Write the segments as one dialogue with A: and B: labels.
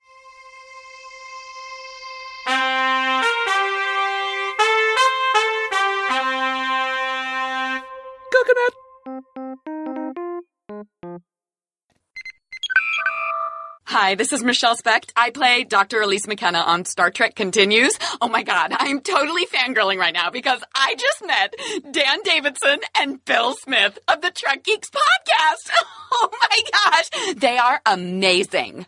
A: Hi, this is Michelle Specht. I play Dr. Elise McKenna on Star Trek Continues. Oh my god, I'm totally fangirling right now because I just met Dan Davidson and Bill Smith of the Trek Geeks podcast. Oh my gosh, they are amazing.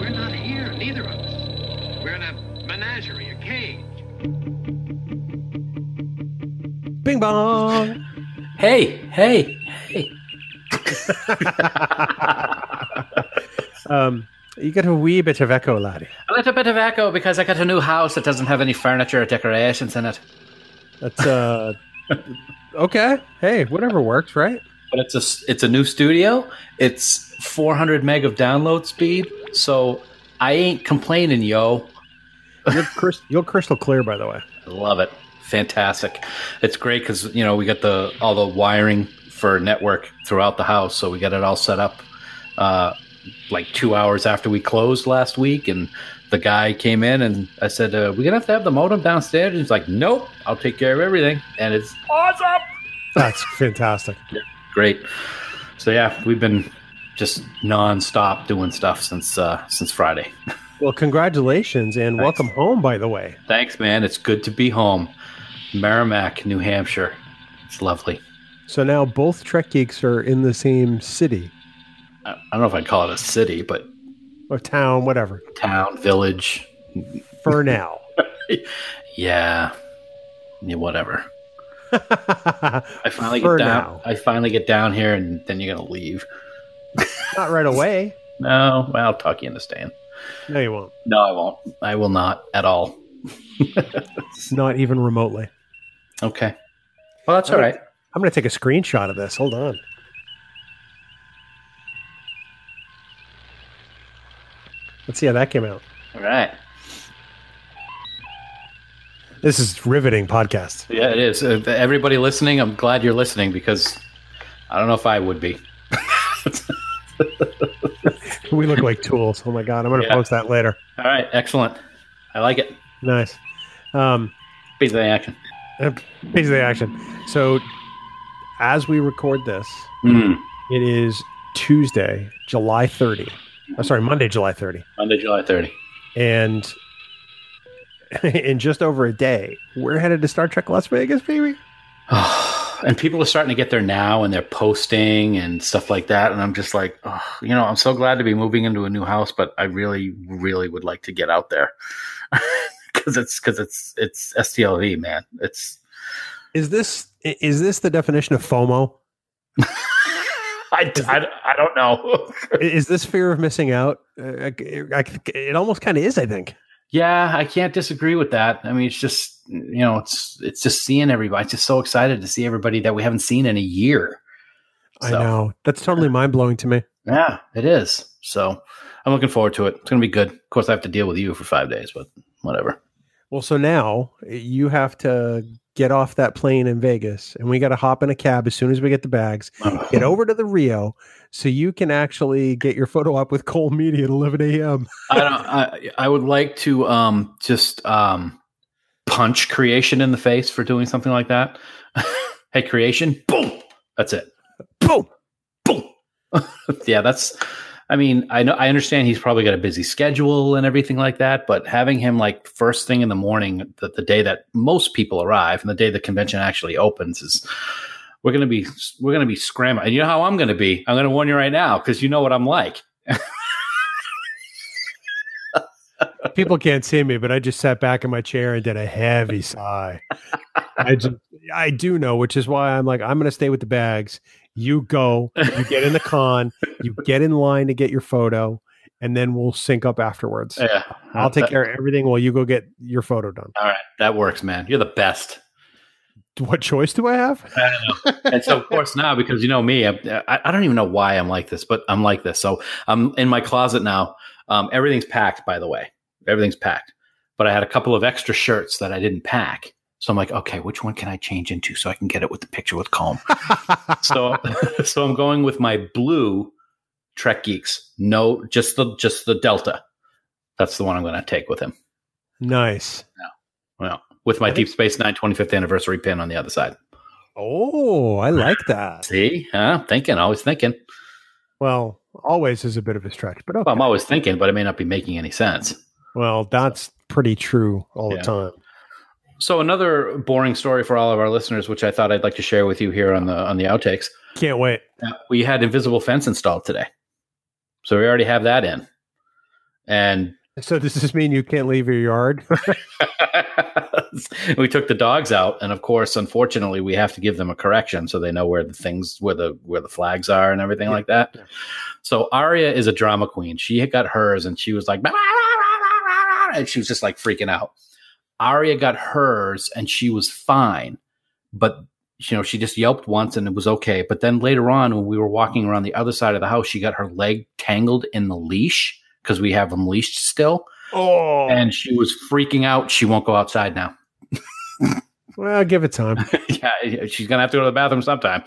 B: We're not here, neither of us. We're in a menagerie, a cage.
C: Bing bong.
D: Hey, hey, hey.
C: Um, you get a wee bit of echo, laddie.
D: A little bit of echo because I got a new house that doesn't have any furniture or decorations in it.
C: That's uh, okay. Hey, whatever works, right?
D: But it's a it's a new studio. It's 400 meg of download speed, so I ain't complaining, yo.
C: You're, crys- you're crystal clear, by the way.
D: I love it. Fantastic. It's great because you know we got the all the wiring for network throughout the house, so we got it all set up. Uh, like two hours after we closed last week, and the guy came in and I said, uh, "We're gonna have to have the modem downstairs." And he's like, "Nope, I'll take care of everything." And it's awesome.
C: That's fantastic.
D: Great. So yeah, we've been just nonstop doing stuff since uh, since Friday.
C: Well, congratulations and welcome home, by the way.
D: Thanks, man. It's good to be home. Merrimack, New Hampshire. It's lovely.
C: So now both Trek geeks are in the same city
D: I I don't know if I'd call it a city, but
C: or town, whatever.
D: town, village.
C: For now.
D: Yeah. Yeah, whatever. I finally
C: For
D: get down.
C: now.
D: I finally get down here, and then you're gonna leave.
C: Not right away.
D: No, well, I'll talk you into staying.
C: No, you won't.
D: No, I won't. I will not at all.
C: Not even remotely.
D: Okay. Well, that's all right.
C: I'm going to take a screenshot of this. Hold on. Let's see how that came out.
D: All right.
C: This is riveting podcast.
D: Yeah, it is. Uh, everybody listening, I'm glad you're listening because I don't know if I would be.
C: We look like tools. Oh my god, I'm going to
D: Yeah.
C: post that later.
D: All right. Excellent. I like it.
C: Nice. Um,
D: Piece of the action.
C: uh, piece of the action. So, as we record this,
D: Mm.
C: it is Tuesday, July 30. I'm sorry, Monday, July 30.
D: Monday, July 30.
C: And in just over a day, we're headed to Star Trek Las Vegas, baby.
D: and people are starting to get there now and they're posting and stuff like that and i'm just like oh, you know i'm so glad to be moving into a new house but i really really would like to get out there because it's because it's it's stlv man it's
C: Is this i- is this the definition of FOMO?
D: I, I, I don't know
C: I- Is this fear of missing out? Uh, I- I- it almost kind of is, I think.
D: yeah i can't disagree with that i mean it's just you know it's it's just seeing everybody it's just so excited to see everybody that we haven't seen in a year
C: I
D: So,
C: know. That's totally mind blowing to me.
D: yeah it is so i'm looking forward to it it's gonna be good of course i have to deal with you for five days but whatever
C: Well, so now uh, you have to get off that plane in Vegas, and we got to hop in a cab as soon as we get the bags, get over to the Rio, so you can actually get your photo op with Cole Media at 11 a.m.
D: I don't. I, I would like to um, just um, punch creation in the face for doing something like that. hey, creation! Boom. That's it.
C: Boom.
D: Boom. yeah, that's. I mean, I know. I understand he's probably got a busy schedule and everything like that. But having him like first thing in the morning, the, the day that most people arrive and the day the convention actually opens is. We're gonna be we're gonna be scrambling. And you know how I'm gonna be. I'm gonna warn you right now because you know what I'm like.
C: People can't see me, but I just sat back in my chair and did a heavy sigh. I just, I do know, which is why I'm like, I'm going to stay with the bags. You go, you get in the con, you get in line to get your photo. and then we'll sync up afterwards.
D: Yeah.
C: I'll take
D: that,
C: care of everything while you go get your photo done.
D: All right. That works, man. You're the best.
C: What choice do I have?
D: I don't know. and so, of course, now because you know me, I, I, I don't even know why I'm like this, but I'm like this. So I'm in my closet now. Um, everything's packed, by the way. Everything's packed. But I had a couple of extra shirts that I didn't pack. So I'm like, okay, which one can I change into so I can get it with the picture with comb? so, so I'm going with my blue Trek Geeks. No, just the just the Delta. That's the one I'm going to take with him.
C: nice.
D: Well, with my Deep Space Nine 25th anniversary pin on the other side.
C: Oh, I like that.
D: See, huh? Thinking, always thinking.
C: Well, always is a bit of a stretch, but okay.
D: Well, I'm always thinking, but it may not be making any sense.
C: Well, that's pretty true all
D: Yeah.
C: the time.
D: So another boring story for all of our listeners, which I thought I'd like to share with you here on the on the outtakes.
C: Can't wait.
D: Uh, We had invisible fence installed today, so we already have that in. And
C: So does this mean you can't leave your yard?
D: we took the dogs out, and of course, unfortunately, we have to give them a correction so they know where the things where the where the flags are and everything
C: Yeah,
D: like that.
C: yeah.
D: So Aria is a drama queen. She had got hers, and she was like, "Bah, bah, bah, bah, bah," and she was just like freaking out. Aria got hers, and she was fine, but you know, she just yelped once, and it was okay. But then later on, when we were walking around the other side of the house, she got her leg tangled in the leash because we have them leashed still
C: Oh,
D: and she was freaking out. She won't go outside now.
C: well, give it time.
D: yeah, she's gonna have to go to the bathroom sometime.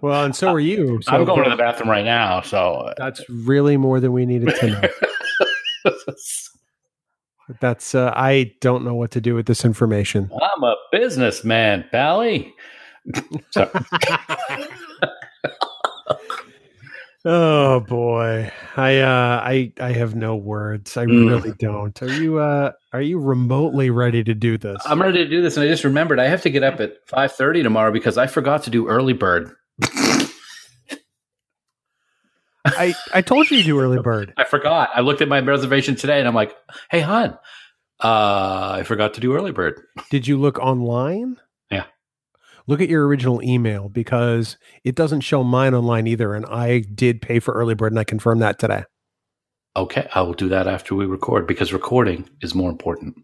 C: Well, and so are you. So
D: I'm going to the bathroom right now. So,
C: That's really more than we needed to know. That's uh, I don't know what to do with this information.
D: I'm a businessman, Pally. So-
C: Oh boy, I uh, I I have no words. I
D: Mm.
C: really don't. Are you uh, are you remotely ready to do this?
D: I'm ready to do this, and I just remembered I have to get up at 5:30 tomorrow because I forgot to do early bird.
C: I I told you to do early bird.
D: I forgot. I looked at my reservation today, and I'm like, "Hey, hon, uh, I forgot to do early bird."
C: Did you look online?
D: Yeah.
C: Look at your original email because it doesn't show mine online either. And I did pay for early bird, and I confirmed that today.
D: Okay, I will do that after we record because recording is more important.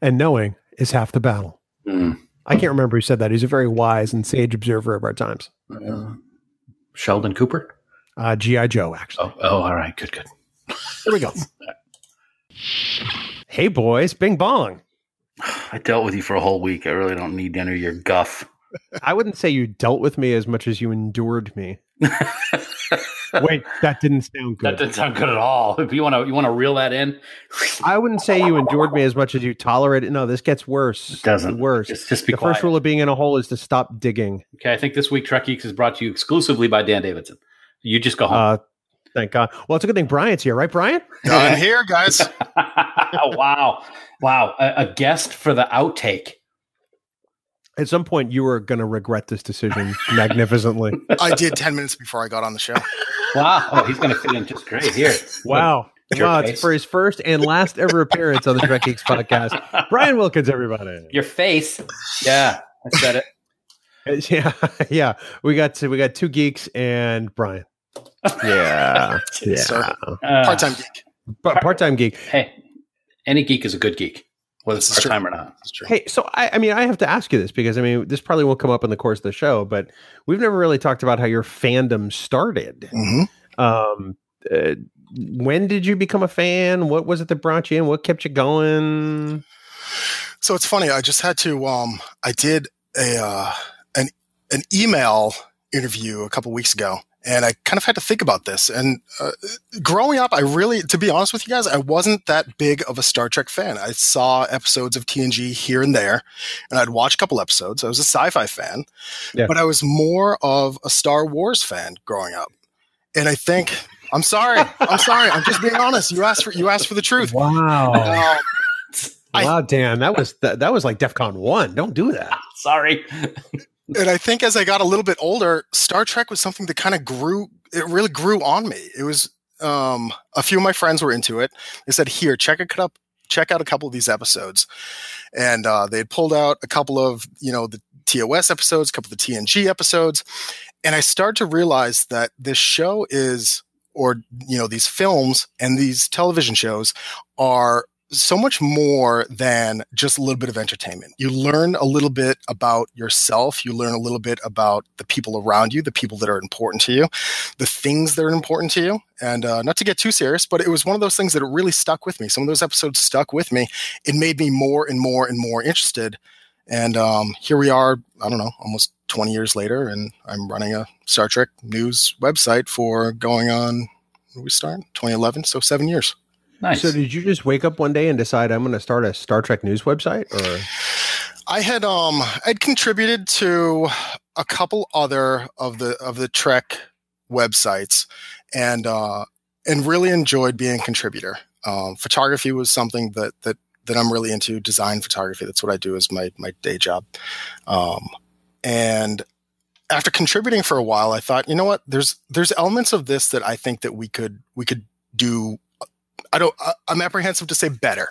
C: And knowing is half the battle.
D: Hmm.
C: I can't remember who said that. He's a very wise and sage observer of our times.
D: Uh, Sheldon Cooper.
C: Uh, GI Joe, actually.
D: Oh, oh, all right, good, good.
C: Here we go. hey boys, Bing Bong.
D: I dealt with you for a whole week. I really don't need any of your guff.
C: I wouldn't say you dealt with me as much as you endured me. Wait, that didn't sound good.
D: That didn't sound good at all. If you want to, you want to reel that in.
C: I wouldn't say you endured me as much as you tolerated. No, this gets worse.
D: It doesn't.
C: worse.
D: Just, just be
C: The
D: quiet.
C: first rule of being in a hole is to stop digging.
D: okay, I think this week Trek Geeks is brought to you exclusively by Dan Davidson. You just go home.
C: Uh, thank God. Well, it's a good thing Brian's here, right, Brian?
E: I'm here, guys.
D: wow, wow, a, a guest for the outtake.
C: At some point, you are going to regret this decision magnificently.
E: I did 10 minutes before I got on the show.
D: Wow, oh, he's going to fit in just great here.
C: Wow. Wow,
D: Jerkface.
C: it's for his first and last ever appearance on the Trek Geeks podcast. Brian Wilkins, everybody.
D: Your face. Yeah, I said it.
C: Yeah, yeah. We got to, we got two geeks and Brian. Yeah, yeah.
E: So,
D: Uh,
E: part time geek.
C: Part time geek.
D: Hey, any geek is a good geek, whether it's
E: This is
D: part time or not.
E: That's true.
C: Hey, so I, I mean, I have to ask you this because I mean, this probably won't come up in the course of the show, but we've never really talked about how your fandom started.
E: hmm
C: Um, uh, when did you become a fan? What was it that brought you in? What kept you going?
E: So it's funny. I just had to. Um, I did a uh, an an email interview a couple weeks ago, and I kind of had to think about this. And uh, growing up, I really, to be honest with you guys, I wasn't that big of a Star Trek fan. I saw episodes of TNG here and there, and I'd watch a couple episodes. I was a sci-fi fan,
C: Yeah.
E: but I was more of a Star Wars fan growing up. And I think I'm sorry. I'm sorry. I'm just being honest. You asked for you asked for the truth.
C: Wow,
E: Um, I-
C: wow, Dan, that was that, that was like DefCon one. Don't do that.
D: Sorry.
E: and I think as I got a little bit older, Star Trek was something that kind of grew. It really grew on me. It was um, a few of my friends were into it. They said, "Here, check it up, check out a couple of these episodes," and uh, they had pulled out a couple of you know the TOS episodes, a couple of the TNG episodes, and I started to realize that this show is or you know these films and these television shows are so much more than just a little bit of entertainment. You learn a little bit about yourself. You learn a little bit about the people around you, the people that are important to you, the things that are important to you. And uh, not to get too serious, but it was one of those things that really stuck with me. Some of those episodes stuck with me. It made me more and more and more interested. And um, here we are, I don't know, almost 20 years later, and I'm running a Star Trek news website for going on, when we start? 2011, so seven years.
D: Nice.
C: So did you just wake up one day and decide I'm going to start a Star Trek news website or
E: I had um I'd contributed to a couple other of the of the Trek websites and uh and really enjoyed being a contributor. Um, photography was something that that that I'm really into. Design photography. That's what I do as my my day job. Um, and after contributing for a while, I thought, you know what? There's there's elements of this that I think that we could we could do I don't. I, am apprehensive to say better.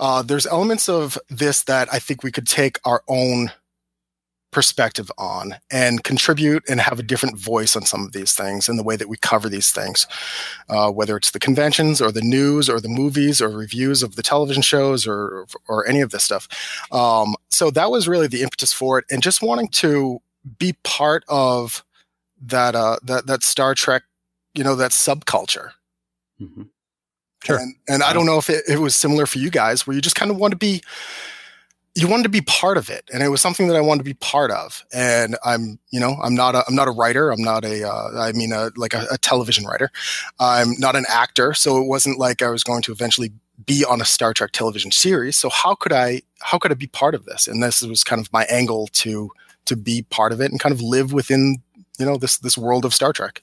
E: Uh, there's elements of this that I think we could take our own perspective on and contribute and have a different voice on some of these things and the way that we cover these things, uh, whether it's the conventions or the news or the movies or reviews of the television shows or or any of this stuff. Um, so that was really the impetus for it, and just wanting to be part of that uh, that that Star Trek, you know, that subculture.
D: Mm-hmm.
C: Sure.
E: And, and I don't know if it, it was similar for you guys, where you just kind of want to be, you wanted to be part of it, and it was something that I wanted to be part of. And I'm, you know, I'm not a, I'm not a writer. I'm not a, uh, I mean, a, like a, a television writer. I'm not an actor, so it wasn't like I was going to eventually be on a Star Trek television series. So how could I, how could I be part of this? And this was kind of my angle to to be part of it and kind of live within, you know, this this world of Star Trek.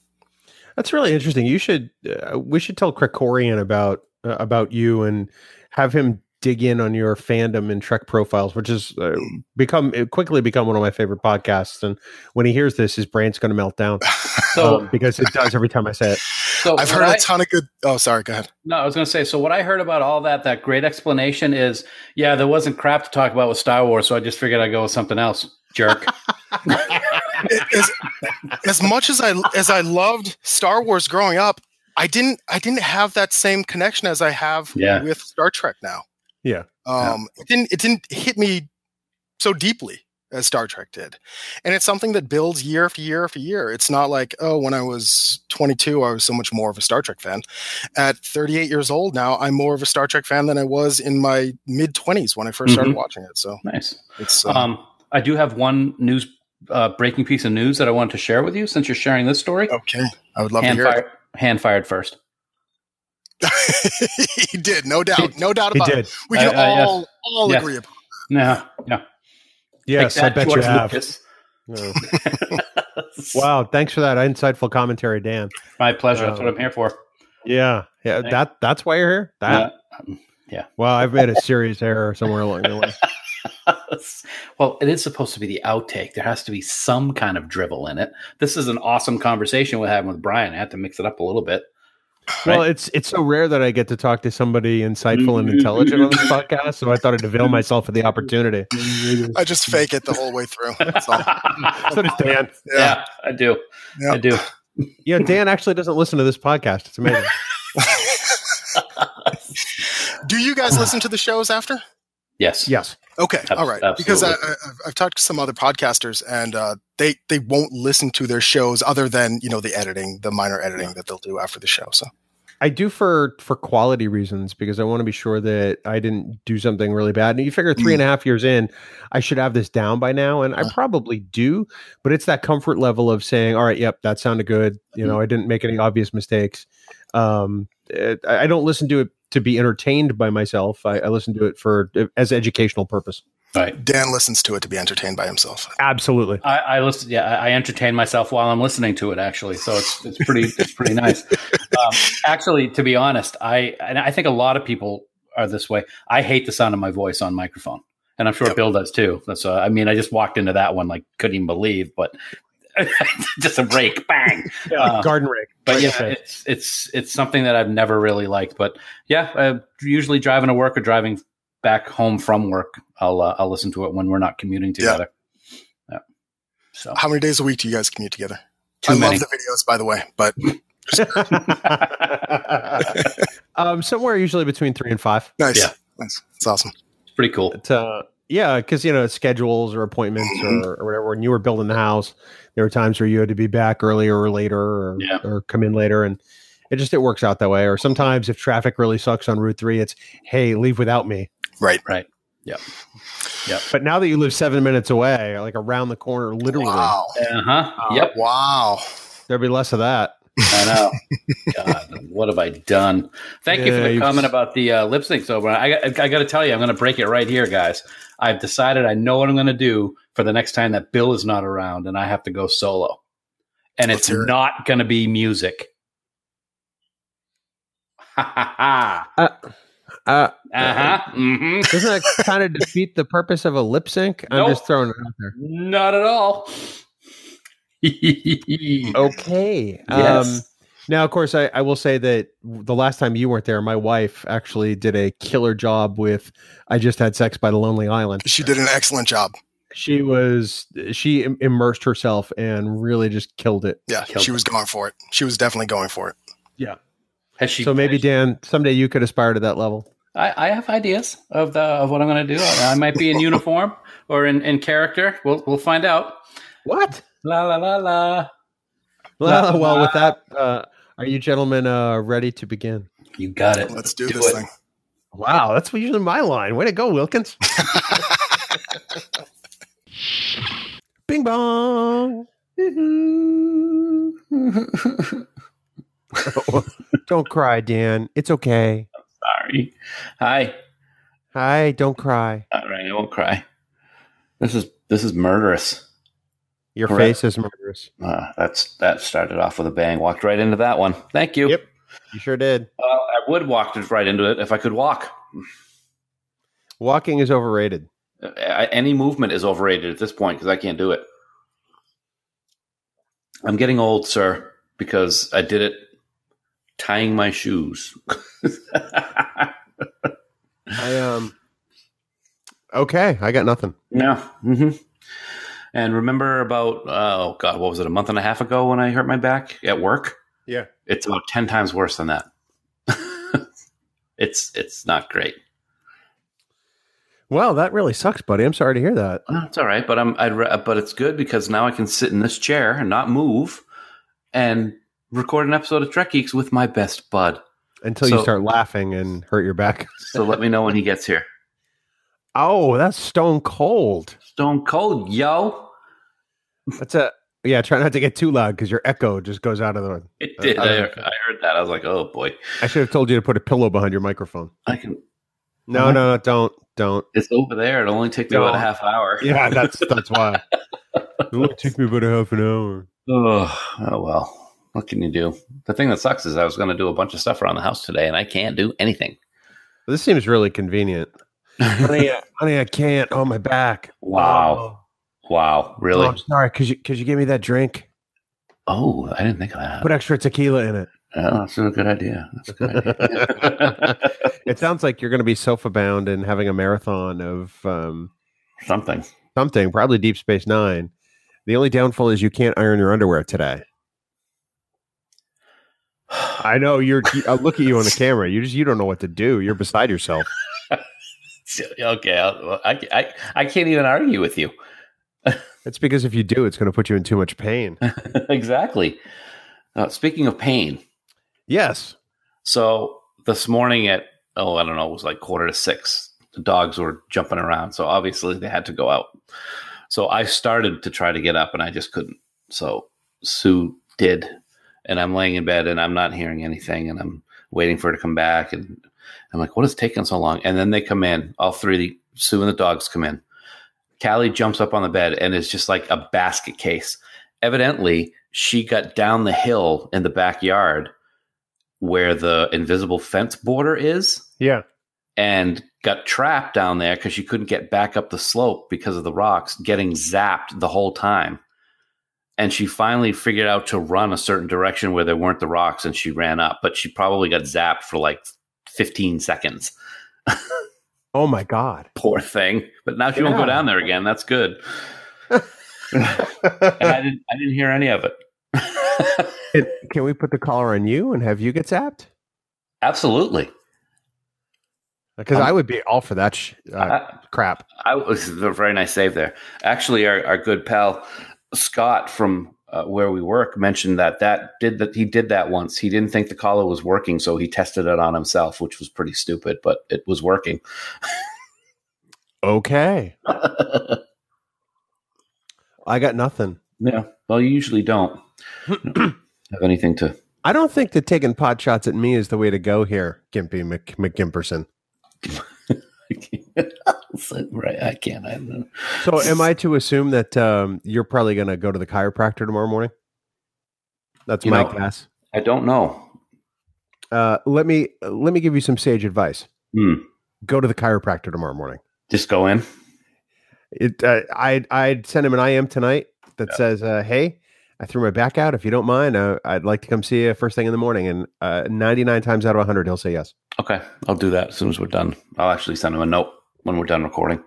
C: That's really interesting. You should uh, we should tell Krikorian about uh, about you and have him dig in on your fandom and Trek profiles, which has uh, become it quickly become one of my favorite podcasts. And when he hears this, his brain's going to melt down
D: So,
C: um, because it does every time I say it.
D: so
E: Oh. I've heard
D: what
E: a
D: I-
E: ton of good. Oh, sorry, go ahead.
D: No, I was going to say. So what I heard about all that, that great explanation is, yeah, there wasn't crap to talk about with Star Wars, so I just figured I'd go with something else. Jerk.
E: as, as much as I as I loved Star Wars growing up, I didn't I didn't have that same connection as I have
D: Yeah.
E: with Star Trek now.
C: Yeah.
E: Um it didn't it didn't hit me so deeply as Star Trek did. And it's something that builds year after year after year. It's not like, oh, when I was 22, I was so much more of a Star Trek fan. At 38 years old now, I'm more of a Star Trek fan than I was in my mid 20s when I 1st started
D: Mhm.
E: watching it. So
D: nice.
E: it's uh,
D: Um, I do have one news uh, breaking piece of news that I wanted to share with you since you're sharing this story.
E: okay. I would Oh, love
D: hand,
E: to hear
D: fired, hand fired first.
E: it. he did, no doubt. No doubt
C: He
E: about it.
C: did.
E: We can
D: Uh, uh, yes.
E: all all
D: Yes.
E: agree about.
D: No, no.
C: Yes,
D: Take
C: I
D: that,
C: bet you
D: George
C: have.
D: Lucas.
C: Yeah. Wow, thanks for that insightful commentary, Dan.
D: My pleasure. That's
C: Um,
D: what I'm here for.
C: Yeah. Yeah,
D: Thank-
C: that that's why you're here. That Wow, I've made a serious error somewhere along the way.
D: Yeah. well, it is supposed to be the outtake. There has to be some kind of drivel in it. This is an awesome conversation we're having with Brian. I had to mix it up a little bit.
C: Well,
D: Right.
C: it's it's so rare that I get to talk to somebody insightful and intelligent on this podcast, so I thought I'd avail myself of the opportunity.
E: it. I just fake it the whole way through. That's all.
C: So does Dan.
D: Yeah, I do.
E: Yeah.
D: I do.
C: Yeah, Dan actually doesn't listen to this podcast. It's amazing.
E: Do you guys listen to the shows after?
D: Yes.
C: yes.
E: Okay,
D: Ab-
E: all right. Because I,
D: absolutely.
E: I, I've- I've talked to some other podcasters, and uh, they they won't listen to their shows other than you know the editing, the minor editing that they'll do after the show. So
C: I do for for quality reasons because I want to be sure that I didn't do something really bad. And you figure three and a half years in, I should have this down by now, and I probably do. But it's that comfort level of saying, "All right, yep, that sounded good." You know, I didn't make any obvious mistakes. Um, it, I I don't listen to it to be entertained by myself. I, I listen to it for uh, as educational purpose.
D: Right.
E: Dan listens to it to be entertained by himself.
C: Absolutely.
D: I, I listen. Yeah, I I entertain myself while I'm listening to it. Actually, so it's it's pretty it's pretty nice. Um, actually, to be honest, I and I think a lot of people are this way. I hate the sound of my voice on microphone, and I'm sure
E: Yep.
D: Bill does too. That's uh, I mean, I just walked into that one like couldn't even believe, but just a rake, bang. Uh,
C: Garden rake.
D: but
C: Right.
D: yeah, it's it's it's something that I've never really liked. But yeah, uh, usually driving to work or driving back home from work, I'll uh, I'll listen to it when we're not commuting together. Yeah. So
E: How many days a week do you guys commute together?
D: too
E: I
D: many.
E: love the videos, by the way, but
C: um, somewhere usually between three and five.
E: Nice.
D: Yeah.
E: Nice. It's awesome.
D: Pretty cool.
C: But, uh, yeah, because you know schedules or appointments or,
D: Mm-hmm.
C: or whatever. When you were building the house, there were times where you had to be back earlier or later, or,
D: Yeah.
C: or come in later, and it just it works out that way. Or sometimes if traffic really sucks on Route Three, it's hey, leave without me.
E: Right.
D: Right. Yep. Yep.
C: But now that you live seven minutes away, like around the corner, literally,
E: Wow.
D: Uh huh. Yep.
E: Wow.
C: there'd be less of that.
D: I know. God, what have I done? Thank you
C: Yeah,
D: for the
C: you've-
D: comment about the uh, lip sync sober. I, got- I got to tell you, I'm going to break it right here, guys. I've decided I know what I'm going to do for the next time that Bill is not around and I have to go solo. And
E: Let's
D: it's
E: hear it.
D: not going to be music. Ha ha ha.
C: Uh,
D: Uh huh. hmm
C: doesn't that kind of defeat the purpose of a lip sync? I'm
D: Nope.
C: just throwing it out there.
D: Not at all. yes.
C: Okay. Um, Now, of course, I, I will say that the last time you weren't there, my wife actually did a killer job with "I Just Had Sex by the Lonely Island."
E: She did an excellent job.
C: She was she im- immersed herself and really just killed it.
E: Yeah.
D: Killed
E: she was going for it. She was definitely going for it.
D: Has she?
C: so maybe Dan, someday you could aspire to that level.
D: I, I have ideas of the of what I'm going to do. I, I might be in uniform or in, in character. We'll we'll find out.
C: What?
D: La la la la.
C: Well, well, with that, uh, are you gentlemen uh, ready to begin?
D: You got it.
E: Let's do, this
D: it.
E: thing.
C: Wow, that's usually my line. Way to go, Wilkins. Bing bong. don't cry, Dan. It's okay.
D: Sorry. Hi.
C: Hi, don't cry.
D: All right. I won't cry. This is this is murderous.
C: Your
D: Correct.
C: face is murderous.
D: Uh, that's that started off with a bang. Walked right into that one. Thank you.
C: Yep. You sure did.
D: Uh, I would walk right into it if I could walk.
C: Walking is overrated.
D: Uh, any movement is overrated at this point because I can't do it. I'm getting old, sir, because I did it tying my shoes.
C: I um Okay, I got nothing.
D: no. hmm And remember about, oh God, what was it, a month and a half ago when I hurt my back at work?
C: Yeah.
D: It's about 10 times worse than that. it's it's not great.
C: Well, that really sucks, buddy. I'm sorry to hear that.
D: Well, it's all right, but I'm I'd, ra- but it's good because now I can sit in this chair and not move, and record an episode of Trek Geeks with my best bud.
C: Until you
D: So-
C: start laughing and hurt your back.
D: So let me know when he gets here.
C: Oh, that's stone cold.
D: Stone cold, yo!
C: That's a yeah. Try not to get too loud because your echo just goes out of the.
D: It did.
C: Uh,
D: I,
C: I
D: I
C: don't-
D: heard that. I was like, oh boy,
C: I should have told you to put a pillow behind your microphone.
D: I can.
C: No, no, no, don't, don't.
D: It's over there. It'll only take me about a half hour.
C: Yeah, that's that's why. It'll take me about a half an hour.
D: Oh, oh well. What can you do? The thing that sucks is I was going to do a bunch of stuff around the house today, and I can't do anything.
C: This seems really convenient. honey, I, honey, I can't. Oh, my back.
D: Wow! Wow!
C: Oh,
D: Really?
C: I'm sorry. Could you could you give me that drink?
D: Oh, I didn't think of that.
C: Put extra tequila in it.
D: Oh, that's a good idea. That's a good idea.
C: It sounds like you're going to be sofa bound and having a marathon of um,
D: Something.
C: something, probably Deep Space Nine. The only downfall is you can't iron your underwear today. I know you're. I look at you on the camera. You just you don't know what to do. You're beside yourself.
D: Okay, I'll, well, I, I I can't even argue with you.
C: It's because if you do, it's going to put you in too much pain.
D: exactly. Uh, speaking of pain,
C: Yes.
D: so this morning at oh I don't know it was like quarter to six. The dogs were jumping around, so obviously they had to go out. So I started to try to get up, and I just couldn't. So Sue did, and I'm laying in bed, and I'm not hearing anything, and I'm waiting for her to come back, and I'm like, "What is taking so long?" And then they come in, all three, Sue and the dogs come in. Callie jumps up on the bed and is just like a basket case. Evidently, she got down the hill in the backyard where the invisible fence border is
C: Yeah.
D: and got trapped down there because she couldn't get back up the slope because of the rocks, getting zapped the whole time. And she finally figured out to run a certain direction where there weren't the rocks and she ran up, but she probably got zapped for like 15 seconds.
C: Oh my God.
D: Poor thing. But now she won't go
C: Yeah.
D: down there again. That's good. And I didn't I didn't hear any of it.
C: Can, can we put the collar on you and have you get zapped?
D: Absolutely.
C: Because I would be all for that sh- uh,
D: I,
C: crap.
D: I was a very nice save there. Actually, our, our good pal Scott from uh, where we work mentioned that that did that he did that once. He didn't think the collar was working, so he tested it on himself, which was pretty stupid, but it was working.
C: Okay, I got nothing.
D: yeah. Well, you usually don't have anything to.
C: I don't think that taking pot shots at me is the way to go here, Gimpy Mc, McGimperson.
D: right, I can't. I don't know.
C: So, am I to assume that um, you're probably going to go to the chiropractor tomorrow morning? That's
D: You
C: my
D: know-
C: guess.
D: I don't know.
C: Uh, let me let me give you some sage advice.
D: Hmm.
C: Go to the chiropractor tomorrow morning.
D: Just go in.
C: It, uh, I I'd send him an IM tonight that says, uh, "Hey, I threw my back out. If you don't mind, uh, I'd like to come see you first thing in the morning." And uh, 99 times out of 100, he'll say yes.
D: Okay, I'll do that as soon as we're done. I'll actually send him a note when we're done recording.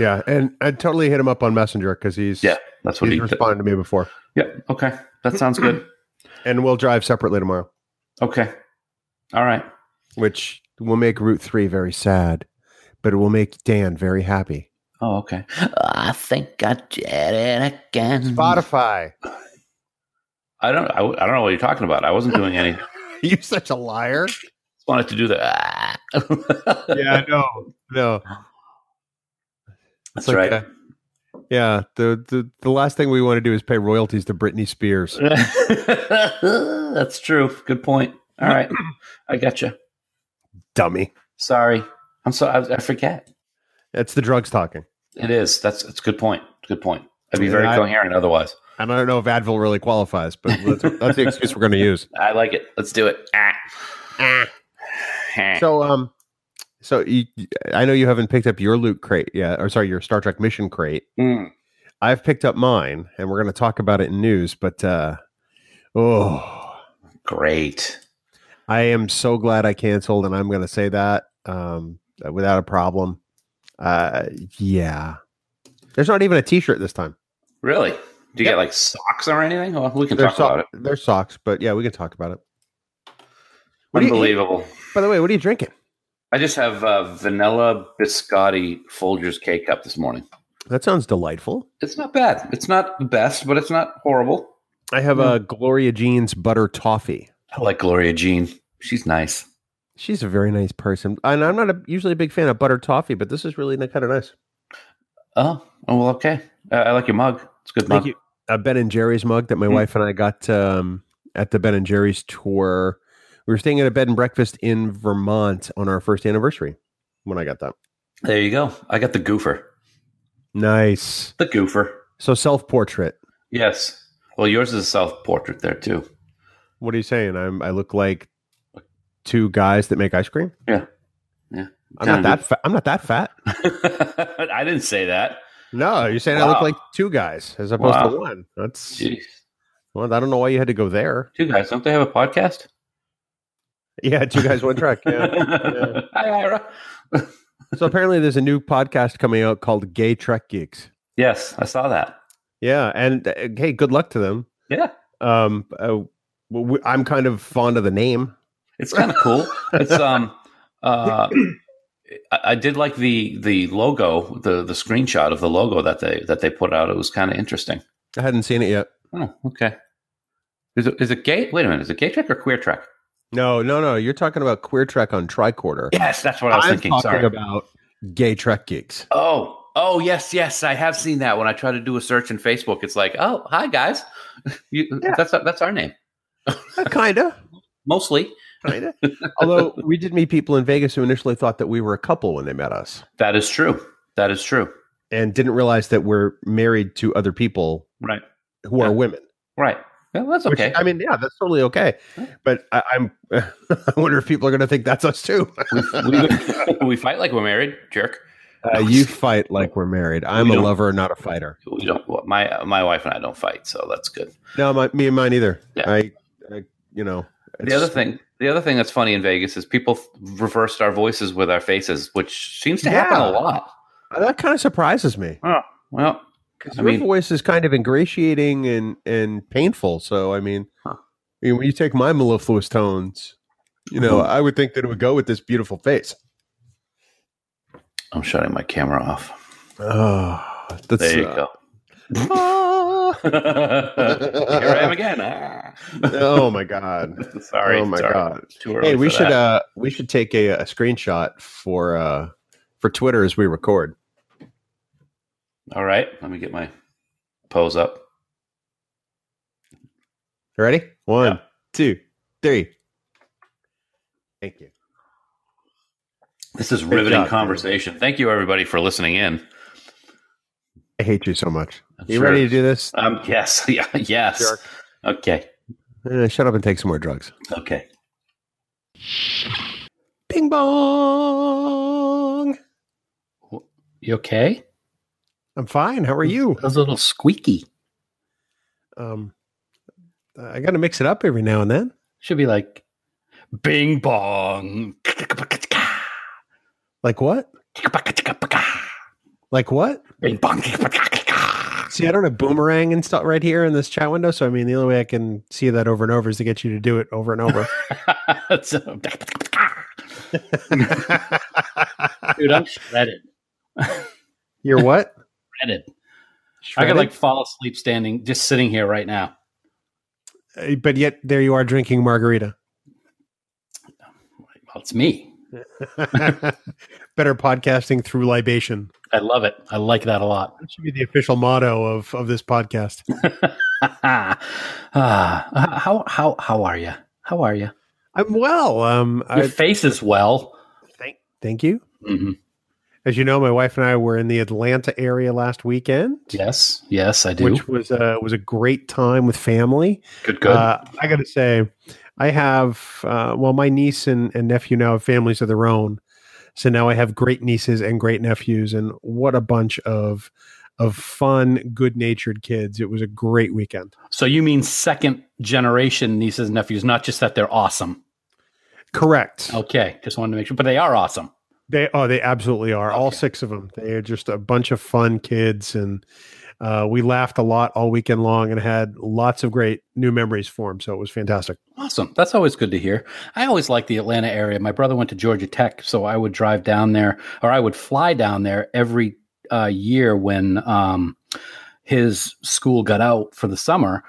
C: Yeah, and I totally hit him up on Messenger because he's
D: Yeah, that's what
C: he's
D: he
C: responded to me before.
D: Yeah. Okay, that sounds good.
C: And we'll drive separately tomorrow,
D: Okay. All right.
C: which will make Route Three very sad, but it will make Dan very happy.
D: Oh, okay. I think I did it
C: Mhm.
D: again.
C: Spotify,
D: I don't. I, w- I don't know what you're talking about. I wasn't doing any. just
C: you such a liar.
D: wanted to do ah. that.
C: yeah, no, no.
D: that's
C: like,
D: right.
C: uh, yeah, the, the the last thing we want to do is pay royalties to Britney Spears.
D: that's true. Good point. All right. I got you.
C: dummy.
D: Sorry. I'm so. I, I forget.
C: That's the drugs talking.
D: It is. That's. That's a good point. Good point. I'd be very
C: Yeah, I-
D: coherent otherwise.
C: And I don't know if Advil really qualifies, but that's, that's the excuse we're going to use.
D: I like it. Let's do it. Ah. Ah.
C: So, um, so you, I know you haven't picked up your loot crate yet, or sorry, your Star Trek mission crate.
D: Mm.
C: I've picked up mine, and we're going to talk about it in news. But uh, oh,
D: Great.
C: I am so glad I canceled, and I'm going to say that um, without a problem. Uh, yeah, there's not even a T-shirt this time.
D: Really? Do you get like socks or anything? Well, we can
C: There's,
D: talk about it.
C: so- there's socks, but yeah, we can talk about it. What do you-
D: Unbelievable.
C: By the way, what are you drinking?
D: I just have uh, vanilla biscotti Folgers K cup this morning.
C: That sounds delightful.
D: It's not bad. It's not the best, but it's not horrible.
C: I have a Gloria Jean's butter toffee.
D: I like Gloria Jean. She's nice.
C: She's a very nice person, and I'm not a, usually a big fan of butter toffee, but this is really kind of nice.
D: Oh, oh well, okay. Uh, I like your mug. It's a good
C: Thank
D: mug.
C: you. A Ben and Jerry's mug that my
D: Mm.
C: wife and I got um, at the Ben and Jerry's tour. We were staying at a bed and breakfast in Vermont on our first anniversary when I got that.
D: There you go. I got the goofer.
C: Nice.
D: The goofer.
C: So self portrait.
D: Yes. Well, yours is a self portrait there too.
C: What are you saying? I'm I look like two guys that make ice cream.
D: Yeah. Yeah.
C: I'm not that. Fa- I'm not that fat.
D: I didn't say that.
C: No, you're saying I look
D: Wow.
C: like two guys as opposed to
D: Wow.
C: one. That's
D: Jeez.
C: Well, I don't know why you had to go there.
D: Two guys, don't they have a podcast?
C: Yeah, two guys, one truck. Yeah. Yeah.
D: Hi, Ira.
C: so apparently, there's a new podcast coming out called Gay Trek Geeks.
D: Yes, I saw that.
C: Yeah, and uh, hey, good luck to them.
D: Yeah.
C: Um, uh, w- I'm kind of fond of the name.
D: It's kind of cool. It's um, uh, I, I did like the the logo, the the screenshot of the logo that they that they put out. It was kind of interesting.
C: I hadn't seen it yet.
D: Oh, okay. Is it is it gay? Wait a minute. Is it gay track or queer track?
C: No, no, no. You're talking about Queer Trek on Tricorder.
D: Yes, that's what I was
C: I'm
D: thinking.
C: talking
D: Sorry.
C: about Gay Trek Geeks.
D: oh, oh yes, yes. I have seen that. When I try to do a search in Facebook, it's like, oh, hi guys. You,
C: Yeah.
D: That's that's our name
C: Uh, kinda,
D: mostly.
C: kinda. Although we did meet people in Vegas who initially thought that we were a couple when they met us,
D: That is true. That is true.
C: and didn't realize that we're married to other people
D: Right.
C: who are
D: Yeah.
C: women.
D: Right. Well, that's
C: Which,
D: okay.
C: I mean, yeah, that's totally okay. But I, I'm, I wonder if people are going to think that's us too.
D: we, we fight like we're married, jerk.
C: Uh, you fight like we're married. I'm
D: We
C: a
D: don't-
C: lover, not a fighter.
D: We don't. well, My my wife and I don't fight, so that's good.
C: No, my, me and mine either.
D: Yeah.
C: I, I, you know,
D: The other thing, the other thing that's funny in Vegas is people f- reversed our voices with our faces, which seems to happen
C: Yeah.
D: a lot.
C: uh, that kind of surprises me
D: Well,
C: because
D: I
C: your
D: mean-
C: voice is kind of ingratiating and and painful. So I mean, I mean, when you take my mellifluous tones, you know,
D: Mm-hmm.
C: I would think that it would go with this beautiful face.
F: I'm shutting my camera off.
C: Oh, that's,
F: There you
C: uh,
F: go.
C: ah.
F: Here
D: Uh,
F: I am again. Ah.
C: oh my god.
F: sorry.
C: Oh my
F: sorry.
C: god.
F: Too early
C: Hey, we
F: for
C: should
F: that.
C: uh we should take a, a screenshot for uh for Twitter as we record.
F: All right. Let me get my pose up.
C: Ready? One,
F: Yeah.
C: two, three. Thank you.
F: This is riveting
C: job,
F: conversation. Thank you, everybody, for listening in.
C: I hate you so much.
F: I'm
C: You
F: sure-
C: ready to do this?
F: Um, yes. Yeah, yes.
C: Jerk.
F: Okay.
C: Uh, shut up and take some more drugs.
F: Okay.
C: Bing bong.
D: You okay?
C: I'm fine. How are you?
D: That was a little squeaky.
C: Um I got to mix it up every now and then.
D: Should be like bing bong.
C: Like what? Like what?
D: Bing bong.
C: See, I don't have boomerang installed right here in this chat window, so I mean the only way I can see that over and over is to get you to do it over and over.
D: So- Dude, I'm shredded.
C: You're what?
D: Shredded. I could like fall asleep standing, just sitting here right now.
C: Uh, but yet there you are drinking margarita.
D: Well, it's me.
C: Better podcasting through libation.
D: I love it. I like that a lot.
C: That should be the official motto of of this podcast.
D: Ah, how how how are you? How are you?
C: I'm well. Um,
D: Your
C: I
D: face is well.
C: thank thank you.
D: Mhm.
C: As you know, my wife and I were in the Atlanta area last weekend,
D: Yes, yes, I do.
C: which was uh, was a great time with family.
F: Good, good.
C: Uh, I got to say, I have, uh, well, my niece and, and nephew now have families of their own. So now I have great nieces and great nephews, and what a bunch of of fun, good natured kids. It was a great weekend.
D: so you mean second generation nieces and nephews, not just that they're awesome.
C: Correct.
D: Okay, just wanted to make sure, but they are awesome.
C: They oh, they absolutely are. All
D: Okay.
C: six of them. They are just a bunch of fun kids, and uh, we laughed a lot all weekend long, and had lots of great new memories formed. So it was fantastic.
D: Awesome. That's always good to hear. I always like the Atlanta area. My brother went to Georgia Tech, so I would drive down there, or I would fly down there every uh, year when um, his school got out for the summer.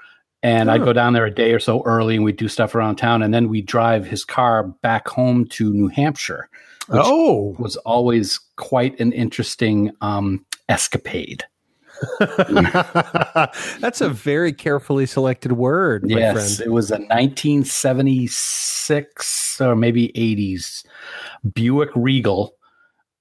D: And I'd
C: Huh.
D: go down there a day or so early, and we'd do stuff around town, and then we'd drive his car back home to New Hampshire. Which-
C: oh,
D: Was always quite an interesting um, escapade.
C: That's a very carefully selected word, my
D: yes,
C: friend.
D: it was a 1976 or maybe 80s Buick Regal,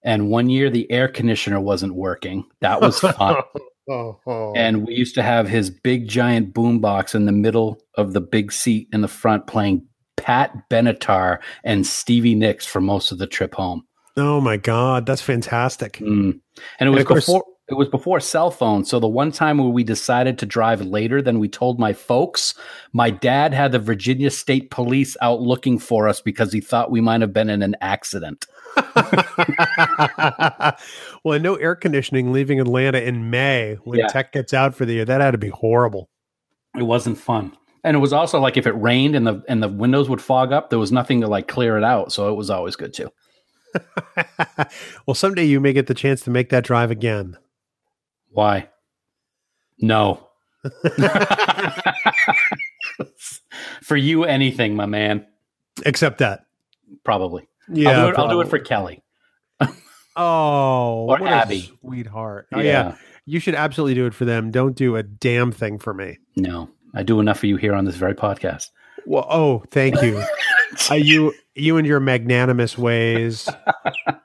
D: and one year the air conditioner wasn't working. That was fun.
C: Oh,
D: and we used to have his big giant boombox in the middle of the big seat in the front playing Pat Benatar and Stevie Nicks for most of the trip home.
C: oh my God, that's fantastic.
D: Mm. And it was
C: of course-
D: before it was before cell phones. So the one time where we decided to drive later than we told my folks, my dad had the Virginia State Police out looking for us because he thought we might have been in an accident.
C: well, I know air conditioning leaving Atlanta in May when
D: Yeah.
C: tech gets out for the year. That had to be horrible.
D: It wasn't fun. And it was also like if it rained and the and the windows would fog up, there was nothing to like clear it out. So it was always good too.
C: well, someday you may get the chance to make that drive again.
D: Why? No. for you, anything, my man.
C: Except that.
D: Probably.
C: Yeah.
D: I'll, do it, I'll do it for
C: probably.
D: Kelly.
C: Oh,
D: Or
C: what a
D: Abby.
C: Sweetheart. Oh, yeah. You should absolutely do it for them. Don't do a damn thing for me.
D: No, I do enough for you here on this very podcast.
C: Well, oh, thank you. uh, you, you and your magnanimous ways.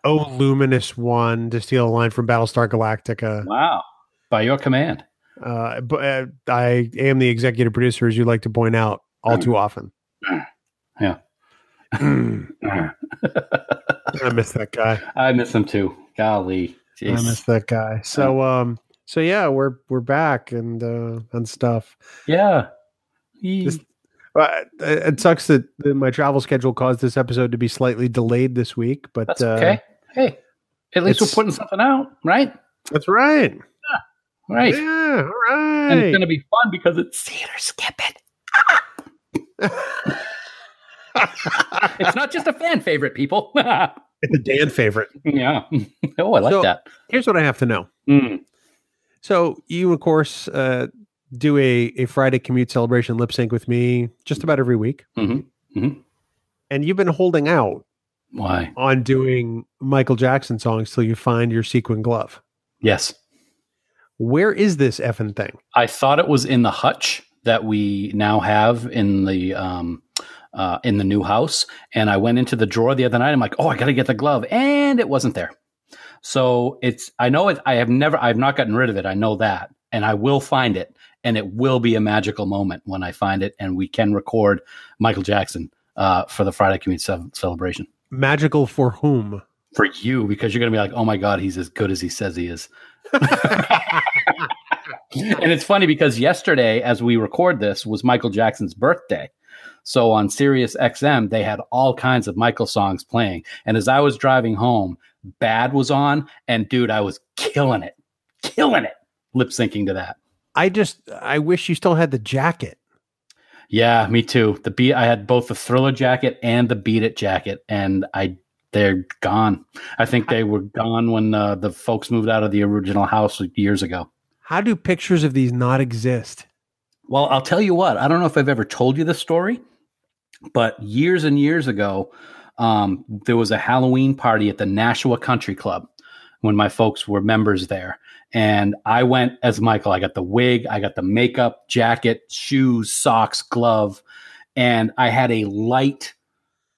C: oh, luminous one, to steal a line from Battlestar Galactica.
D: Wow. By your command.
C: Uh, but uh, I am the executive producer, as you like to point out, all too often.
D: Yeah.
C: Mm, I miss that guy.
D: Uh-huh. I miss him too. Golly.
C: I
D: Jeez.
C: miss that guy. So, um, so yeah, we're we're back and uh, and stuff.
D: yeah. Yee.
C: This- But uh, it it sucks that that my travel schedule caused this episode to be slightly delayed this week. But
D: That's
C: uh,
D: okay. Hey, at least we're
C: it's-
D: putting something out, right?
C: That's right.
D: Right.
C: Yeah. All
D: And it's
C: right.
D: going to be fun because it's theater skipping. it's not just a fan favorite, people.
C: It's a Dan favorite.
D: yeah. Oh, I like
C: So-
D: that.
C: Here's what I have to know.
D: Mm.
C: So you, of course, uh, do a, a Friday commute celebration lip sync with me just about every week.
D: Mhm. Mhm.
C: And you've been holding out
D: Why?
C: on doing Michael Jackson songs till you find your sequin glove.
D: Yes.
C: Where is this effing thing?
D: I thought it was in the hutch that we now have in the um, uh, in the new house, and I went into the drawer the other night. I'm like, oh, I got to get the glove, and it wasn't there. So it's I know it. I have never I've not gotten rid of it. I know that, and I will find it, and it will be a magical moment when I find it, and we can record Michael Jackson uh, for the Friday Community ce- Celebration
C: Magical for whom?
D: for you because you're gonna be like, oh my god, he's as good as he says he is. and it's funny because yesterday, as we record this, was Michael Jackson's birthday. So on Sirius XM, they had all kinds of Michael songs playing. And as I was driving home, Bad was on, and dude, I was killing it, killing it, lip syncing to that.
C: I just I wish you still had the jacket.
D: Yeah, me too. The beat I had both the Thriller jacket and the Beat It jacket, and I they're gone. I think they were gone when uh, the folks moved out of the original house years ago.
C: How do pictures of these not exist?
D: Well, I'll tell you what. I don't know if I've ever told you this story, but years and years ago, um, there was a Halloween party at the Nashua Country Club when my folks were members there. And I went as Michael. I got the wig, I got the makeup, jacket, shoes, socks, glove, and I had a light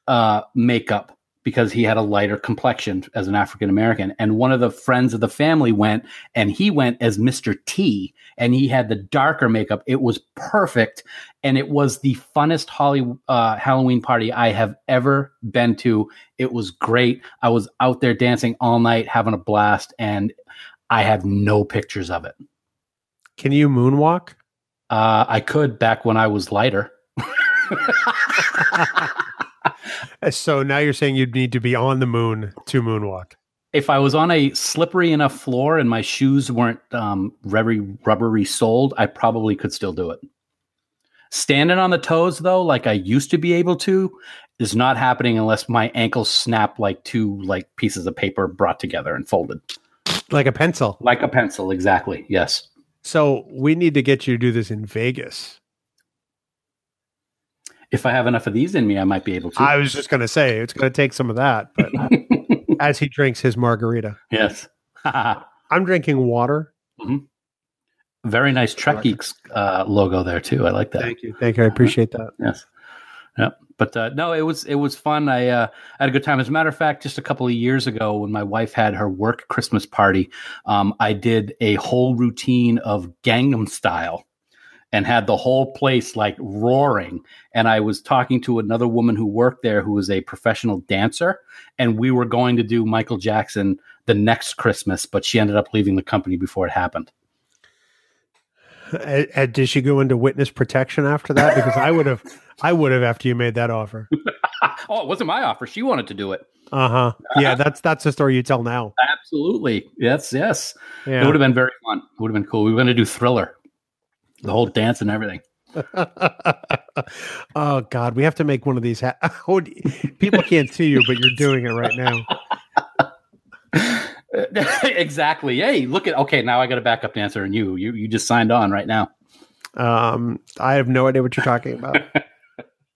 D: uh, makeup because he had a lighter complexion as an African American. And one of the friends of the family went, and he went as Mr. T, and he had the darker makeup. It was perfect, and it was the funnest Holly uh, Halloween party I have ever been to. It was great. I was out there dancing all night, having a blast, and I have no pictures of it.
C: Can you moonwalk?
D: Uh, I could back when I was lighter.
C: Uh, So now you're saying you'd need to be on the moon to moonwalk.
D: if I was on a slippery enough floor and my shoes weren't um, very rubbery soled, I probably could still do it. Standing on the toes, though, like I used to be able to, is not happening unless my ankles snap like two like pieces of paper brought together and folded,
C: Like a pencil.
D: like a pencil. Exactly. Yes.
C: So we need to get you to do this in Vegas.
D: If I have enough of these in me, I might be able to.
C: I was just gonna say it's gonna take some of that, but as he drinks his margarita.
D: yes.
C: I'm drinking water.
D: Very nice Trek Geeks uh, logo there too. I like that.
C: you. Thank you. I appreciate that.
D: Yes. Yep. But uh, no, it was it was fun. I uh, had a good time. As a matter of fact, just a couple of years ago, when my wife had her work Christmas party, um, I did a whole routine of Gangnam Style, and had the whole place like roaring. And I was talking to another woman who worked there, who was a professional dancer, and we were going to do Michael Jackson the next Christmas, but she ended up leaving the company before it happened.
C: Uh, uh, did she go into witness protection after that? Because I would have, I would have after you made that offer.
D: oh, it wasn't my offer. She wanted to do it.
C: Uh huh. Yeah, that's that's the story you tell now.
D: Absolutely. Yes. Yes. It
C: Yeah.
D: would have been very fun. It would have been cool. We were going to do Thriller, the whole dance and everything.
C: oh God, we have to make one of these. Ha- Oh, d- people can't see you, but you're doing it right now.
D: exactly. Hey, look at. Okay, now I got a backup dancer, and you, you, you just signed on right now.
C: Um, I have no idea what you're talking about.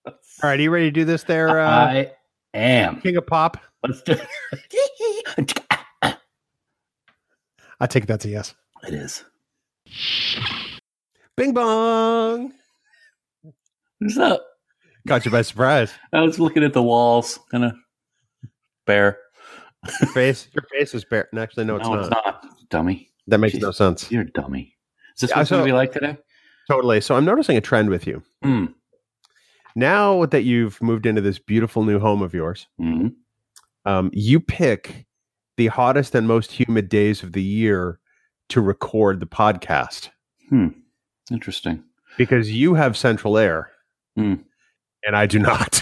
C: All right, are you ready to do this, there, uh,
D: I am.
C: King of Pop?
D: Let's do. it
C: I take that's a yes.
D: is.
C: Bing bong.
D: What's up?
C: Caught you by surprise.
D: I was looking at the walls, kind of bare.
C: Your face, your face is bare. and Actually, no, it's, not.
D: Dummy,
C: That makes no sense.
D: you're a dummy. Is this
C: Yeah,
D: what it's going
C: so-
D: to be like today?
C: Totally. So I'm noticing a trend with you.
D: Mm.
C: Now that you've moved into this beautiful new home of yours,
D: hmm
C: um, you pick the hottest and most humid days of the year to record the podcast
D: Interesting.
C: because you have central air
G: Hmm.
C: and I do not.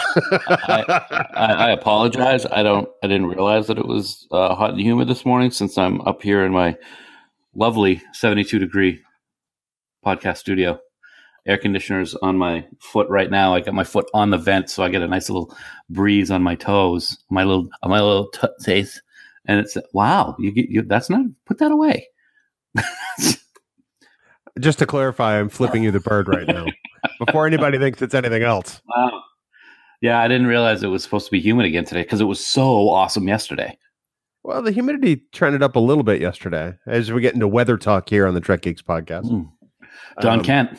G: I, I apologize. I don't. I didn't realize that it was uh, hot and humid this morning. Since I'm up here in my lovely 72 degree podcast studio,
D: air conditioner's on my foot right now. I got my foot on the vent, so I get a nice little breeze on my toes, my little on my little toes, and it's wow. You get you, that's not put that away.
C: Just to clarify, I'm flipping you the bird right now. Before anybody thinks it's anything else.
D: Wow. Yeah, I didn't realize it was supposed to be humid again today because it was so awesome yesterday.
C: Well, the humidity trended up a little bit yesterday as we get into weather talk here on the Trek Geeks podcast.
G: Hmm.
D: Mm. Don
C: Um,
D: Kent,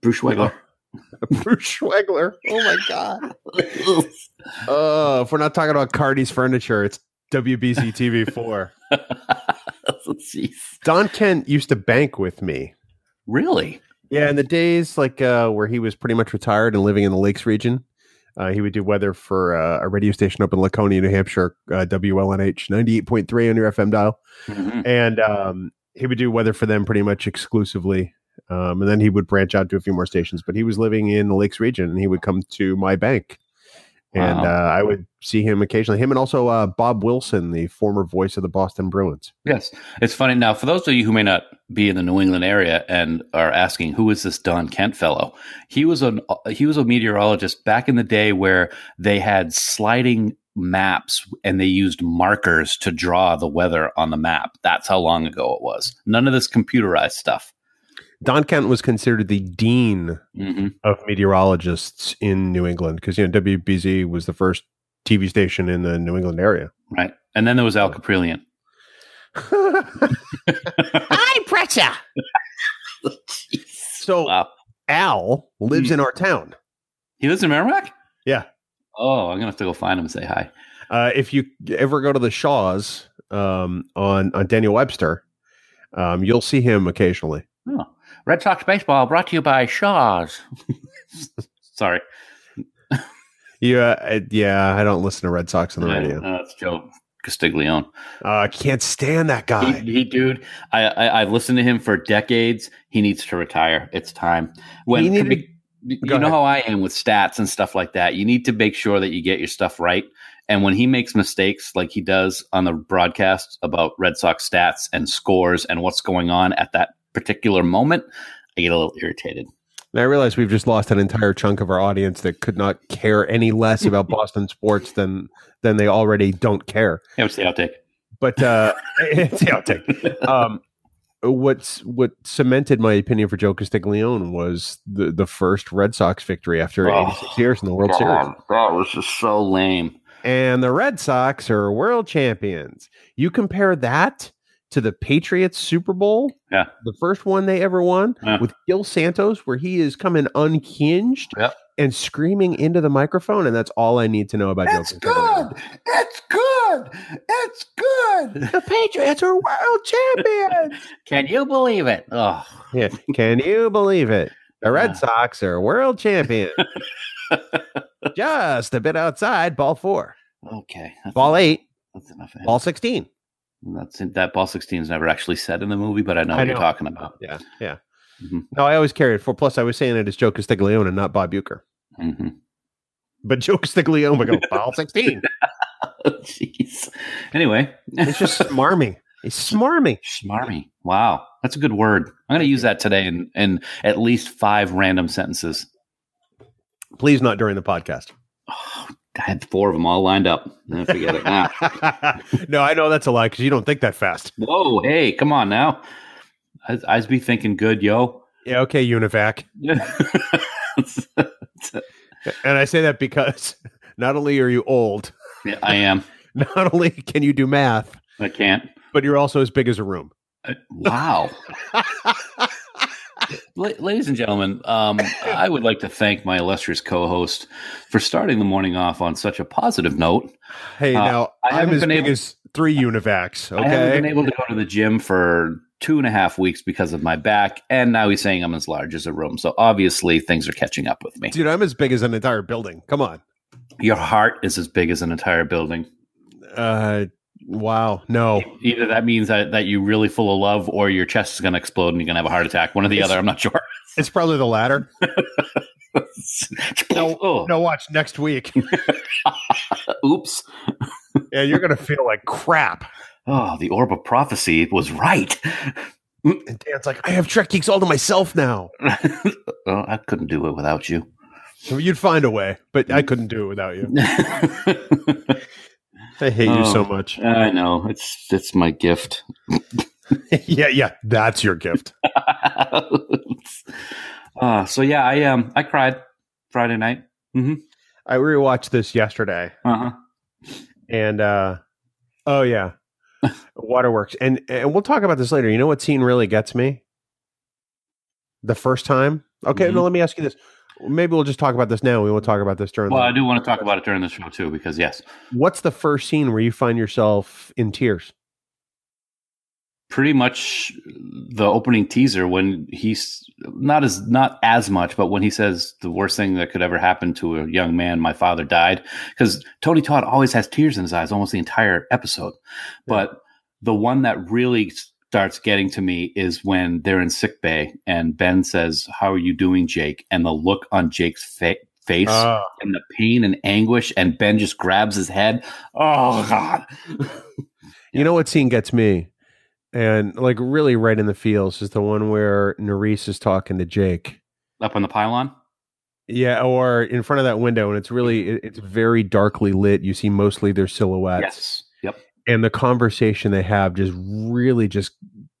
D: Bruce Schwegler.
C: Bruce Schwegler. Oh my god. Oh, if we're not talking about Cardi's furniture, it's WBC TV four.
D: Jeez.
C: Don Kent used to bank with me.
D: Really?
C: Yeah, in the days like uh, where he was pretty much retired and living in the Lakes region, uh, he would do weather for uh, a radio station up in Laconia, New Hampshire, uh, WLNH ninety eight point three on your FM dial.
D: Mhm.
C: and um, he would do weather for them pretty much exclusively. Um, and then he would branch out to a few more stations. But he was living in the Lakes region, and he would come to my bank, and
D: Wow.
C: uh, I would see him occasionally. Him and also uh, Bob Wilson, the former voice of the Boston Bruins.
D: Yes. It's funny. Now, for those of you who may not be in the New England area and are asking, who is this Don Kent fellow? He was an uh, he was a meteorologist back in the day where they had sliding maps and they used markers to draw the weather on the map. That's how long ago it was. None of this computerized stuff.
C: Don Kent was considered the dean
D: hmm
C: of meteorologists in New England because you know WBZ was the first TV station in the New England area.
D: Right. And then there was Al Caprillion.
A: High pressure.
C: so
D: Wow.
C: Al lives
D: Hmm.
C: in our town.
D: He lives in Merrimack?
C: Yeah.
D: Oh, I'm going to have to go find him and say hi.
C: Uh, if you ever go to the Shaws um, on on Daniel Webster, um, you'll see him occasionally.
D: Red Sox Baseball brought to you by Shaw's. Sorry.
C: Yeah, I- yeah. I don't listen to Red Sox on the
D: Yeah,
C: radio.
D: no, that's uh, Joe Castiglione.
C: Uh, I can't stand that guy.
D: He, he dude, I, I I've listened to him for decades. He needs to retire. It's time. When
C: He needed-
D: be- you
C: Go
D: know
C: ahead.
D: how I am with stats and stuff like that. You need to make sure that you get your stuff right. And when he makes mistakes like he does on the broadcast about Red Sox stats and scores and what's going on at that particular moment, I get a little irritated.
C: And I realize we've just lost an entire chunk of our audience that could not care any less about Boston sports than than they already don't care.
D: Yeah, what's the outtake?
C: But uh, it's the outtake. um, what's what cemented my opinion for Joe Castiglione was the the first Red Sox victory after
D: Oh,
C: 86 years in the World Series.
D: God, That was just so lame.
C: and the Red Sox are world champions. You compare that to the Patriots Super Bowl,
D: Yeah.
C: the first one they ever won
D: Yeah.
C: with Gil Santos, where he is coming unhinged
D: Yep.
C: and screaming into the microphone, and that's all I need to know about.
D: It's
C: Joe Castiglione.
D: good. It's good. It's good.
C: The Patriots are world champions.
D: Can you believe it? Oh,
C: yeah, can you believe it? The Red
D: Yeah.
C: Sox are world champions. Just a bit outside ball four,
D: okay. That's,
C: ball eight,
D: that's enough.
C: ball sixteen.
D: That's it. That ball 16 is never actually said in the movie, but I know
C: I
D: what you're
C: know.
D: talking about.
C: Yeah, yeah.
D: Mhm.
C: No, I always carry it for. Plus, I was saying it as Joe Castiglione and not Bob Uecker.
D: hmm
C: But Joe Castiglione would go ball sixteen.
D: Jeez. Anyway,
C: It's just smarmy. He's smarmy.
D: smarmy. Wow, that's a good word. I'm going to use that today in, in at least five random sentences.
C: Please not during the podcast.
D: Oh, I had four of them all lined up. Nah, Forget it. Ah. Nah.
C: no, I know that's a lie because you don't think that fast.
D: Whoa, hey, come on now. I, I'd be thinking good, yo.
C: Yeah, okay, Univac.
D: yeah,
C: And I say that because not only are you old,
D: I am.
C: not only can you do math,
D: I can't.
C: but you're also as big as a room.
D: Uh, Wow. La- Ladies and gentlemen, um, I would like to thank my illustrious co-host for starting the morning off on such a positive note.
C: Hey,
D: Uh,
C: now
D: I
C: I'm
D: haven't
C: as
D: been
C: big
D: able-
C: as three Univacs.
D: I haven't been
C: Okay,
D: able to go to the gym for two and a half weeks because of my back, and now he's saying I'm as large as a room. So obviously, things are catching up with me.
C: dude, I'm as big as an entire building. Come on.
D: Your heart is as big as an entire building.
C: Uh, wow. No.
D: Either that means that, that you're really full of love, or your chest is going to explode and you're going to have a heart attack. One or the other. I'm not sure.
C: It's probably the latter. No,
D: oh, uh,
C: No, watch next week.
D: Oops.
C: yeah, you're gonna feel like crap.
D: Oh, the orb of prophecy was right.
C: And Dan's like, I have Trek Geeks all to myself now.
D: well, I couldn't do it without you.
C: You'd find a way, but I couldn't do it without you.
D: I
C: I hate you
D: Oh,
C: so much.
D: I know it's it's my gift.
C: yeah, yeah, that's your gift.
D: uh, so yeah, I um I cried Friday night.
C: I rewatched this yesterday,
D: Uh-huh.
C: and uh oh yeah, Waterworks, and and we'll talk about this later. You know what scene really gets me? The first time. Okay,
D: Mhm.
C: no, let me ask you this. Maybe we'll just talk about this now. We won't talk about this during.
D: Well,
C: the-
D: I do want to talk about it during the show too because yes,
C: What's the first scene where you find yourself in tears?
D: pretty much the opening teaser when he's not as not as much, but when he says the worst thing that could ever happen to a young man, my father died, because Tony Todd always has tears in his eyes almost the entire episode. But the one that really starts getting to me is when they're in sick bay and Ben says, "How are you doing, Jake?" and the look on Jake's fa- face
C: Uh. Ah.
D: and the pain and anguish, and Ben just grabs his head. Oh God.
C: You know what scene gets me? And like really right in the feels is the one where Nerys is talking to Jake.
D: Up on the pylon?
C: Yeah, or in front of that window, and it's really it- it's very darkly lit. You see mostly their silhouettes,
D: Yes. Yep.
C: and the conversation they have just really just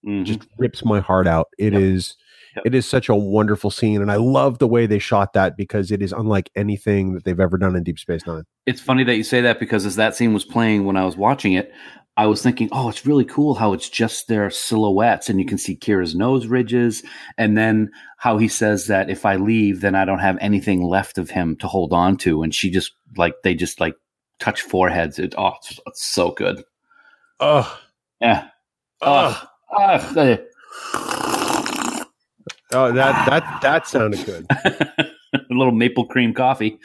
D: Mhm.
C: just rips my heart out. It
D: Yep.
C: is
D: Yep.
C: it is such a wonderful scene, and I love the way they shot that because it is unlike anything that they've ever done in Deep Space Nine.
D: It's funny that you say that because as that scene was playing when I was watching it, I was thinking, oh, it's really cool how it's just their silhouettes and you can see Kira's nose ridges. And then how he says that if I leave, then I don't have anything left of him to hold on to. And she just like, they just like touch foreheads. It, oh, it's, it's so good.
C: Ugh.
D: Yeah. Ugh. Ugh. Eh.
C: Oh, that that that sounded good.
D: A little maple cream coffee.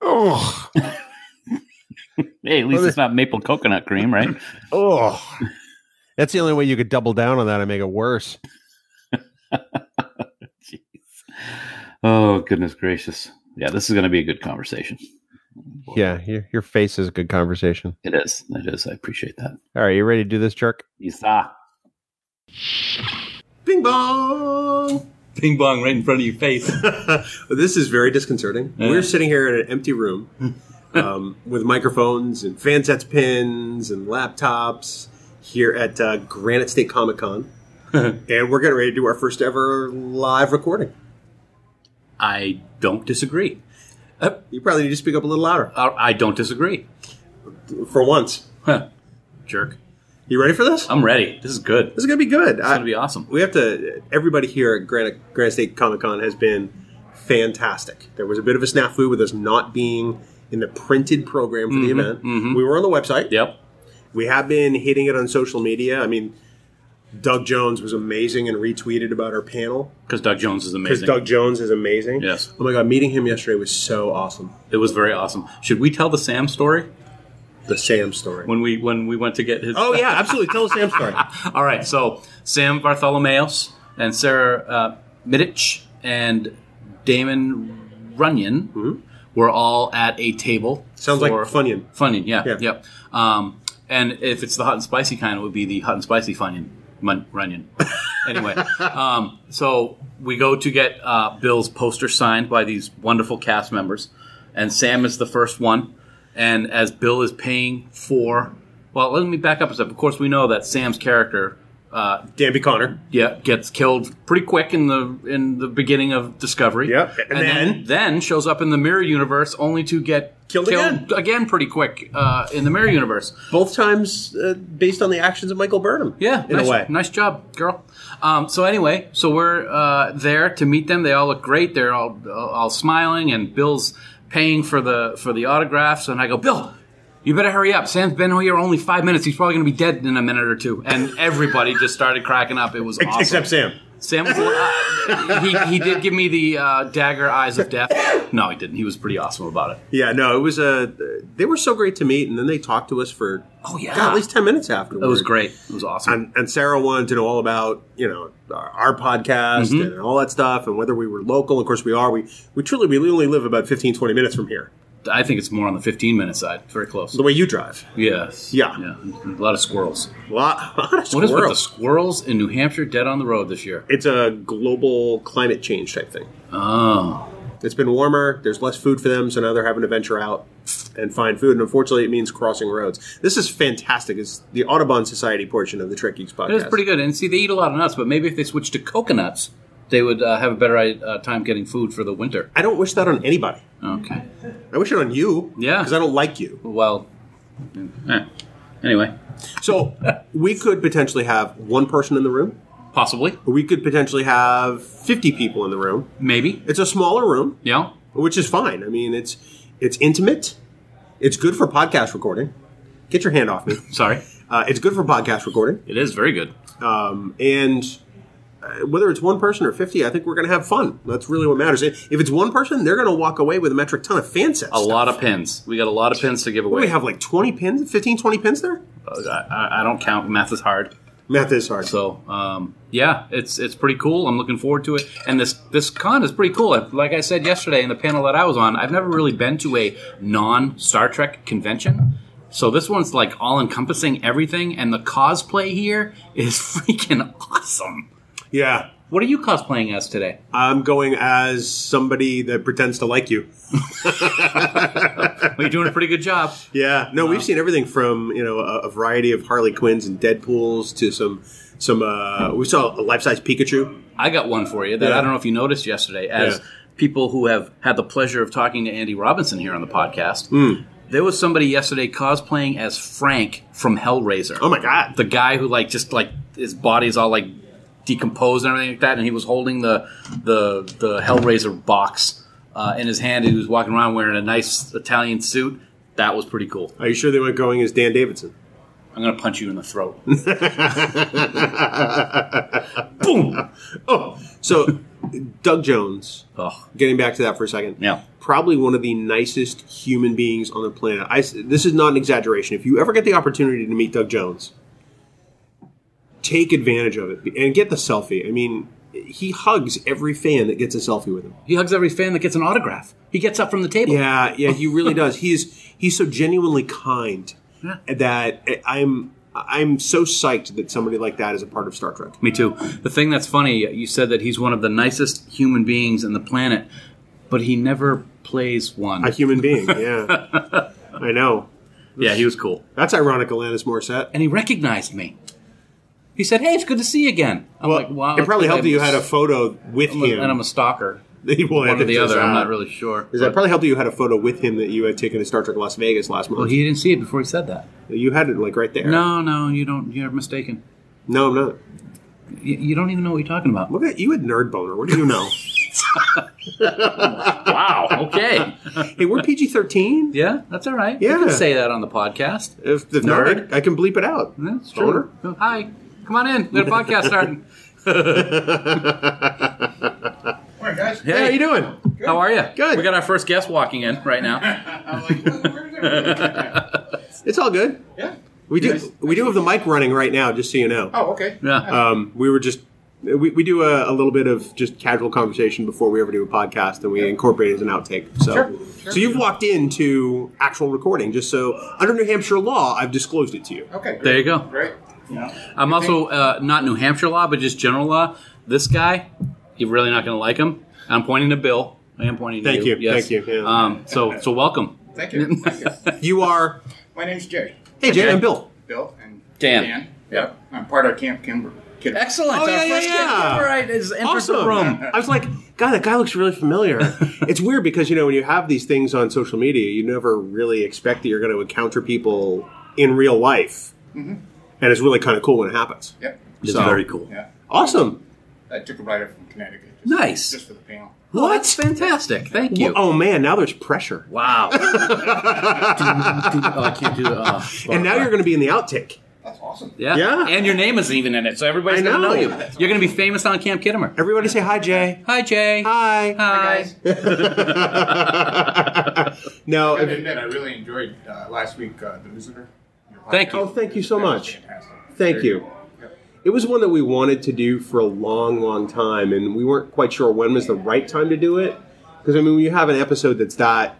C: Oh,
D: Hey, at least it's not maple coconut cream, right?
C: oh, that's the only way you could double down on that and make it worse.
D: Jeez. Oh, goodness gracious. Yeah, this is going to be a good conversation.
C: Yeah, your, your face is a good conversation.
D: It is. It is. I appreciate that.
C: All right, you ready to do this, jerk?
D: Isa.
H: Bing bong!
I: Ping bong right in front of your face.
H: this is very disconcerting.
I: Yeah.
H: We're sitting here in an empty room um, with microphones and fansets pins and laptops here at uh, Granite State Comic Con. and we're getting ready to do our first ever live recording.
I: I don't disagree.
H: You probably need to speak up a little louder
I: I I don't disagree.
H: for once.
I: Huh. Jerk.
H: You ready for this?
D: Uh.
I: I'm ready. This is good. This
H: This is going to be good.
I: is going to be awesome.
H: we have to everybody here at Granite, Granite State Comic Con has been fantastic. There was a bit of a snafu with us not being in the printed program for the event.
I: mhm.
H: We were on the website.
I: Yep.
H: We have been hitting it on social media. I mean, Doug Jones was amazing and retweeted about our panel
I: Because Doug Jones is
H: because
I: amazing.
H: Doug Jones is amazing.
I: Yes.
H: Oh my god, meeting him yesterday was so awesome.
I: it was very awesome. Should we tell the Sam story
H: The Sam story.
I: when we when we went to get his?
H: Oh yeah, absolutely. Tell the Sam story.
I: All right, so Sam Bartholomeos and Sarah uh, Middich and Damon Runyon were all at a table.
H: Sounds like
I: for-
H: Funyun.
I: Funyun, yeah,
H: Yeah.
I: yeah. Um, and if it's the hot and spicy kind, it would be the hot and spicy Funyun, Mun- Runyon. anyway, um, so we go to get uh, Bill's poster signed by these wonderful cast members, and Sam is the first one. And as Bill is paying for, well, let me back up a step. Of course, we know that Sam's character uh,
H: Danby Connor.
I: yeah, gets killed pretty quick in the in the beginning of Discovery.
H: Yep. And then-
I: then shows up in the Mirror Universe only to get
H: Killed
I: again. pretty quick uh, in the Mirror Universe.
H: Both times uh, based on the actions of Michael Burnham.
I: Yeah,
H: in
I: nice,
H: a way.
I: nice job, girl. Um, so anyway, so we're uh, there to meet them. They all look great. They're all all smiling, and Bill's paying for the for the autographs. And I go, Bill, you better hurry up. Sam's been here only five minutes. He's probably going to be dead in a minute or two. And everybody just started cracking up. It was
H: Ex-
I: awesome.
H: Except Sam.
I: Sam was. Uh, he, he did give me the uh, dagger eyes of death. No, he didn't. He was pretty awesome about it.
H: Yeah, no, it was a. They were so great to meet, and then they talked to us for
I: Oh yeah,
H: God, at least ten minutes afterwards.
I: that was great. It was awesome.
H: And, and Sarah wanted to know all about you know our, our podcast
I: Mm-hmm.
H: and all that stuff, and whether we were local. Of course, we are. We we truly we only live about 15, 20 minutes from here.
D: I think it's more on the 15 minute side. It's very close.
H: The way you drive.
D: Yes.
H: Yeah.
D: Yeah. A lot of squirrels.
H: Lot, lot of
D: What is with the
H: squirrels.
D: squirrels in New Hampshire dead on the road this year?
H: It's a global climate change type thing.
D: Oh.
H: It's been warmer. There's less food for them, so now they're having to venture out and find food. And unfortunately, it means crossing roads. This is fantastic. It's the Audubon Society portion of the Trek Geeks podcast.
D: It is pretty good. And see, they eat a lot of nuts, but maybe if they switched to coconuts, they would uh, have a better uh, time getting food for the winter.
H: I don't wish that on anybody.
D: Okay.
H: I wish it on you.
D: Yeah.
H: Because I don't like you.
D: Well, eh. anyway,
H: So we could potentially have one person in the room.
D: possibly,
H: We could potentially have 50 people in the room.
D: maybe.
H: It's a smaller room,
D: Yeah.
H: which is fine. I mean, it's it's intimate. It's good for podcast recording. Get your hand off me.
D: Sorry.
H: Uh, it's good for podcast recording.
D: It is very good.
H: Um, and uh, whether it's one person or 50, I think we're going to have fun. That's really what matters. If if it's one person, they're going to walk away with a metric ton of fan sets.
D: A lot of pins. We got a lot of pins to give away.
H: We have like 20 pins, 15, 20 pins there?
D: I- I, I don't count. Math is hard.
H: Math is hard.
D: So um, yeah, it's it's pretty cool. I'm looking forward to it. And this this con is pretty cool. Like I said yesterday in the panel that I was on, I've never really been to a non Star Trek convention. So this one's like all encompassing everything, and the cosplay here is freaking awesome.
H: yeah.
D: What are you cosplaying as today?
H: I'm going as somebody that pretends to like you.
D: Well, you're doing a pretty good job.
H: Yeah, no, we've seen everything from you know a, a variety of Harley Quinns and Deadpool's to some some. Uh, we saw a life size Pikachu.
D: I got one for you that
H: Yeah.
D: I don't know if you noticed yesterday. As
H: Yeah.
D: people who have had the pleasure of talking to Andy Robinson here on the podcast,
H: Hmm.
D: there was somebody yesterday cosplaying as Frank from Hellraiser.
H: Oh my god!
D: the guy who like just like his body's all like decomposed and everything like that, and he was holding the the the Hellraiser box uh, in his hand. and He was walking around wearing a nice Italian suit. That was pretty cool.
H: Are you sure they weren't going as Dan Davidson?
D: I'm gonna punch you in the throat.
H: Boom! Oh, so Doug Jones.
D: Oh,
H: Getting back to that for a second.
D: Yeah.
H: Probably one of the nicest human beings on the planet. I s this is not an exaggeration. If you ever get the opportunity to meet Doug Jones, take advantage of it and get the selfie. I mean, he hugs every fan that gets a selfie with him.
D: he hugs every fan that gets an autograph. He gets up from the table.
H: Yeah, yeah, he really does. He's he's so genuinely kind that I'm I'm so psyched that somebody like that is a part of Star Trek.
D: Me too. The thing that's funny, you said that he's one of the nicest human beings on the planet, but he never plays one.
H: A human being, yeah. I know.
D: yeah, he was cool.
H: That's ironic, Alanis Morissette.
D: And he recognized me. He said, "Hey, it's good to see you again." I'm like, "Wow."
H: it probably helped that you had a
D: phone.
H: photo with
D: I'm a-
H: him.
D: and I'm a stalker.
H: Well,
D: One or the
H: it's,
D: other.
H: uh,
D: I'm not really sure.
H: Is that
D: But-
H: probably helped that you had a photo with him that you had taken to Star Trek Las Vegas last month?
D: well, he didn't see it before he said that.
H: you had it like right there.
D: No, no, you don't. You're mistaken.
H: no, I'm not.
D: You, you don't even know what you're talking about.
H: Look at you had nerd boner. What do you know?
D: Wow. Okay.
H: hey, we're PG thirteen.
D: yeah, that's all right.
H: Yeah.
D: You can say that on the podcast.
H: If, if not,
D: Nerd.
H: I, I can bleep it out.
D: That's
H: Boner.
D: true. Hi. Come on in. We got a podcast starting.
J: All right, guys.
D: Hey,
H: Hey, how you doing?
D: How are you?
H: Good.
D: We got our first guest walking in right now.
J: I'm like, "Well, where did everybody go?"
H: It's all good.
J: Yeah.
H: We do we do have the mic running right now, just so you know.
J: Oh, okay.
D: Yeah.
H: Um, we were just we, we do a, a little bit of just casual conversation before we ever do a podcast, and we incorporate it as an outtake. So
J: Sure, sure.
H: so you've walked into actual recording, just so under New Hampshire law, I've disclosed it to you.
J: Okay. Great.
D: There you go.
J: Great.
D: I'm also uh, not New Hampshire law, but just general law. This guy, you're really not going to like him. I'm pointing to Bill. I am pointing to
H: Thank
D: you.
H: you, thank you, yeah.
D: Um, so, so welcome.
J: Thank you. Thank you.
H: You are
J: My name's Jerry.
H: hey Jay and Bill.
J: Bill and
D: Dan.
J: Yep. I'm part of Camp Kimber. Kid-
D: Excellent.
H: Oh,
D: Our
H: yeah, yeah,
D: first
H: yeah.
D: guest, all right, is entered
H: Awesome.
D: the room.
H: I was like, God, that guy looks really familiar. it's weird because you know when you have these things on social media, you never really expect that you're going to encounter people in real life,
J: Mm-hmm.
H: and it's really kind of cool when it happens.
J: Yep.
D: It's
H: So-
D: very cool.
J: Yeah.
H: Awesome.
J: I took a writer from Connecticut. Just,
D: Nice.
J: Just for the panel.
D: Well, that's fantastic. Thank you.
H: Oh man, now there's pressure.
D: Wow. oh, I can't do that. Oh,
H: And now you're going to be in the outtake.
J: That's awesome.
D: yeah.
H: Yeah.
D: And your name isn't even in it, so everybody's
H: I
D: going to
H: know.
D: know you. You're going to be famous on Camp Kittimer.
H: Everybody say hi, Jay.
D: Hi, Jay.
H: Hi.
D: Hi.
J: guys.
H: No.
J: I gotta
H: if-
J: admit, I really enjoyed uh, last week, uh, The Visitor. Your
D: Thank
J: podcast.
D: you.
H: Oh, thank you so
J: That was
H: much.
J: fantastic.
H: Thank
J: Very
H: you.
J: cool. Yep.
H: It was one that we wanted to do for a long, long time, and we weren't quite sure when was the right time to do it. Because I mean, when you have an episode that's that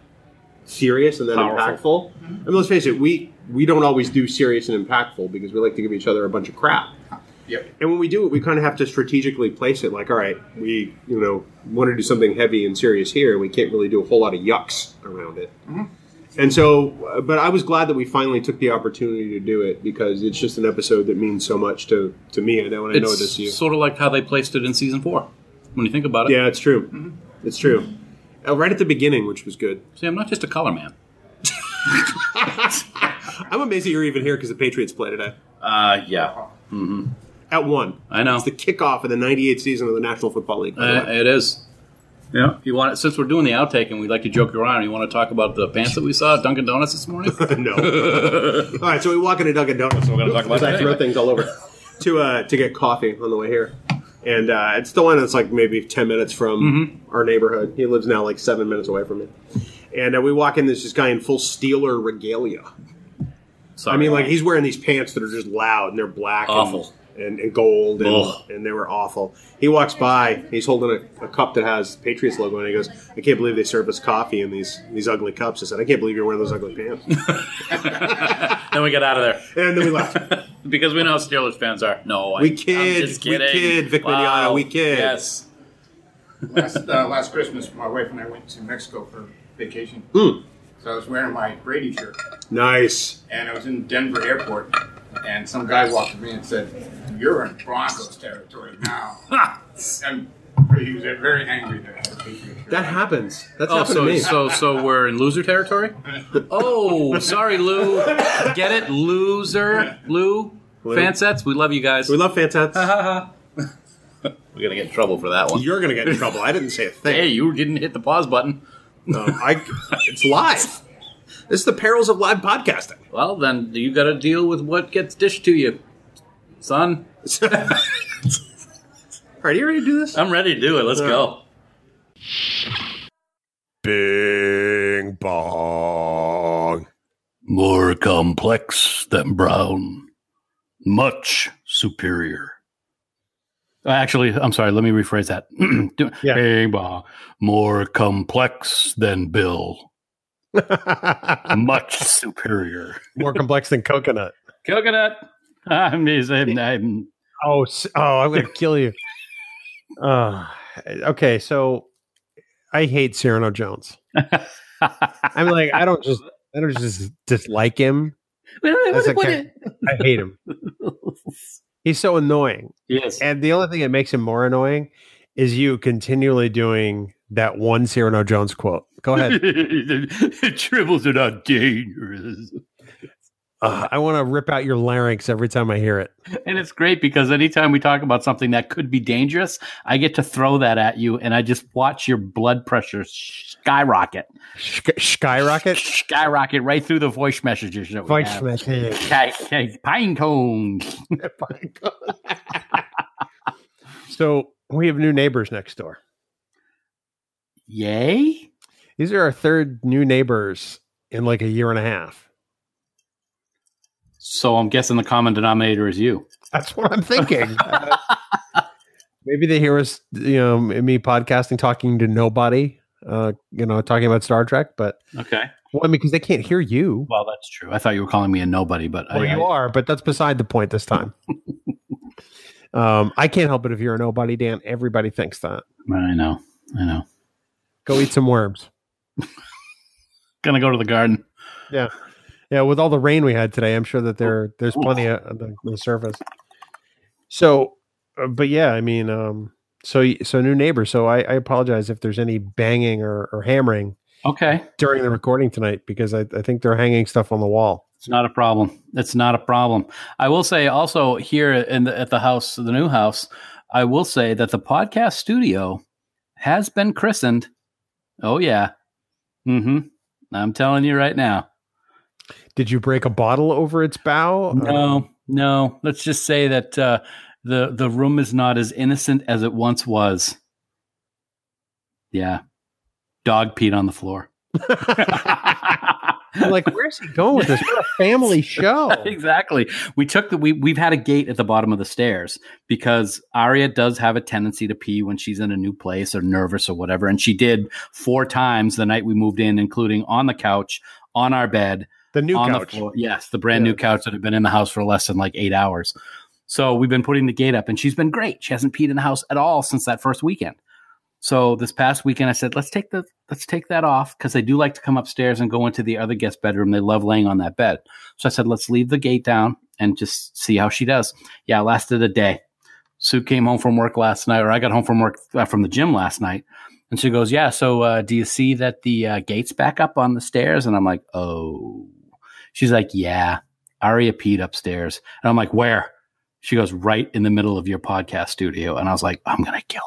H: serious and then
D: Powerful.
H: impactful. I mean, let's face it, we we don't always do serious and impactful because we like to give each other a bunch of crap.
J: Yep.
H: And when we do it, we kind of have to strategically place it. Like, all right, we you know want to do something heavy and serious here. We can't really do a whole lot of yucks around it.
D: Mm-hmm.
H: And so, uh, but I was glad that we finally took the opportunity to do it because it's just an episode that means so much to to me. I know, and I know it does
D: It's
H: to you.
D: sort of like how they placed it in season four. When you think about it,
H: Yeah, it's true.
D: Mm-hmm.
H: It's true. Uh, right at the beginning, which was good.
D: see, I'm not just a color man.
H: I'm amazed that you're even here because the Patriots play today
K: Uh, yeah.
H: at one.
D: I know.
H: It's the kickoff of the '98 season of the National Football League. by the
D: Uh,
H: way.
D: it is. Yeah. You want since we're doing the outtake and we like to joke around, you want to talk about the pants that we saw at Dunkin' Donuts this morning?
H: no. all right, so we walk into Dunkin' Donuts. We're
D: uh, gonna talk about
H: I
D: that
H: throw
D: anyway.
H: things all over to uh, to get coffee on the way here, and uh, it's the one that's like maybe ten minutes from
D: Mm-hmm.
H: our neighborhood. He lives now like seven minutes away from me, and uh, we walk in. There's this guy in full Steeler regalia.
D: Sorry.
H: I mean, like he's wearing these pants that are just loud and they're black, and-
D: Awful.
H: and, and, gold, and,
D: Ugh.
H: and they were awful. He walks by, he's holding a, a cup that has the Patriots logo, and he goes, "I can't believe they serve us coffee in these these ugly cups." I said, "I can't believe you're wearing those ugly pants."
D: then we get out of there.
H: and then we left.
D: Because we know how Steelers fans are. No, I,
H: We kid.
D: I'm just
H: We
D: kidding.
H: kid, Vic Mignogna, we kid.
D: Yes.
J: last, uh, last Christmas, my wife and I went to Mexico for vacation.
D: Hmm.
J: So I was wearing my Brady shirt,
H: nice.
J: and I was in Denver airport, and some guy walked to me and said, "You're in Broncos territory now." and he was very angry that I had a Patriot shirt.
H: That happens. That's
D: Oh,
H: happened to
D: so
H: me.
D: so so we're in loser territory. Oh, sorry, Lou. Get it, loser, Lou. Fansets, we love you guys.
H: we love Fantats.
D: Uh-huh. We're gonna get in trouble for that one.
H: You're gonna get in trouble. I didn't say a
D: hey,
H: thing.
D: you didn't hit the pause button.
H: No, I, it's live. This is the perils of live podcasting.
D: Well, then you got to deal with what gets dished to you, son.
H: All right, you ready to do this?
D: I'm ready to do it. Let's go.
C: Bing bong.
K: More complex than brown. Much superior. Uh, Actually, I'm sorry. Let me rephrase that. Do-
C: Yeah.
K: Bing bong. More complex than Bill. Much superior.
C: More complex than coconut.
K: Coconut. I'm, I'm, I'm
C: Oh, s- oh, I'm gonna kill you. Uh, okay, so I hate Cyrano Jones. I'm like, I don't just, I don't just dislike him. That's a char- I hate him. He's so annoying,
K: yes.
C: and the only thing that makes him more annoying is you continually doing that one Cyrano Jones quote. Go ahead.
K: Tribbles are not dangerous.
C: Uh, I want to rip out your larynx every time I hear it.
K: And it's great because anytime we talk about something that could be dangerous, I get to throw that at you and I just watch your blood pressure skyrocket.
C: Sk- skyrocket.
K: Skyrocket right through the voice messages that we
C: Voice
K: have.
C: message.
K: Ca- ca- Pine cones.
C: So we have new neighbors next door.
K: Yay.
C: These are our third new neighbors in like a year and a half.
K: So I'm guessing the common denominator is you.
C: That's what I'm thinking. Uh, maybe they hear us, you know, m- me podcasting, talking to nobody, uh, you know, talking about Star Trek. But
K: Okay.
C: well, I mean, because they can't hear you.
K: Well, that's true. I thought you were calling me a nobody, but
C: Well,
K: I,
C: you are, but that's beside the point this time. um, I can't help it if you're a nobody, Dan. Everybody thinks that.
K: I know. I know.
C: Go eat some worms.
K: Gonna go to the garden.
C: Yeah, with all the rain we had today, I'm sure that there there's plenty of on the, on the surface. So, uh, but yeah, I mean, um, so y- so new neighbor. So I, I apologize if there's any banging or, or hammering
K: Okay.
C: during the recording tonight because I, I think they're hanging stuff on the wall.
K: It's not a problem. It's not a problem. I will say also here in the, at the house, the new house, I will say that the podcast studio has been christened. Oh yeah. Mm-hmm. I'm telling you right now.
C: Did you break a bottle over its bow? Uh,
K: No, no. Let's just say that uh, the the room is not as innocent as it once was. Yeah. Dog peed on the floor.
C: I'm like, where's he going with this? What a family show.
K: exactly. We took the we we've had a gate at the bottom of the stairs because Aria does have a tendency to pee when she's in a new place or nervous or whatever, and she did four times the night we moved in, including on the couch, on our bed,
C: The new
K: on
C: couch.
K: the floor. Yes, the brand new couch that had been in the house for less than like eight hours. So we've been putting the gate up, and she's been great. She hasn't peed in the house at all since that first weekend. So this past weekend, I said, let's take the let's take that off because they do like to come upstairs and go into the other guest bedroom. They love laying on that bed. So I said, let's leave the gate down and just see how she does. Yeah, it lasted a day. Sue came home from work last night, or I got home from work uh, from the gym last night, and she goes, "Yeah, so uh, do you see that the uh, gate's back up on the stairs?" And I'm like, "Oh." She's like, "Yeah, Aria peed upstairs," and I'm like, "Where?" She goes, "Right in the middle of your podcast studio," and I was like, "I'm gonna kill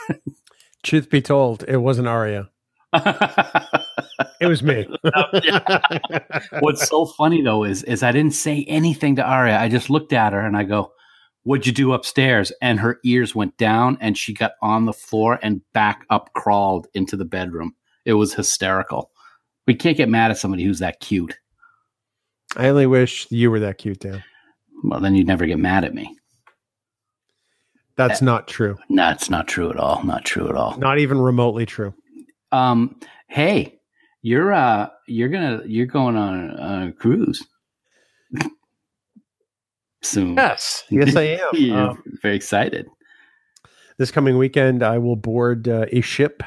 C: Truth be told, it wasn't Aria.
K: her."
C: It was me.
K: What's so funny though is is I didn't say anything to Aria. I just looked at her and I go, "What'd you do upstairs?" And her ears went down, and she got on the floor and back up crawled into the bedroom. It was hysterical. We can't get mad at somebody who's that cute.
C: I only wish you were that cute, Dan.
K: Well, then you'd never get mad at me.
C: That's not true.
K: No, it's not true at all. Not true at all.
C: Not even remotely true.
K: Um, hey, you're uh, you're gonna you're going on a, on a cruise soon.
C: Yes. Yes, I am.
K: You're
C: Um,
K: very excited.
C: this coming weekend, I will board uh, a ship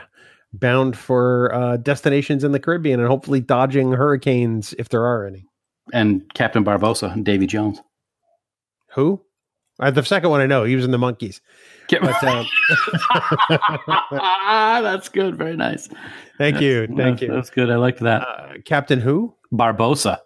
C: bound for uh, destinations in the Caribbean and hopefully dodging hurricanes if there are any.
K: and Captain Barbosa and Davy Jones.
C: Who? Uh, the second one I know. He was in the monkeys. But, um,
K: Ah, That's good. Very nice.
C: thank you. Thank you.
K: That's good. I liked that.
C: Uh, Captain who?
K: Barbosa.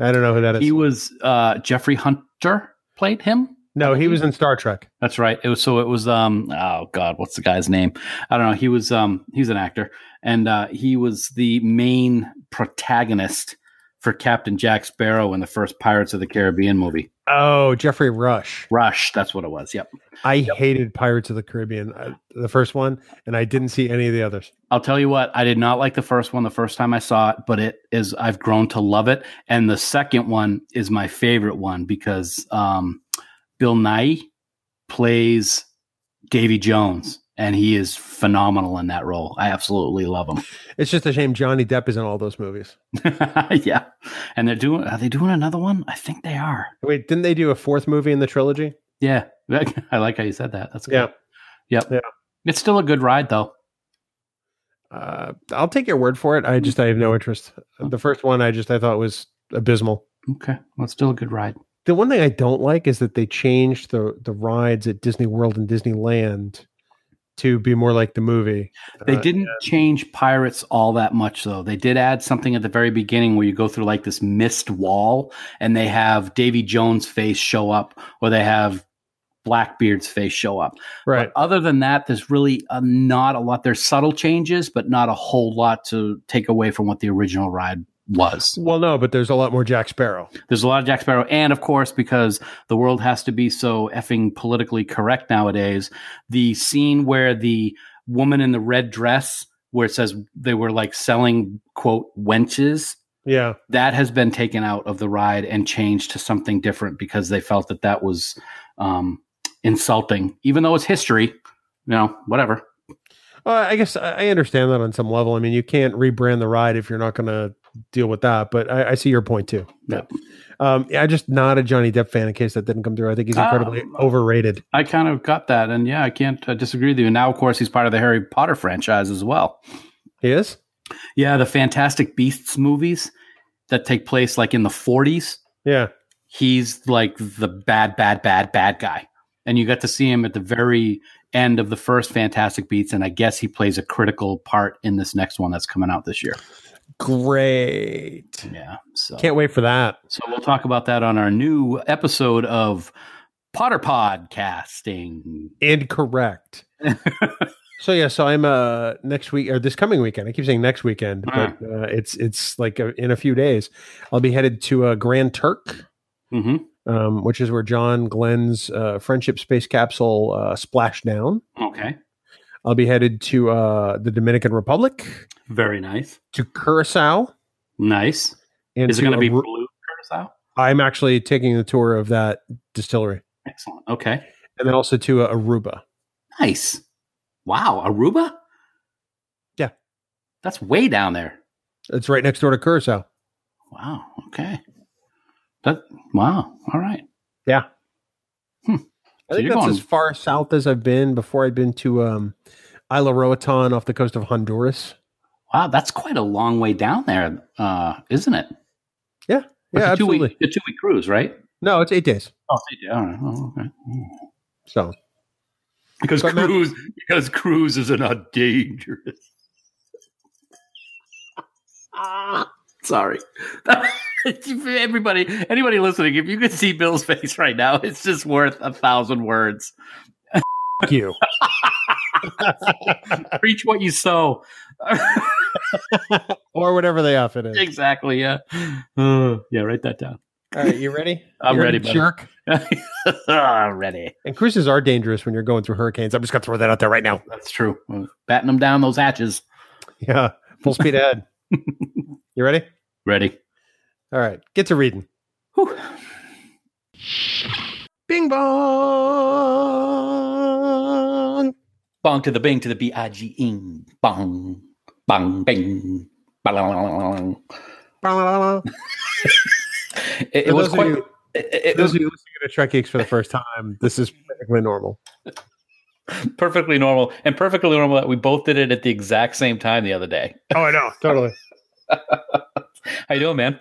C: I don't know who that is.
K: He was uh, Jeffrey Hunter played him.
C: no, he was in Star Trek.
K: That's right. It was so it was um oh god, what's the guy's name? I don't know. He was um he's an actor and uh he was the main protagonist for Captain Jack Sparrow in the first Pirates of the Caribbean movie.
C: Oh, Jeffrey Rush.
K: Rush, that's what it was. Yep.
C: I hated Pirates of the Caribbean, uh, the first one, and I didn't see any of the others.
K: I'll tell you what, I did not like the first one the first time I saw it, but it is I've grown to love it. And the second one is my favorite one because um, Bill Nye plays Davy Jones, and he is phenomenal in that role. I absolutely love him.
C: It's just a shame Johnny Depp is in all those movies.
K: yeah, and they're doing are they doing another one? I think they are.
C: Wait, didn't they do a fourth movie in the trilogy?
K: Yeah, I like how you said that. That's good.
C: Yeah.
K: Yep.
C: Yeah.
K: It's still a good ride though.
C: Uh, I'll take your word for it.
K: Mm-hmm.
C: I just I have no interest. The first one I just I thought was abysmal.
K: Okay, well, it's still a good ride.
C: The one thing I don't like is that they changed the the rides at Disney World and Disneyland to be more like the movie.
K: They
C: Uh,
K: didn't change pirates all that much, though. They did add something at the very beginning where you go through like this mist wall, and they have Davy Jones' face show up, or they have Blackbeard's face show up.
C: Right.
K: But other than that, there's really uh, not a lot. There's subtle changes, but not a whole lot to take away from what the original ride was.
C: Well, no, but there's a lot more Jack Sparrow.
K: There's a lot of Jack Sparrow, and of course, because the world has to be so effing politically correct nowadays, the scene where the woman in the red dress, where it says they were like selling quote wenches,
C: Yeah.
K: that has been taken out of the ride and changed to something different because they felt that that was um, insulting, even though it's history. You know, whatever.
C: Well, I guess I I understand that on some level. I mean, you can't rebrand the ride if you're not going to deal with that. But I, I see your point too.
K: Yep.
C: Um, yeah, I just not a Johnny Depp fan in case that didn't come through. I think he's incredibly
K: Um,
C: overrated.
K: I kind of got that, and yeah, I can't uh, disagree with you. And now, of course, he's part of the Harry Potter franchise as well.
C: He is.
K: Yeah, the Fantastic Beasts movies that take place like in the 40s.
C: Yeah.
K: He's like the bad, bad, bad, bad guy. And you got to see him at the very end of the first Fantastic Beasts. And I guess he plays a critical part in this next one that's coming out this year.
C: Great.
K: Yeah. So,
C: Can't wait for that.
K: so we'll talk about that on our new episode of Potter Podcasting.
C: Incorrect. so yeah, so I'm uh next week or this coming weekend. I keep saying next weekend, but uh, it's it's like uh in a few days. I'll be headed to uh, Grand Turk.
K: hmm
C: um, which is where John Glenn's uh, friendship space capsule uh, splashed down.
K: Okay.
C: I'll be headed to uh, the Dominican Republic,
K: Very nice.
C: to Curacao.
K: Nice.
C: And
K: Is it going
C: to
K: to be
C: a ru-
K: blue Curacao?
C: I'm actually taking the tour of that distillery,
K: Excellent. Okay.
C: and then also to uh, Aruba.
K: Nice. Wow. Aruba?
C: Yeah.
K: That's way down there.
C: It's right next door to Curacao.
K: Wow. Okay. That wow. All right.
C: I
K: So
C: think
K: you're
C: that's
K: going-
C: as far south as I've been before. I'd been to um, Isla Roatan off the coast of Honduras.
K: Wow, that's quite a long way down there, uh, isn't it?
C: Yeah,
K: It's a two-week-
C: absolutely.
K: a two week cruise, right?
C: No, it's eight days.
K: Oh, they do. All right. Oh, okay.
C: So
K: Because
C: But Matt-
K: cruise, because cruises are not dangerous. Ah, sorry. Everybody, anybody listening, if you could see Bill's face right now, it's just worth a thousand words.
C: Fuck you.
K: Preach what you sow.
C: or whatever the outfit is.
K: exactly. Yeah. Uh, yeah. Write that down.
C: All right, you ready?
K: I'm
C: You
K: ready, buddy.
C: jerk.
K: Already.
C: And cruises are dangerous when you're going through hurricanes. I'm just gonna throw that out there right now.
K: That's true. Batting them down those hatches.
C: Yeah, full speed ahead. you ready?
K: Ready.
C: All right, get to reading.
K: Whew.
C: Bing bong.
K: Bong to the bing to the B I G ing. Bong. Bong bing. Bong.
C: Ba-la-la-la.
K: It, it
C: For
K: was
C: those of
K: quite.
C: you-
K: it- it- it
C: Those
K: was
C: of you listening to Trek Geeks for the first time, this is perfectly normal.
K: perfectly normal and perfectly normal that we both did it at the exact same time the other day.
C: Oh, I know, totally.
K: How you doing, man?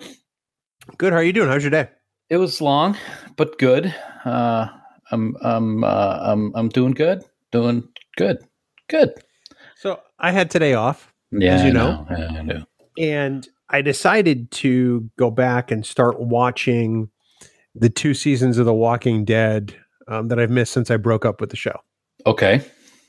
C: Good. How are you doing? How's your day?
K: It was long, but good. Uh, I'm I'm uh, I'm I'm doing good. Doing good. Good.
C: So I had today off,
K: Yeah,
C: you
K: I
C: know.
K: Yeah, I know.
C: and I decided to go back and start watching the two seasons of The Walking Dead um, that I've missed since I broke up with the show.
K: Okay.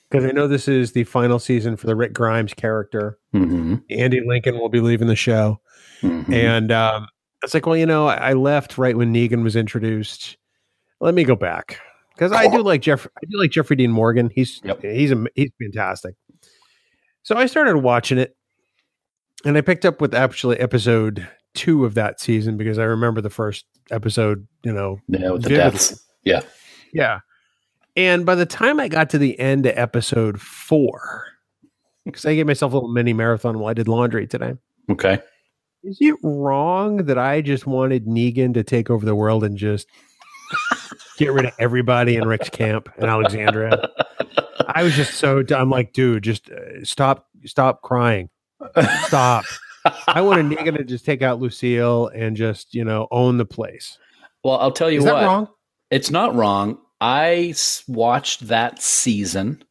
C: Because I know this is the final season for the Rick Grimes character.
K: Mm-hmm.
C: Andy Lincoln will be leaving the show, and um, it's like, well, you know, I, I left right when Negan was introduced. Let me go back because I do like Jeff. I do like Jeffrey Dean Morgan. He's
K: Yep.
C: he's a, he's fantastic. So I started watching it, and I picked up with actually episode two of that season because I remember the first episode. You know,
K: yeah, with the
C: Vivid.
K: deaths.
C: yeah. And by the time I got to the end of episode four, because I gave myself a little mini marathon while I did laundry today.
K: Okay.
C: Is it wrong that I just wanted Negan to take over the world and just get rid of everybody in Rick's camp and Alexandria? I was just so d- I'm like, dude, just uh, stop, stop crying, stop. I wanted Negan to just take out Lucille and just you know own the place.
K: Well, I'll tell you
C: Is
K: what.
C: that wrong?
K: It's not wrong. I s- watched that season.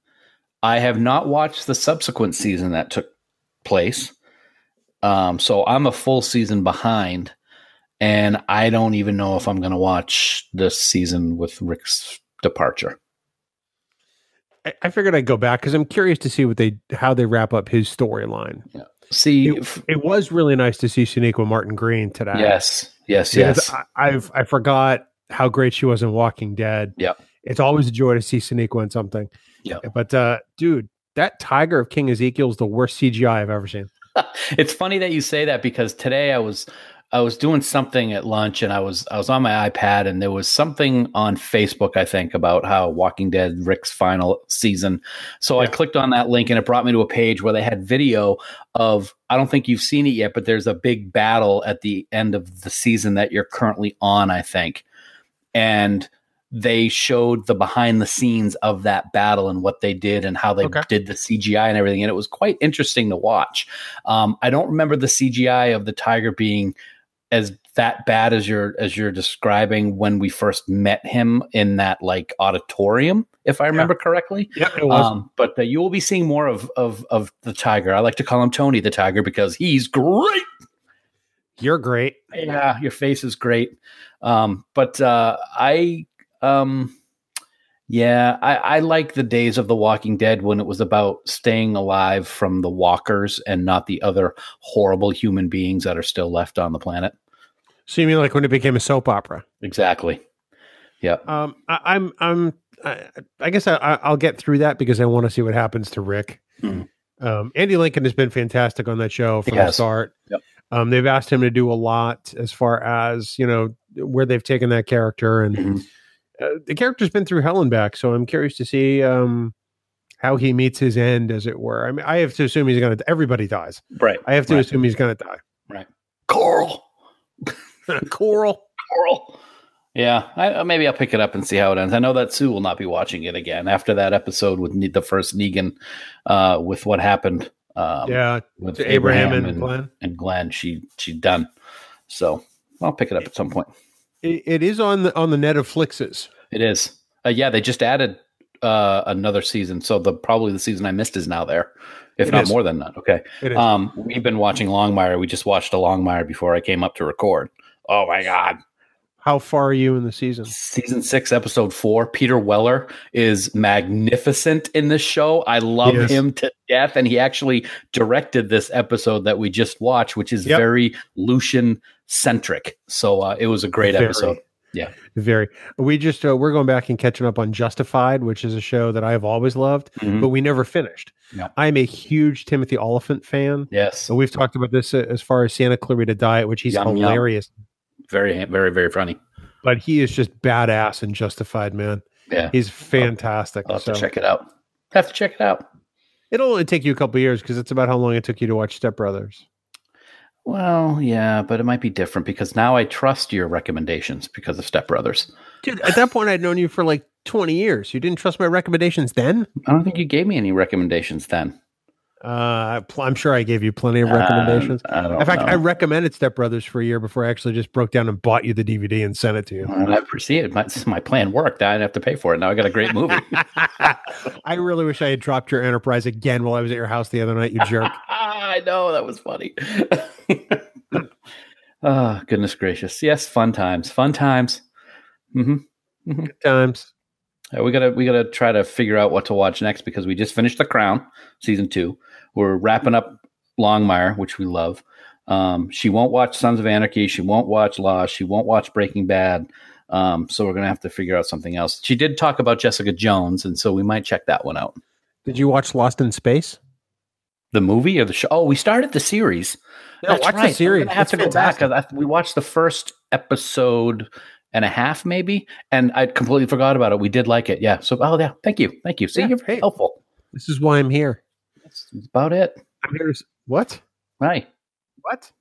K: I have not watched the subsequent season that took place. Um, so I'm a full season behind, and I don't even know if I'm going to watch this season with Rick's departure.
C: I, I figured I'd go back because I'm curious to see what they how they wrap up his storyline.
K: See,
C: It-
K: f-
C: It was really nice to see Sonequa Martin Green today.
K: yes, yes,
C: Because
K: yes.
C: I, I've I forgot how great she was in Walking Dead.
K: Yep.
C: It's always a joy to see Sonequa in something.
K: Yep.
C: But uh, dude, that tiger of King Ezekiel is the worst CGI I've ever seen.
K: it's funny that you say that because today I was I was doing something at lunch and I was I was on my iPad and there was something on Facebook I think about how Walking Dead Rick's final season. So I clicked on that link and it brought me to a page where they had video of I don't think you've seen it yet but there's a big battle at the end of the season that you're currently on I think. And they showed the behind the scenes of that battle and what they did and how they
C: Okay.
K: did the CGI and everything and it was quite interesting to watch. Um, I don't remember the CGI of the tiger being as that bad as you're as you're describing when we first met him in that like auditorium, if I remember correctly.
C: Yeah, it
K: Um, but uh, you will be seeing more of of of the tiger. I like to call him Tony the tiger because he's great.
C: You're great.
K: Yeah, your face is great. Um, but uh, I, um, yeah, I, I like the days of The Walking Dead when it was about staying alive from the walkers and not the other horrible human beings that are still left on the planet.
C: So you mean like when it became a soap opera?
K: Exactly.
C: Um, I, I'm I'm I, I guess I, I- I'll get through that because I want to see what happens to Rick.
K: Mhm.
C: Um, Andy Lincoln has been fantastic on that show from the
K: Yes.
C: start.
K: Yep.
C: Um, they've asked him to do a lot as far as you know where they've taken that character, and
K: Mhm.
C: uh, the character's been through hell and back. So I'm curious to see um, how he meets his end, as it were. I mean, I have to assume he's going to. Everybody dies.
K: Right.
C: I have to
K: Right.
C: assume he's going to die.
K: Coral.
C: Coral.
K: Coral. Yeah, I, uh, maybe I'll pick it up and see how it ends. I know that Sue will not be watching it again after that episode with ne- the first Negan, uh, with what happened. Um,
C: yeah,
K: with
C: to Abraham, and, Glenn.
K: and Glenn. She she's done. So I'll pick it up at some point.
C: It, it is on the on the net of Flixes.
K: It is. Uh, yeah, they just added uh, another season, so the probably the season I missed is now there, if
C: It
K: not
C: is.
K: more than that. Okay.
C: It is.
K: Um, we've been watching Longmire. We just watched a Longmire before I came up to record. Oh my god!
C: How far are you in the season?
K: Season six, episode four. Peter Weller is magnificent in this show. I love
C: He is.
K: him to death, and he actually directed this episode that we just watched, which is
C: Yep.
K: very Lucian centric. So uh, it was a great
C: Very.
K: episode. Yeah.
C: Very. We just uh, we're going back and catching up on Justified, which is a show that I've always loved,
K: Mhm.
C: but we never finished.
K: No.
C: I'm a huge Timothy Oliphant fan.
K: Yes,
C: So we've talked about this uh, as far as Santa Clarita Diet, which he's
K: Yum, yum.
C: hilarious,
K: very, very, very funny.
C: but he is just badass and Justified, man.
K: Yeah.
C: He's fantastic.
K: I'll have
C: so
K: to check it out. Have to check it out.
C: it'll only take you a couple years because it's about how long it took you to watch Step Brothers.
K: Well, yeah, but it might be different because now I trust your recommendations because of Step Brothers.
C: Dude, at that point, I'd known you for like 20 years. You didn't trust my recommendations then?
K: I don't think you gave me any recommendations then.
C: Uh, pl- I'm sure I gave you plenty of recommendations.
K: Uh, I don't
C: In fact,
K: know.
C: I recommended Step Brothers for a year before I actually just broke down and bought you the DVD and sent it to you.
K: And I proceeded. My, my plan worked. I didn't have to pay for it. Now I got a great movie.
C: I really wish I had dropped your Enterprise again while I was at your house the other night, you jerk.
K: Ah, I know that was funny. oh, goodness gracious! Yes, fun times. Fun times. hmm
C: Good times.
K: Uh, we gotta we gotta try to figure out what to watch next because we just finished The Crown season two. We're wrapping up Longmire, which we love. Um, she won't watch Sons of Anarchy. She won't watch Law. She won't watch Breaking Bad. Um, so we're gonna have to figure out something else. She did talk about Jessica Jones, and so we might check that one out.
C: Did you watch Lost in Space?
K: The movie or the show? Oh, we started the series. That's
C: watch
K: right.
C: the series.
K: We're gonna have
C: It's
K: to go back.
C: fantastic.
K: 'cause I- We watched the first episode and a half, maybe, and I completely forgot about it. We did like it, yeah. So, oh yeah, thank you, thank you. See,
C: Yeah,
K: you're very
C: hey.
K: helpful.
C: This is why I'm here.
K: That's about it,
C: I'm here. to s- What?
K: right?
C: What?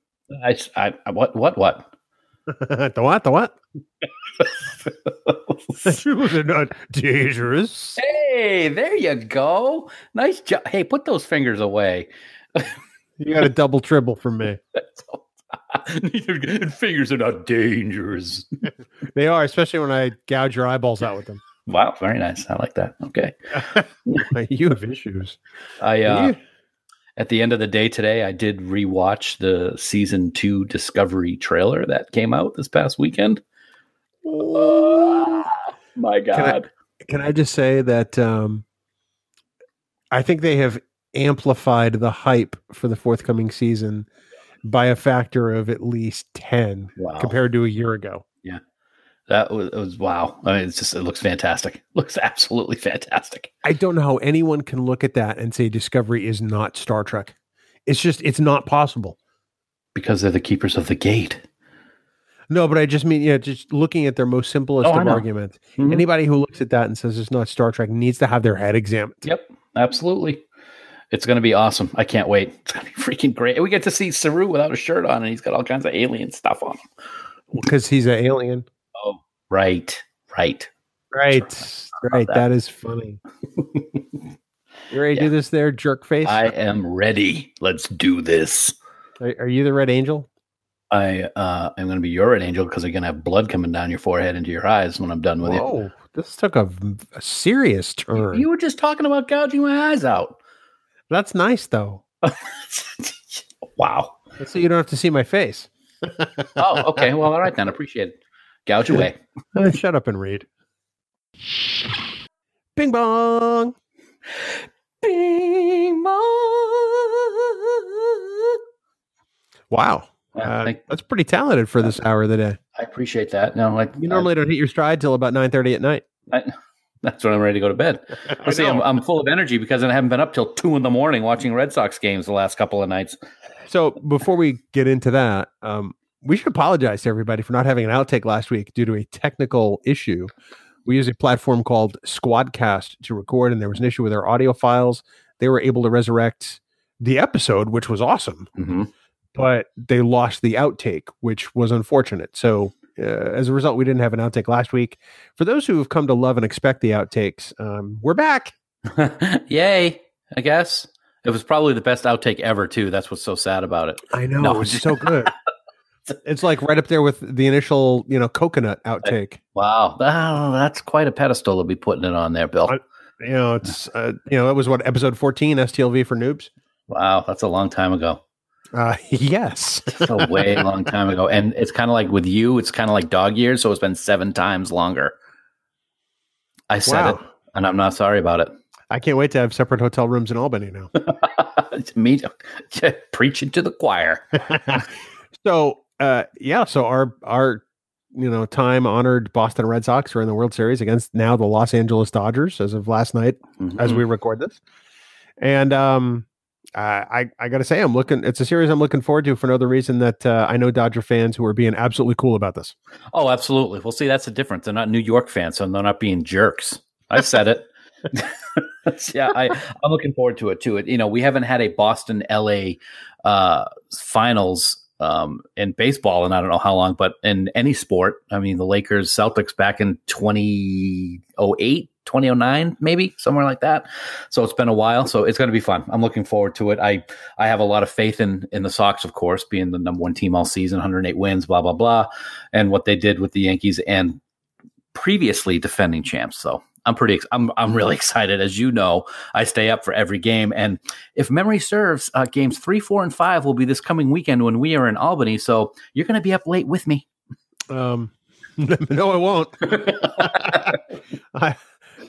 K: I, s- I- I- what, what, what?
C: the what? The what? Shoes are not dangerous.
K: hey, there you go. Nice job. Hey, put those fingers away.
C: You got a double triple from me.
K: fingers are not dangerous.
C: They are, especially when I gouge your eyeballs out with them.
K: Wow, very nice. I like that. Okay,
C: you have issues.
K: I uh,
C: You-
K: at the end of the day today, I did rewatch the season two Discovery trailer that came out this past weekend. my
C: I-
K: God.
C: Can I just say that um, I think they have amplified the hype for the forthcoming season by a factor of at least 10
K: wow.
C: compared to a year ago.
K: that was, it was wow. I mean, it's just, it looks fantastic. Looks absolutely fantastic.
C: I don't know how anyone can look at that and say Discovery is not Star Trek. It's just, it's not possible.
K: Because they're the keepers of the gate.
C: No, but I just mean, yeah, just looking at their most simplest
K: Oh, I
C: of
K: know.
C: arguments.
K: Mhm.
C: Anybody who looks at that and says it's not Star Trek needs to have their head examined.
K: Yep, absolutely. It's going to be awesome. I can't wait. It's going to be freaking great. And we get to see Saru without a shirt on, and he's got all kinds of alien stuff on him.
C: Because he's an alien.
K: Oh, right, right.
C: Right. Right.
K: that.
C: that is funny. you ready to do this there, jerk face?
K: I am ready. Let's do this.
C: Are, are you the Red Angel?
K: I uh, am going to be your red angel because I'm going to have blood coming down your forehead into your eyes when I'm done with you.
C: Whoa, this took a, a serious turn.
K: You were just talking about gouging my eyes out.
C: That's nice, though.
K: wow.
C: That's so you don't have to see my face.
K: Oh, okay. Well, all right then. Appreciate it. Gouge away.
C: Uh, Shut up and read. Bing bong. Bing bong. Wow.
K: Yeah,
C: Uh,
K: thank-
C: that's pretty talented for this hour of the day.
K: I appreciate that. No, like
C: You normally don't hit your stride till about nine thirty at night.
K: I, That's when I'm ready to go to bed. I see, I'm, I'm full of energy because I haven't been up till two in the morning watching Red Sox games the last couple of nights.
C: So before we get into that, um, we should apologize to everybody for not having an outtake last week due to a technical issue. We use a platform called Squadcast to record, and there was an issue with our audio files. They were able to resurrect the episode, which was awesome,
K: Mm-hmm.
C: but they lost the outtake, which was unfortunate. So uh, as a result, we didn't have an outtake last week. For those who have come to love and expect the outtakes, um, we're back.
K: Yay, I guess. It was probably the best outtake ever, too. That's what's so sad about it.
C: I know
K: No.
C: it's so good. It's like right up there with the initial, you know, coconut outtake.
K: Wow. Ah, that's quite a pedestal to be putting it on there, Bill.
C: I- You know, it's uh, you know that was what episode fourteen STLV for noobs.
K: Wow, that's a long time ago.
C: Uh, yes,
K: It's a way long time ago. And it's kind of like with you, it's kind of like dog years. So it's been seven times longer. I said
C: wow.
K: it, and I'm not sorry about it.
C: I can't wait to have separate hotel rooms in Albany now.
K: Me preaching to the choir.
C: so uh, yeah, so our our you know time honored Boston Red Sox are in the World Series against now the Los Angeles Dodgers as of last night as
K: Mm-hmm.
C: we record this, and um. I, I I gotta say I'm looking. It's a series I'm looking forward to for another reason that uh, I know Dodger fans who are being absolutely cool about this.
K: Oh, absolutely. Well, see, that's the difference. They're not New York fans, so they're not being jerks. I said it. yeah, I, I'm looking forward to it too. It, you know, we haven't had a Boston LA uh, finals um, in baseball in I don't know how long, but in any sport. I mean, the Lakers Celtics back in 2008, 2009, maybe somewhere like that. So it's been a while. So it's going to be fun. I'm looking forward to it. I I have a lot of faith in in the Sox, of course, being the number one team all season, 108 wins, blah blah blah, and what they did with the Yankees and previously defending champs. So I'm pretty, ex- I'm I'm really excited. As you know, I stay up for every game, and if memory serves, uh, games three, four, and five will be this coming weekend when we are in Albany. So you're going to be up late with me.
C: Um, no, I won't. I,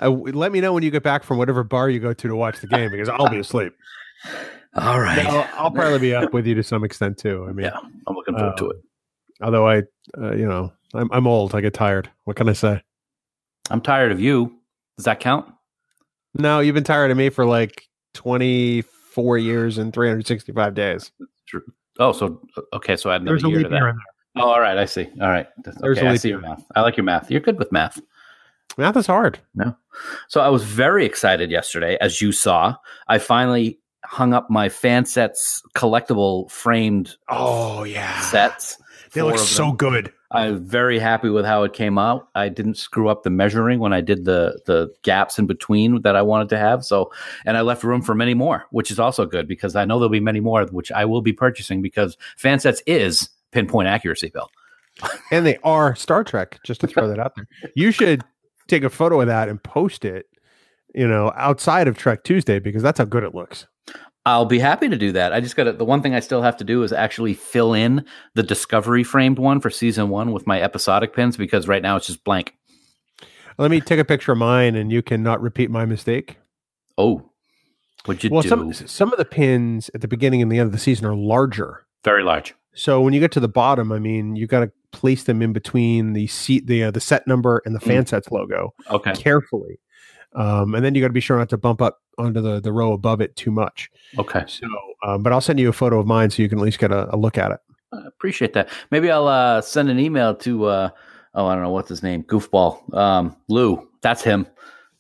C: I, let me know when you get back from whatever bar you go to to watch the game because I'll be asleep.
K: All right.
C: I'll, I'll probably be up with you to some extent too. I mean, um,
K: yeah, I'm looking forward
C: Oh.
K: to it.
C: although I, uh, you know, I'm, I'm old. I get tired. What can I say?
K: I'm tired of you. Does that count?
C: No, you've been tired of me for like 24 years and 365 days.
K: Oh, so okay, so I had another year to that. Oh, all right, I see. All right, That's-
C: There's
K: okay,
C: a
K: I
C: leap
K: see
C: year.
K: your math. I like your math. You're good with math.
C: Math is hard.
K: So I was very excited yesterday, as you saw. I finally hung up my fan sets collectible framed
C: Oh yeah,
K: sets.
C: they
K: Four
C: look
K: of
C: so
K: them.
C: good.
K: I'm very happy with how it came out. I didn't screw up the measuring when I did the the gaps in between that I wanted to have. So, and I left room for many more, which is also good because I know there'll be many more, which I will be purchasing because Fansets is pinpoint accuracy, Bill.
C: and they are Star Trek. Just to throw that out there, you should take a photo of that and post it. You know, outside of Trek Tuesday because that's how good it looks.
K: I'll be happy to do that. I just got to the one thing I still have to do is actually fill in the discovery framed one for season one with my episodic pins because right now it's just blank.
C: Let me take a picture of mine, and you can not repeat my mistake.
K: Oh, what'd you
C: Well,
K: do?
C: some some of the pins at the beginning and the end of the season are larger.
K: Very large.
C: So when you get to the bottom, I mean, you got to place them in between the seat, the uh, the set number, and the
K: Mm.
C: Fansets logo
K: Okay.
C: carefully, um, and then you got to be sure not to bump up onto the the row above it too much.
K: Okay.
C: So, um, but I'll send you a photo of mine so you can at least get a, a look at it.
K: I appreciate that. Maybe I'll uh, send an email to uh, oh I don't know what's his name, goofball, um, Lou. That's him,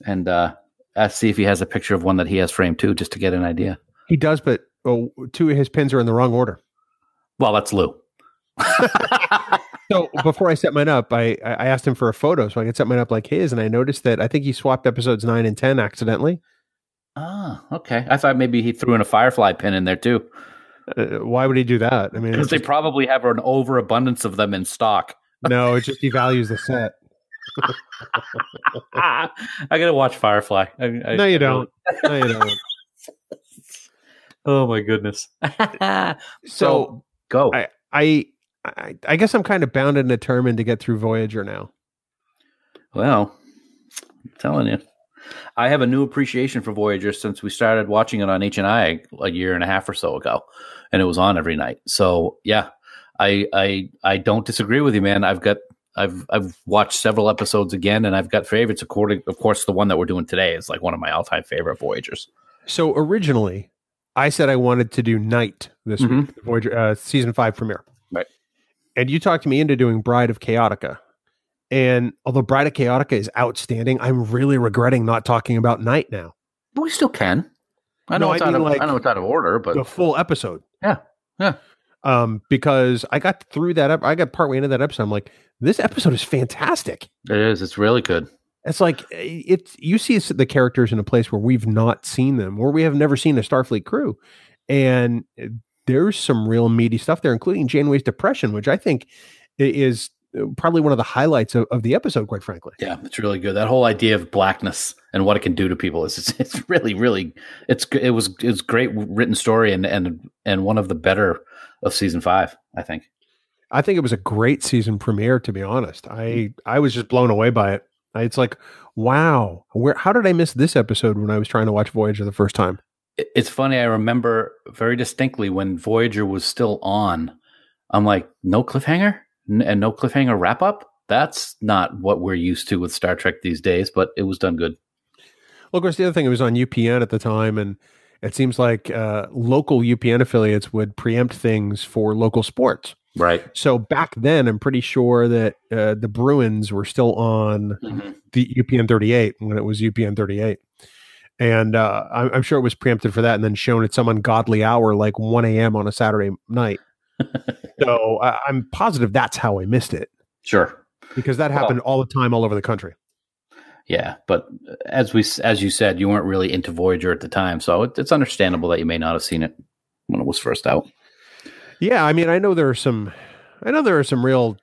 K: and uh, ask see if he has a picture of one that he has framed too, just to get an idea.
C: He does, but oh, two of his pins are in the wrong order.
K: Well, that's Lou.
C: So before I set mine up, I I I asked him for a photo so I could set mine up like his, and I noticed that I think he swapped episodes nine and ten accidentally.
K: Ah, okay. I thought maybe he threw in a firefly pin in there too,
C: Uh, why would he do that? I mean,
K: because
C: it's
K: they
C: just,
K: probably have an overabundance of them in stock.
C: no, it just devalues the set.
K: I gotta watch Firefly. I, I-
C: Ah. No, you don't. No, you don't.
K: Oh my goodness.
C: So
K: so go.
C: I- I, I I guess I'm kind of bound and determined to get through Voyager now.
K: Well, I'm telling you, I have a new appreciation for Voyager since we started watching it on H and I a year and a half or so ago, and it was on every night. So yeah, I I I don't disagree with you, man. I've got I've I've watched several episodes again, and I've got favorites. According, of course, the one that we're doing today is like one of my all time favorite Voyagers.
C: So originally, I said I wanted to do Night this
K: Mhm.
C: week, the Voyager uh, season five premiere.
K: Right.
C: And you talked me into doing Bride of Chaotica. And although Bride of Chaotica is outstanding, I'm really regretting not talking about Night now.
K: But we still can. I
C: No,
K: know
C: I
K: it's
C: mean,
K: out of
C: like-
K: I know it's out of order,
C: the
K: but
C: full episode.
K: Yeah, yeah.
C: Um, because I got through that up, I got partway into that episode. I'm like, this episode is fantastic.
K: it is. It's really good.
C: It's like eh, it's you see the characters in a place where we've not seen them, where we have never seen a Starfleet crew, and eh, there's some real meaty stuff there, including Janeway's depression, which I think i- is eh, probably one of the highlights of, of the episode. Quite frankly,
K: Yeah, it's really good. That whole idea of blackness and what it can do to people is it's, it's really, really, it's g- it was it's great written story and and and one of the better of season five, I think.
C: I think it was a great season premiere. To be honest, I I was just blown away by it. I- It's like, wow, where how did I miss this episode when I was trying to watch Voyager the first time?
K: It- It's funny. I remember very distinctly when Voyager was still on. I'm like, no cliffhanger N- and no cliffhanger wrap up. That's not what we're used to with Star Trek these days, but it was done good.
C: Well, of course, the other thing it was on UPN at the time, and it seems like uh, local UPN affiliates would preempt things for local sports.
K: Right.
C: So back then, I'm pretty sure that uh, the Bruins were still on the UPN 38 when it was UPN 38. And uh, I'm, I'm sure it was preempted for that and then shown at some ungodly hour, like 1 a.m. on a Saturday night. so I, I'm positive that's how I missed it
K: Sure.
C: because that happened all the time, all over the country.
K: Yeah, but as we as you said, you weren't really into Voyager at the time, so it, it's understandable that you may not have seen it when it was first out.
C: Yeah, I mean, I know there are some, I know there are some real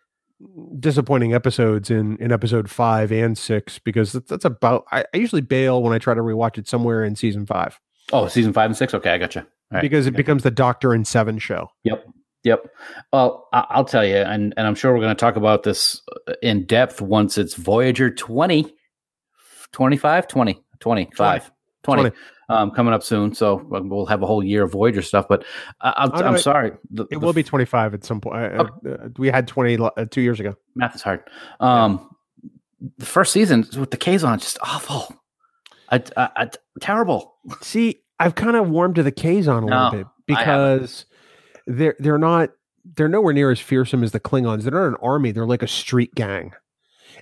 C: disappointing episodes in in episode five and six because that's, that's about. I, I usually bail when I try to rewatch it somewhere in season five
K: Oh, season five and six. Okay, I gotcha. All right.
C: because it becomes the Doctor and Seven show.
K: Yep. Well, I- I'll tell you, and, and I'm sure we're going to talk about this uh, in depth once it's Voyager 20, 25, 20, 25, 20,
C: 20.
K: Um, coming up soon. So um, we'll have a whole year of Voyager stuff. But I, I'll,
C: Oh, no,
K: I'm
C: it-
K: sorry. The-
C: It
K: the
C: will be twenty five at some point. Uh, uh, we had twenty lo- uh, two years ago.
K: math is hard. Um, the first season with the Kazon just awful, I, I, I- terrible.
C: See, I've kind of warmed to the Kazon a
K: No,
C: little bit
K: I haven't.
C: because they're they're not they're nowhere near as fearsome as the Klingons. They're not an army. They're like a street gang.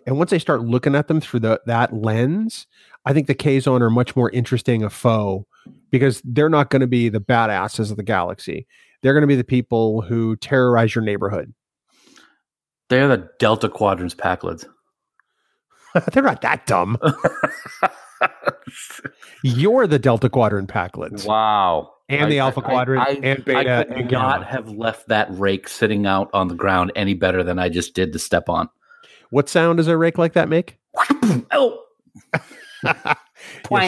C: And once I start looking at them through the, that lens, I think the Kazon are much more interesting a foe because they're not going to be the badasses of the galaxy. They're going to be the people who terrorize your neighborhood.
K: They're the Delta Quadrant's Packlets.
C: they're not that dumb. You're the Delta Quadrant packlets
K: wow.
C: and the
K: I-
C: Alpha
K: I-
C: Quadrant
K: I-
C: and Beta
K: I could
C: and
K: not
C: Gamma.
K: have left that rake sitting out on the ground any better than I just did to step on.
C: What sound does a rake like that make?
K: Oh,
C: yes,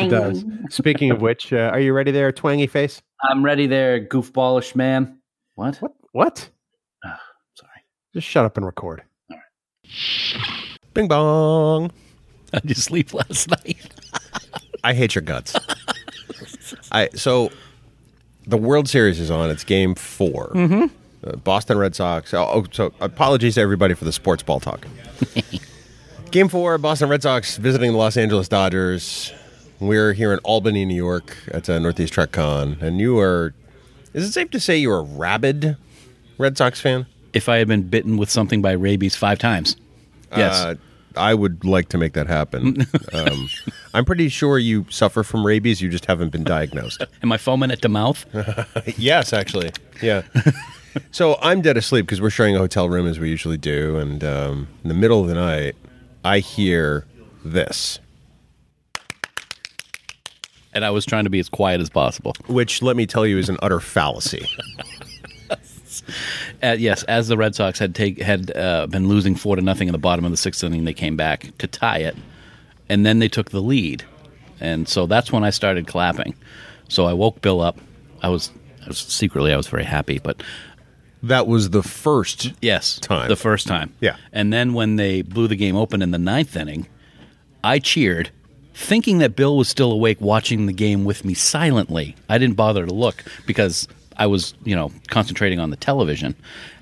C: it does. Speaking of which, uh, are you ready there, twangy face?
K: I'm ready there, goofballish man. What?
C: What? What?
K: Ah, sorry.
C: Just shut up and record. Bing bong.
L: I did sleep last night.
M: I hate your guts. I so the World Series is on. It's Game 4 Mm-hmm. Boston Red Sox. Oh, oh, so apologies to everybody for the sports ball talk. game four, Boston Red Sox visiting the Los Angeles Dodgers. We're here in Albany, New York. That's a Northeast Trek Con, and you are. Is it safe to say you're a rabid Red Sox fan?
L: If I had been bitten with something by rabies five times, yes,
M: Uh, I would like to make that happen. um, I'm pretty sure you suffer from rabies. You just haven't been diagnosed.
L: am I foaming at the mouth?
M: Yes, actually. Yeah. so I'm dead asleep because we're sharing a hotel room as we usually do. And um, in the middle of the night, I hear this,
L: and I was trying to be as quiet as possible.
M: which let me tell you is an utter fallacy.
L: Uh, yes, as the Red Sox had take had uh, been losing four to nothing in the bottom of the sixth inning, they came back to tie it, and then they took the lead, and so that's when I started clapping. So I woke Bill up. I was, I was secretly I was very happy, but
M: that was the first.
L: Yes.
M: Time.
L: The first time.
M: Yeah.
L: And then when they blew the game open in the ninth inning, I cheered, thinking that Bill was still awake watching the game with me silently. I didn't bother to look because I was, you know, concentrating on the television.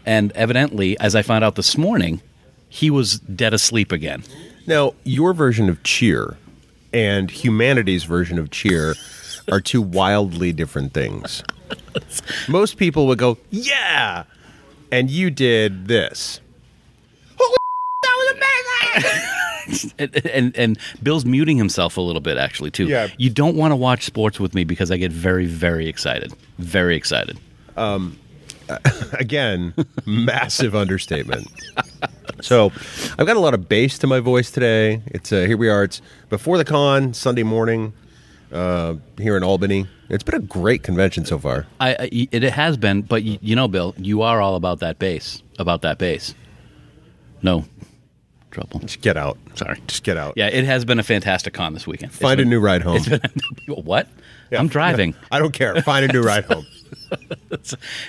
L: And evidently, as I found out this morning,
K: he was dead asleep again.
C: Now, your version of cheer and humanity's version of cheer are two wildly different things. Most people would go, yeah, and you did this.
K: and, and and Bill's muting himself a little bit actually too.
C: Yeah.
K: You don't want to watch sports with me because I get very very excited. Very excited.
C: Again, massive understatement. So, I've got a lot of bass to my voice today. It's uh, here we are. It's before the con Sunday morning uh, here in Albany. It's been a great convention so far.
K: I, I it has been, but you, you know, Bill, you are all about that bass. About that bass. No trouble.
C: Just get out.
K: Sorry.
C: Just get out.
K: Yeah, it has been a fantastic con this weekend. It's
C: Find a
K: been-
C: new ride home.
K: what? I'm driving.
C: I don't care. Find a new ride home.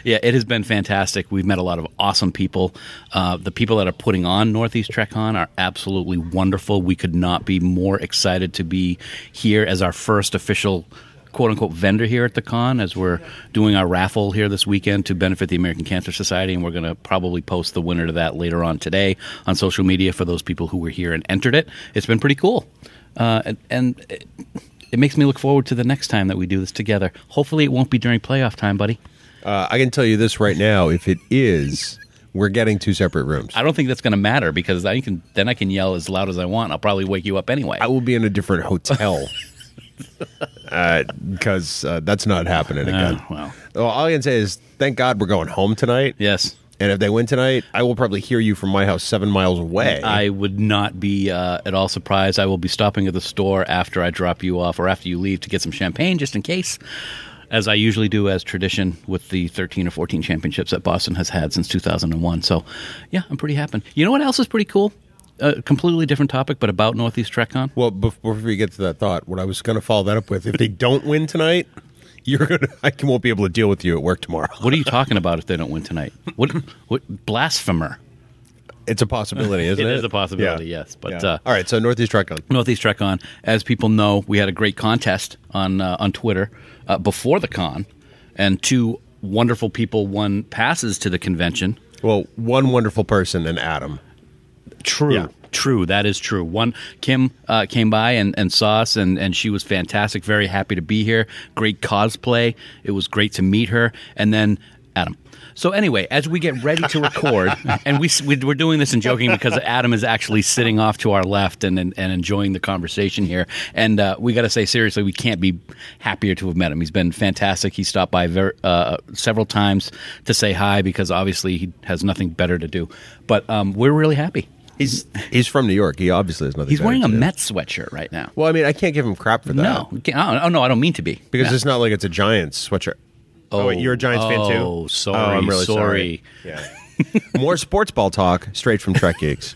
K: Yeah, it has been fantastic. We've met a lot of awesome people. Uh, the people that are putting on Northeast TrekCon are absolutely wonderful. We could not be more excited to be here as our first official quote unquote vendor here at the con as we're doing our raffle here this weekend to benefit the American Cancer Society. And we're going to probably post the winner to that later on today on social media for those people who were here and entered it. It's been pretty cool. Uh, and, and it, it makes me look forward to the next time that we do this together. Hopefully, it won't be during playoff time, buddy.
C: Uh, I can tell you this right now. If it is, we're getting two separate rooms.
K: I don't think that's going to matter because I can then I can yell as loud as I want. I'll probably wake you up anyway.
C: I will be in a different hotel because uh, that's not happening again.
K: Uh, well,
C: Well, all I can say is thank God we're going home tonight.
K: yes,
C: And if they win tonight, I will probably hear you from my house seven miles away.
K: I would not be uh, at all surprised. I will be stopping at the store after I drop you off or after you leave to get some champagne just in case, as I usually do as tradition with the thirteen or fourteen championships that Boston has had since two thousand and one. So, yeah, I'm pretty happy. You know what else is pretty cool? A completely different topic, but about Northeast TrekCon.
C: well, bef- before we get to that thought, what I was going to follow that up with, if they don't win tonight, you're gonna, I can- won't be able to deal with you at work tomorrow.
K: What are you talking about if they don't win tonight? What? What blasphemer?
C: It's a possibility, isn't it?
K: It is a possibility, yes, but, uh,
C: all right, so Northeast Truck on.
K: Northeast Trek Con. As people know, we had a great contest on uh, on Twitter uh, before the con, and two wonderful people won passes to the convention.
C: Well, one wonderful person and Adam.
K: True.
C: Yeah.
K: True, that is true. One Kim uh, came by and, and saw us, and, and she was fantastic. Very happy to be here. Great cosplay. It was great to meet her. And then Adam. So anyway, as we get ready to record, and we, s- we we're doing this in joking because Adam is actually sitting off to our left and and, and enjoying the conversation here. And uh, we got to say seriously, we can't be happier to have met him. He's been fantastic. He stopped by ver- uh, several times to say hi because obviously he has nothing better to do. But um, we're really happy.
C: He's he's from New York. He obviously has nothing.
K: He's
C: better
K: wearing
C: to
K: a
C: do.
K: Mets sweatshirt right now.
C: Well, I mean, I can't give him crap for that.
K: No, you can't- oh, oh, no, I don't mean to be
C: because
K: No.
C: it's not like it's a Giants sweatshirt. Oh, wait, you're a Giants fan too.
K: oh, sorry,
C: Oh, I'm really
K: sorry.
C: Yeah. More sports ball talk straight from Trek Geeks.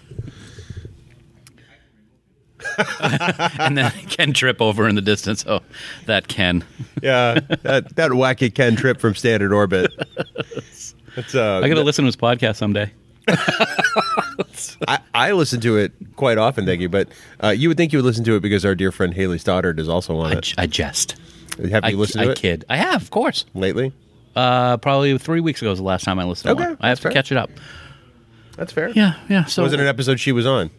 K: and then Ken trip over in the distance. Oh, that Ken.
C: Yeah, that that wacky Ken trip from Standard Orbit. It's, uh,
K: I gotta listen to his podcast someday.
C: I, I listen to it quite often, thank you. But uh, you would think you would listen to it because our dear friend Haley Stoddard is also on
K: I,
C: it.
K: j- I jest.
C: Have
K: I,
C: you listened
K: I
C: to it
K: kid. I have, of course.
C: lately?
K: Uh, probably three weeks ago was the last time I listened.
C: Okay,
K: to one. I have
C: that's
K: to
C: fair.
K: catch it up.
C: That's fair.
K: Yeah, yeah. So
C: was it an episode she was on?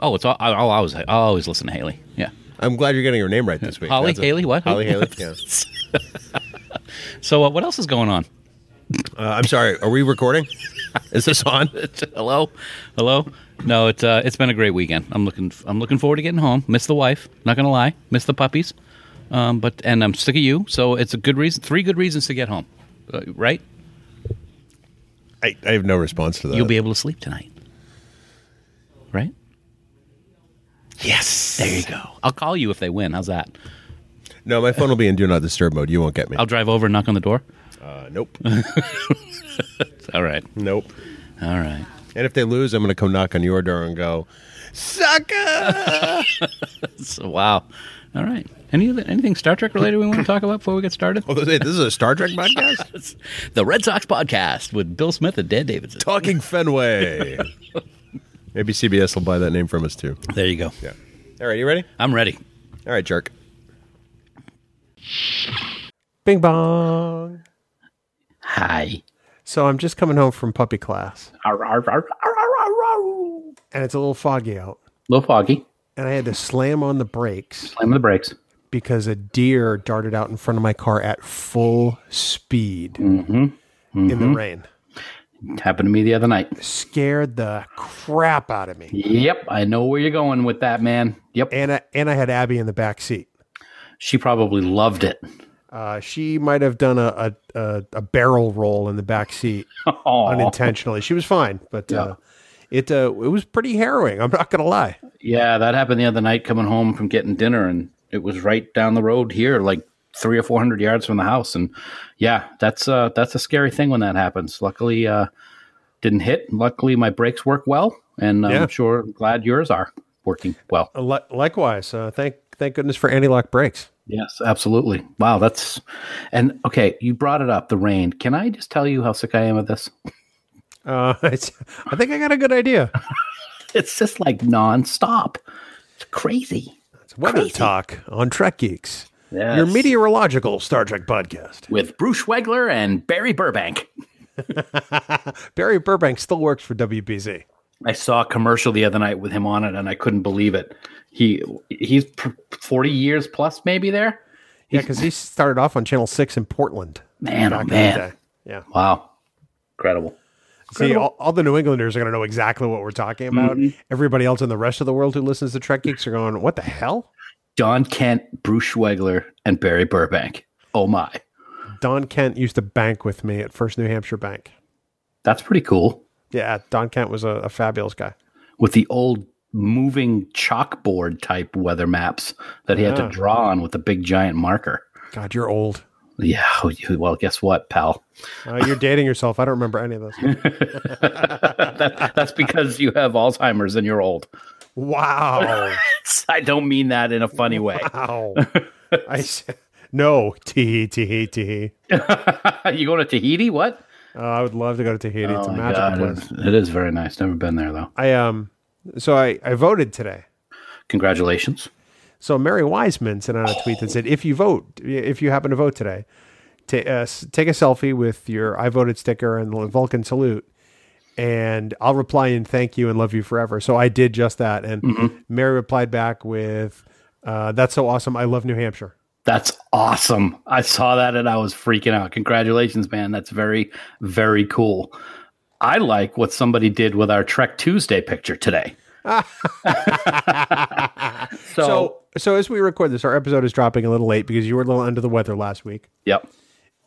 K: oh, it's all, I, I'll always I always listen to Haley. Yeah.
C: I'm glad you're getting her name right this week.
K: Holly
C: That's a-
K: Haley, what?
C: Holly Haley. Yeah.
K: So uh, what else is going on?
C: Uh, I'm sorry. Are we recording? Is this on?
K: Hello, hello. No, it's uh, it's been a great weekend. I'm looking I'm looking forward to getting home. Miss the wife. Not gonna lie. Miss the puppies. Um, but and I'm sick of you. So it's a good reason. Three good reasons to get home. Uh, right?
C: I, I have no response to that.
K: You'll be able to sleep tonight. Right? Yes. There you go. I'll call you if they win. How's that?
C: no, my phone will be in do not disturb mode. You won't get me.
K: I'll drive over and knock on the door.
C: Uh, nope.
K: All right.
C: nope.
K: All right.
C: And if they lose, I'm going to come knock on your door and go, sucker.
K: So, wow. All right. Any other, anything Star Trek related we want to talk about before we get started?
C: Although, wait, Oh, this is a Star Trek podcast?
K: The Red Sox podcast with Bill Smith and Dan Davidson.
C: Talking Fenway. Maybe CBS will buy that name from us too.
K: There you go.
C: Yeah. All right, you ready?
K: I'm ready.
C: All right, jerk.
N: Bing bong.
K: Hi.
N: So I'm just coming home from puppy class. and it's a little foggy out,
D: little foggy.
N: and I had to slam on the brakes
D: Slam the brakes.
N: because a deer darted out in front of my car at full speed
D: Mm-hmm.
N: in the rain.
D: Happened to me the other night.
N: Scared the crap out of me.
D: Yep, I know where you're going with that, man. Yep.
N: And I, and I had Abby in the back seat.
D: She probably loved it.
N: Uh, she might have done a, a, a, a barrel roll in the back seat
D: Oh,
N: unintentionally. She was fine, but uh, it uh, it was pretty harrowing. I'm not gonna lie.
D: yeah, that happened the other night coming home from getting dinner, and it was right down the road here, like three or four hundred yards from the house. And yeah, that's uh, that's a scary thing when that happens. Luckily, uh, didn't hit. Luckily, my brakes work well, and
N: Yeah.
D: I'm sure glad yours are working well.
N: Uh, li- likewise, uh, thank thank goodness for anti lock brakes.
D: Yes, absolutely. Wow, that's and okay. You brought it up, the rain. Can I just tell you how sick I am of this?
N: Uh, it's, I think I got a good idea.
D: It's just like nonstop. It's crazy.
N: It's weather talk on Trek Geeks,
D: Yes.
N: your meteorological Star Trek podcast.
D: with Bruce Schwegler and Barry Burbank.
N: Barry Burbank still works for WBZ.
D: I saw a commercial the other night with him on it, and I couldn't believe it. He he's pr- forty years plus, maybe there.
N: Yeah, because he started off on Channel Six in Portland.
D: Man, oh
N: in the
D: man,
N: day. Yeah.
D: wow, incredible.
N: See, all, all the New Englanders are going to know exactly what we're talking about. Everybody else in the rest of the world who listens to Trek Geeks are going, "What the hell?"
D: John Kent, Bruce Schwegler, and Barry Burbank. Oh my,
N: Don Kent used to bank with me at First New Hampshire Bank.
D: that's pretty cool.
N: Yeah, Don Kent was a, a fabulous guy.
D: With the old moving chalkboard type weather maps that he had
N: Yeah.
D: to draw on with a big giant marker.
N: God, you're old.
D: Yeah, oh, well, guess what, pal?
N: Uh, you're dating yourself. I don't remember any of this.
D: That, that's because you have Alzheimer's and you're old.
N: Wow.
D: I don't mean that in a funny way.
N: Ow. I s- no E tee tee tee.
D: you going to Tahiti? What?
N: Uh, I would love to go to Tahiti. it's a
D: Oh my
N: magical
D: God,
N: place.
D: it- It is very nice. Never been there though.
N: I um, so I I voted today.
D: Congratulations.
N: So Mary Wiseman sent out a tweet that said, "If you vote, if you happen to vote today, ta- uh, s- take a selfie with your I voted sticker and the Vulcan salute." And I'll reply and thank you and love you forever. So I did just that, and
D: Mm-hmm.
N: Mary replied back with, uh, "That's so awesome! I love New Hampshire."
D: That's awesome. I saw that and I was freaking out. Congratulations, man. That's very, very cool. I like what somebody did with our Trek Tuesday picture today. so,
N: So, so as we record this, our episode is dropping a little late because you were a little under the weather last week,
D: yep.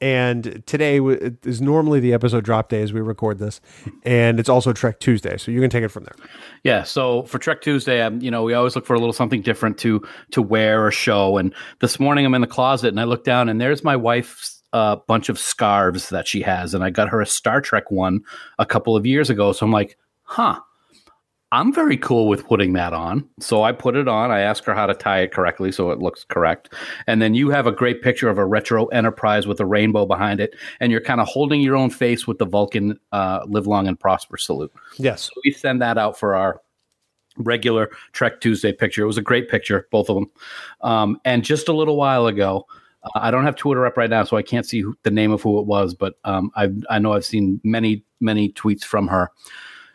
N: and today w- is normally the episode drop day as we record this, and it's also Trek Tuesday. So you can take it from there.
D: Yeah, so for Trek Tuesday, um, you know, we always look for a little something different to to wear or show. And this morning, I'm in the closet and I look down, and there's my wife's uh, bunch of scarves that she has, and I got her a Star Trek one a couple of years ago. So I'm like, huh, I'm very cool with putting that on. So I put it on. I ask her how to tie it correctly so it looks correct. And then you have a great picture of a retro Enterprise with a rainbow behind it, and you're kind of holding your own face with the Vulcan uh, "Live Long and Prosper" salute
N: Yes,
D: we send that out for our regular Trek Tuesday picture. It was a great picture, both of them. Um, and just a little while ago, uh, I don't have Twitter up right now, so I can't see who, the name of who it was, but um, I I know I've seen many many tweets from her.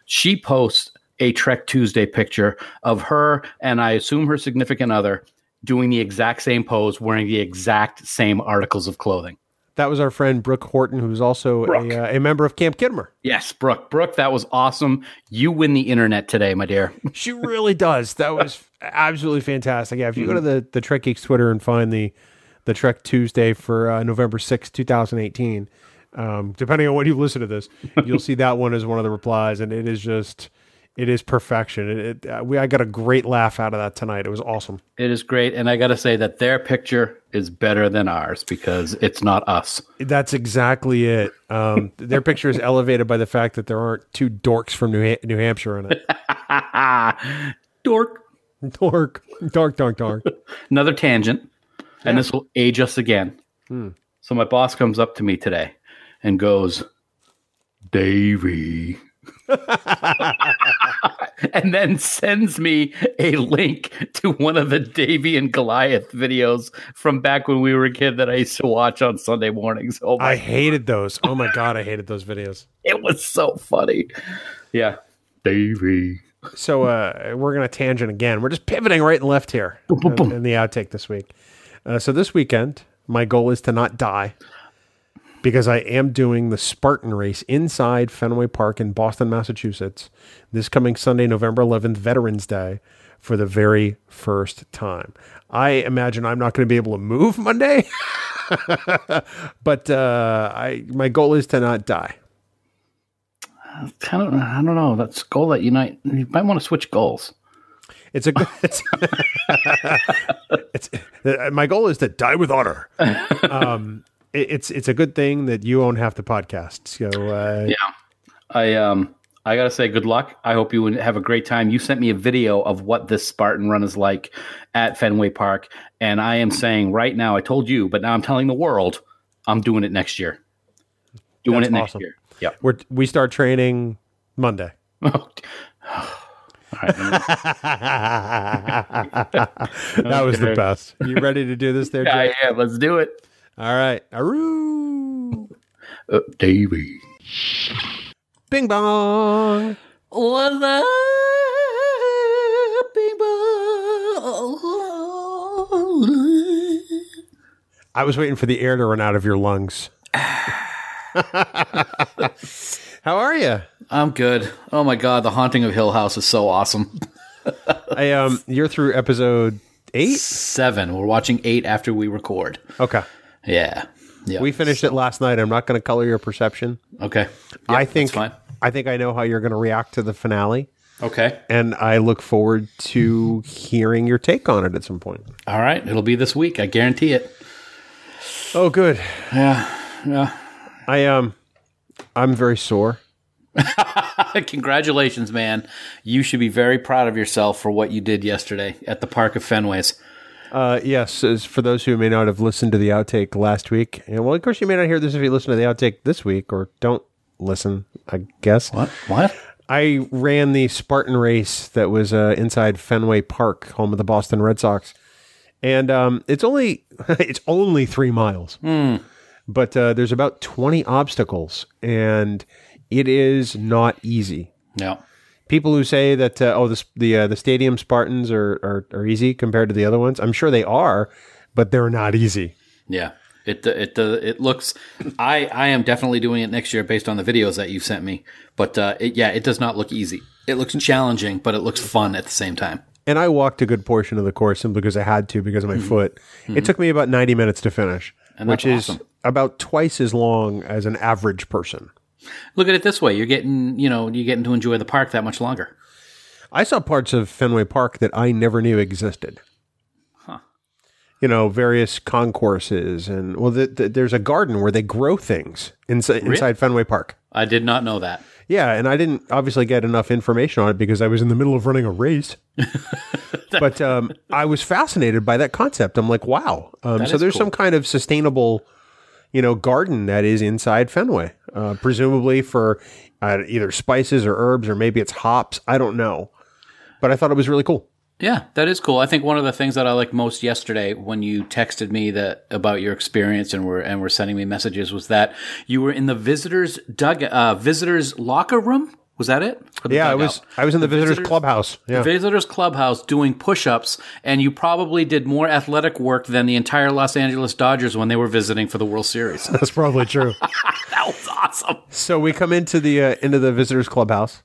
D: She posts a Trek Tuesday picture of her and I assume her significant other doing the exact same pose, wearing the exact same articles of clothing.
N: that was our friend Brooke Horton, who's also
D: Brooke.
N: a, uh, a member of Camp Kittimer.
D: Yes, Brooke. Brooke, that was awesome. You win the internet today, my dear.
N: She really does. That was absolutely fantastic. Yeah, if you go to the the Trek Geeks Twitter and find the the Trek Tuesday for uh, November sixth, two 2018, um, depending on when you listen to this, you'll see that one as one of the replies, and it is just it is perfection. It, it uh, we I got a great laugh out of that tonight. It was awesome.
D: It is great, and I got to say that their picture is better than ours because it's not us.
N: That's exactly it. Um, their picture is elevated by the fact that there aren't two dorks from New, ha- New Hampshire in it.
D: Dork.
N: Dork, dark, dark, dark.
D: Another tangent, and this will age us again. So my boss comes up to me today and goes, "Davy," and then sends me a link to one of the Davy and Goliath videos from back when we were a kid that I used to watch on Sunday mornings. Oh my
N: I hated those. Oh my god, I hated those videos.
D: It was so funny. Yeah. Davy.
C: So uh, we're going to tangent again. We're just pivoting right and left here in, in the outtake this week. Uh, so this weekend, my goal is to not die because I am doing the Spartan race inside Fenway Park in Boston, Massachusetts, this coming Sunday, November 11th, Veterans Day, for the very first time. I imagine I'm not going to be able to move Monday, but uh, I my goal is to not die.
N: Kind of, I don't know. That's a goal that unite. You might want to switch goals.
C: It's a good. It's, it's uh, my goal is to die with honor. Um, it- it's it's a good thing that you own half the podcast. So uh,
N: Yeah, I um, I gotta say, good luck. I hope you would have a great time. You sent me a video of what this Spartan run is like at Fenway Park, and I am saying right now, I told you, but now I'm telling the world, I'm doing it next year. Doing
C: That's
N: it next
C: awesome.
N: year. Yep.
C: we're we start training Monday.
N: All right, I'm-
C: that was the
N: Okay.
C: best. You ready to do this there,
N: yeah,
C: Jay?
N: yeah, let's do it,
C: All right. Aroo.
N: uh, Davey.
C: Bing bong.
K: What's up, people?
C: I was waiting for the air to run out of your lungs. How are you?
N: I'm good. Oh my god, the haunting of Hill House is so awesome.
C: I um you're through episode 8?
N: Seven. We're watching eight after we record.
C: Okay.
N: Yeah. Yeah.
C: We finished it last night. I'm not going to color your perception.
N: okay.
C: I think
N: that's fine.
C: I think I know how you're going to react to the finale
N: Okay.
C: and I look forward to hearing your take on it at some point.
N: All right. It'll be this week. I guarantee it.
C: Oh good.
N: Yeah.
C: I um I'm very sore.
N: Congratulations, man. You should be very proud of yourself for what you did yesterday at the Park of Fenways.
C: Uh, yes, as for those who may not have listened to the outtake last week, and well, of course, you may not hear this if you listen to the outtake this week, or don't listen, I guess.
N: What? What?
C: I ran the Spartan race that was uh, inside Fenway Park, home of the Boston Red Sox, and um, it's only it's only three miles,
N: Hmm.
C: but uh, there's about twenty obstacles, and it is not easy
N: No.
C: people who say that uh, oh the the uh, the stadium Spartans are, are are easy compared to the other ones. I'm sure they are, but they're not easy.
N: Yeah. It it uh, it looks. I I am definitely doing it next year based on the videos that you've sent me. But uh, it, yeah, it does not look easy. It looks challenging, but it looks fun at the same time.
C: And I walked a good portion of the course simply because I had to because of my foot. It took me about 90 minutes to finish, which is
N: Mm-hmm. that's awesome.
C: about twice as long as an average person.
N: Look at it this way: you're getting you know you're getting to enjoy the park that much longer.
C: I saw parts of Fenway Park that I never knew existed.
N: Huh.
C: You know, various concourses and well, th th there's a garden where they grow things inside inside Fenway Park.
N: I did not know that.
C: Yeah, and I didn't obviously get enough information on it because I was in the middle of running a race. but um, I was fascinated by that concept. I'm like, wow. Um, so
N: is
C: there's
N: cool.
C: some kind of sustainable, you know, garden that is inside Fenway, uh, presumably for uh, either spices or herbs or maybe it's hops. I don't know, but I thought it was really cool.
N: Yeah, that is cool. I think one of the things that I liked most yesterday when you texted me that about your experience and were and were sending me messages was that you were in the visitors dug uh, visitors locker room. Was that it? Or the
C: Yeah, I
N: dugout?
C: was I was in the, visitors,
N: visitors-
C: clubhouse. Yeah,
N: visitors clubhouse doing push-ups and you probably did more athletic work than the entire Los Angeles Dodgers when they were visiting for the World Series.
C: that's probably true.
N: that was awesome.
C: So we come into the uh, into the visitors clubhouse,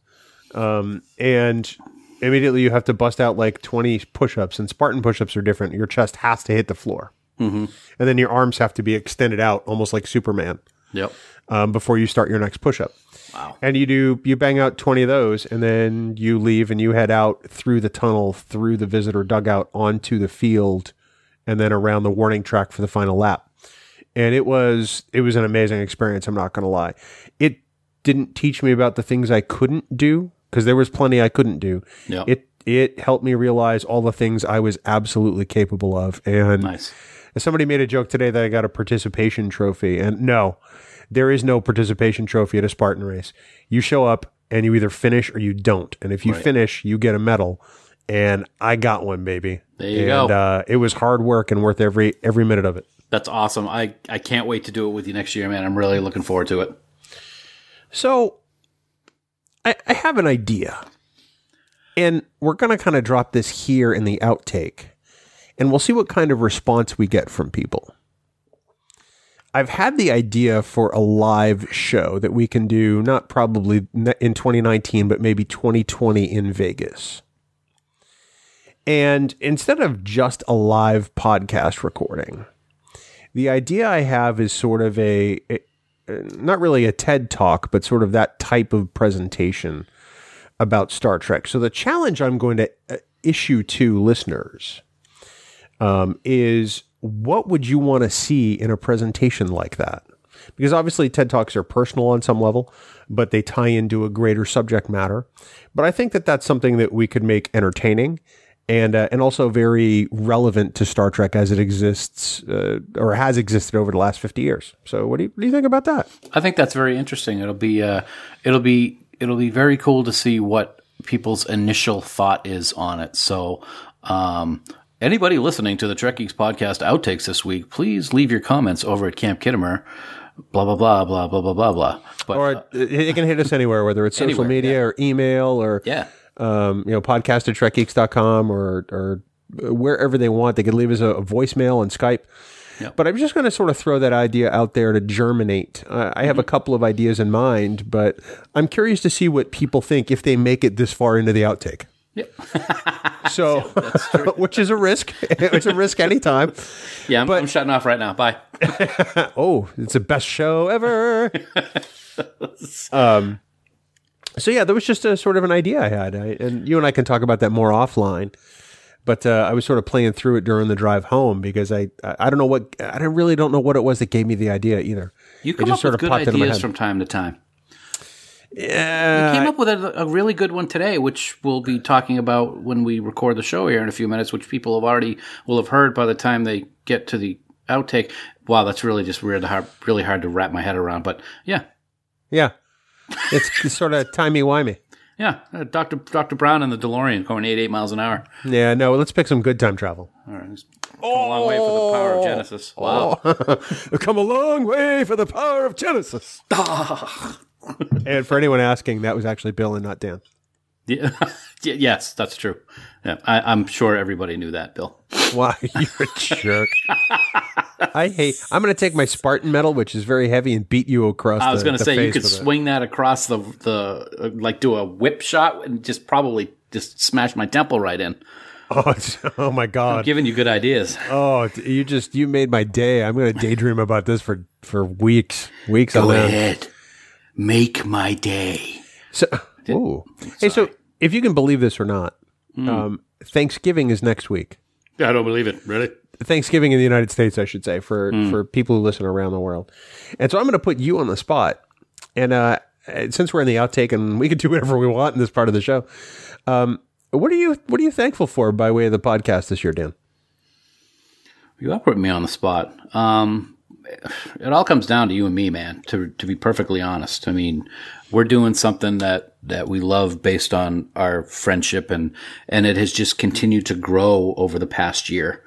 C: um, and immediately you have to bust out like twenty push-ups. And Spartan push-ups are different. Your chest has to hit the floor, mm-hmm. and then your arms have to be extended out, almost like Superman,
N: Yep.
C: um, before you start your next push-up. Wow! And you do you bang out twenty of those, and then you leave and you head out through the tunnel, through the visitor dugout, onto the field, and then around the warning track for the final lap and it was it was an amazing experience i'm not going to lie it didn't teach me about the things i couldn't do because there was plenty i couldn't do
N: Yep.
C: it it helped me realize all the things i was absolutely capable of and
N: nice.
C: somebody made a joke today that i got a participation trophy and no there is no participation trophy at a spartan race you show up and you either finish or you don't and if you finish you get a medal and i got one baby
N: There you
C: and
N: go.
C: uh, it was hard work and worth every every minute of it
N: That's awesome. I, I can't wait to do it with you next year, man. I'm really looking forward to it.
C: So I, I have an idea. And we're going to kind of drop this here in the outtake, and we'll see what kind of response we get from people. I've had the idea for a live show that we can do, not probably ne- in 2019, but maybe 2020 in Vegas. And instead of just a live podcast recording, the idea I have is sort of a, a- not really a TED talk, but sort of that type of presentation about Star Trek. So the challenge I'm going to uh, issue to listeners um, is what would you want to see in a presentation like that? Because obviously TED Talks are personal on some level, but they tie into a greater subject matter. But I think that that's something that we could make entertaining and uh, and also very relevant to Star Trek as it exists uh, or has existed over the last 50 years. So what do you, what do you think about that?
N: I think that's very interesting. It'll be uh, it'll be it'll be very cool to see what people's initial thought is on it. So, um, anybody listening to the Trek Geeks podcast outtakes this week, please leave your comments over at Camp Kittimer. Blah blah blah blah blah blah blah blah. But uh,
C: or it can hit us anywhere, whether it's social
N: Anywhere,
C: media or email or
N: yeah,
C: um, you know, podcast at trekgeeks.com or, or wherever they want. They could leave us a, a voicemail and Skype.
N: Yep.
C: But I'm just going to sort of throw that idea out there to germinate. Uh, I
N: Mm-hmm.
C: have a couple of ideas in mind, but I'm curious to see what people think if they make it this far into the outtake.
N: Yep.
C: so, which is a risk. it's a risk anytime.
N: yeah, I'm, I'm shutting off right now. Bye.
C: oh, it's the best show ever. um, so yeah, that was just a sort of an idea I had, I, and you and I can talk about that more offline. But uh, I was sort of playing through it during the drive home because I I I don't know what I don't- really don't know what it was that gave me the idea either.
N: You
C: It
N: come
C: just
N: up
C: sort
N: with
C: of
N: good
C: popped into my
N: ideas
C: head. Uh,
N: from time to time.
C: Yeah,
N: We came up with a, a really good one today, which we'll be talking about when we record the show here in a few minutes, which people have already will have heard by the time they get to the outtake. Wow, that's really just weird, hard, really hard to wrap my head around. But yeah,
C: yeah. It's sort of timey wimey.
N: yeah, uh, Doctor Doctor Brown and the DeLorean going eighty eight miles an hour.
C: Yeah, no. Let's pick some good time travel.
N: All right, it's come a long way for the power
D: Oh.
N: of Genesis. Wow,
C: We've come a long way for the power of Genesis. and for anyone asking, that was actually Bill and not Dan.
N: yeah, Y- yes, that's true. Yeah, I, I'm sure everybody knew that, Bill.
C: Why you're a jerk? I hate. I'm going to take my Spartan medal, which is very heavy, and beat you across.
N: I was
C: going to
N: say you could swing that across the the uh, like do a whip shot and just probably just smash my temple right in.
C: Oh, it's- oh my
N: I'm
C: god!
N: giving you good ideas.
C: Oh, d- you just you made my day. I'm going to daydream about this for for weeks, weeks on end.
N: make my day.
C: So, ooh. hey, so if you can believe this or not,
N: Hmm.
C: um, Thanksgiving is next week.
N: I don't believe it. Really?
C: Thanksgiving in the United States, I should say, for for people who listen around the world. And so I'm going to put you on the spot. And uh, and since we're in the outtake and we can do whatever we want in this part of the show, um, what are you what are you thankful for by way of the podcast this year, Dan?
N: You are putting me on the spot. Um, it all comes down to you and me, man. To to be perfectly honest, I mean, we're doing something that that we love based on our friendship, and and it has just continued to grow over the past year.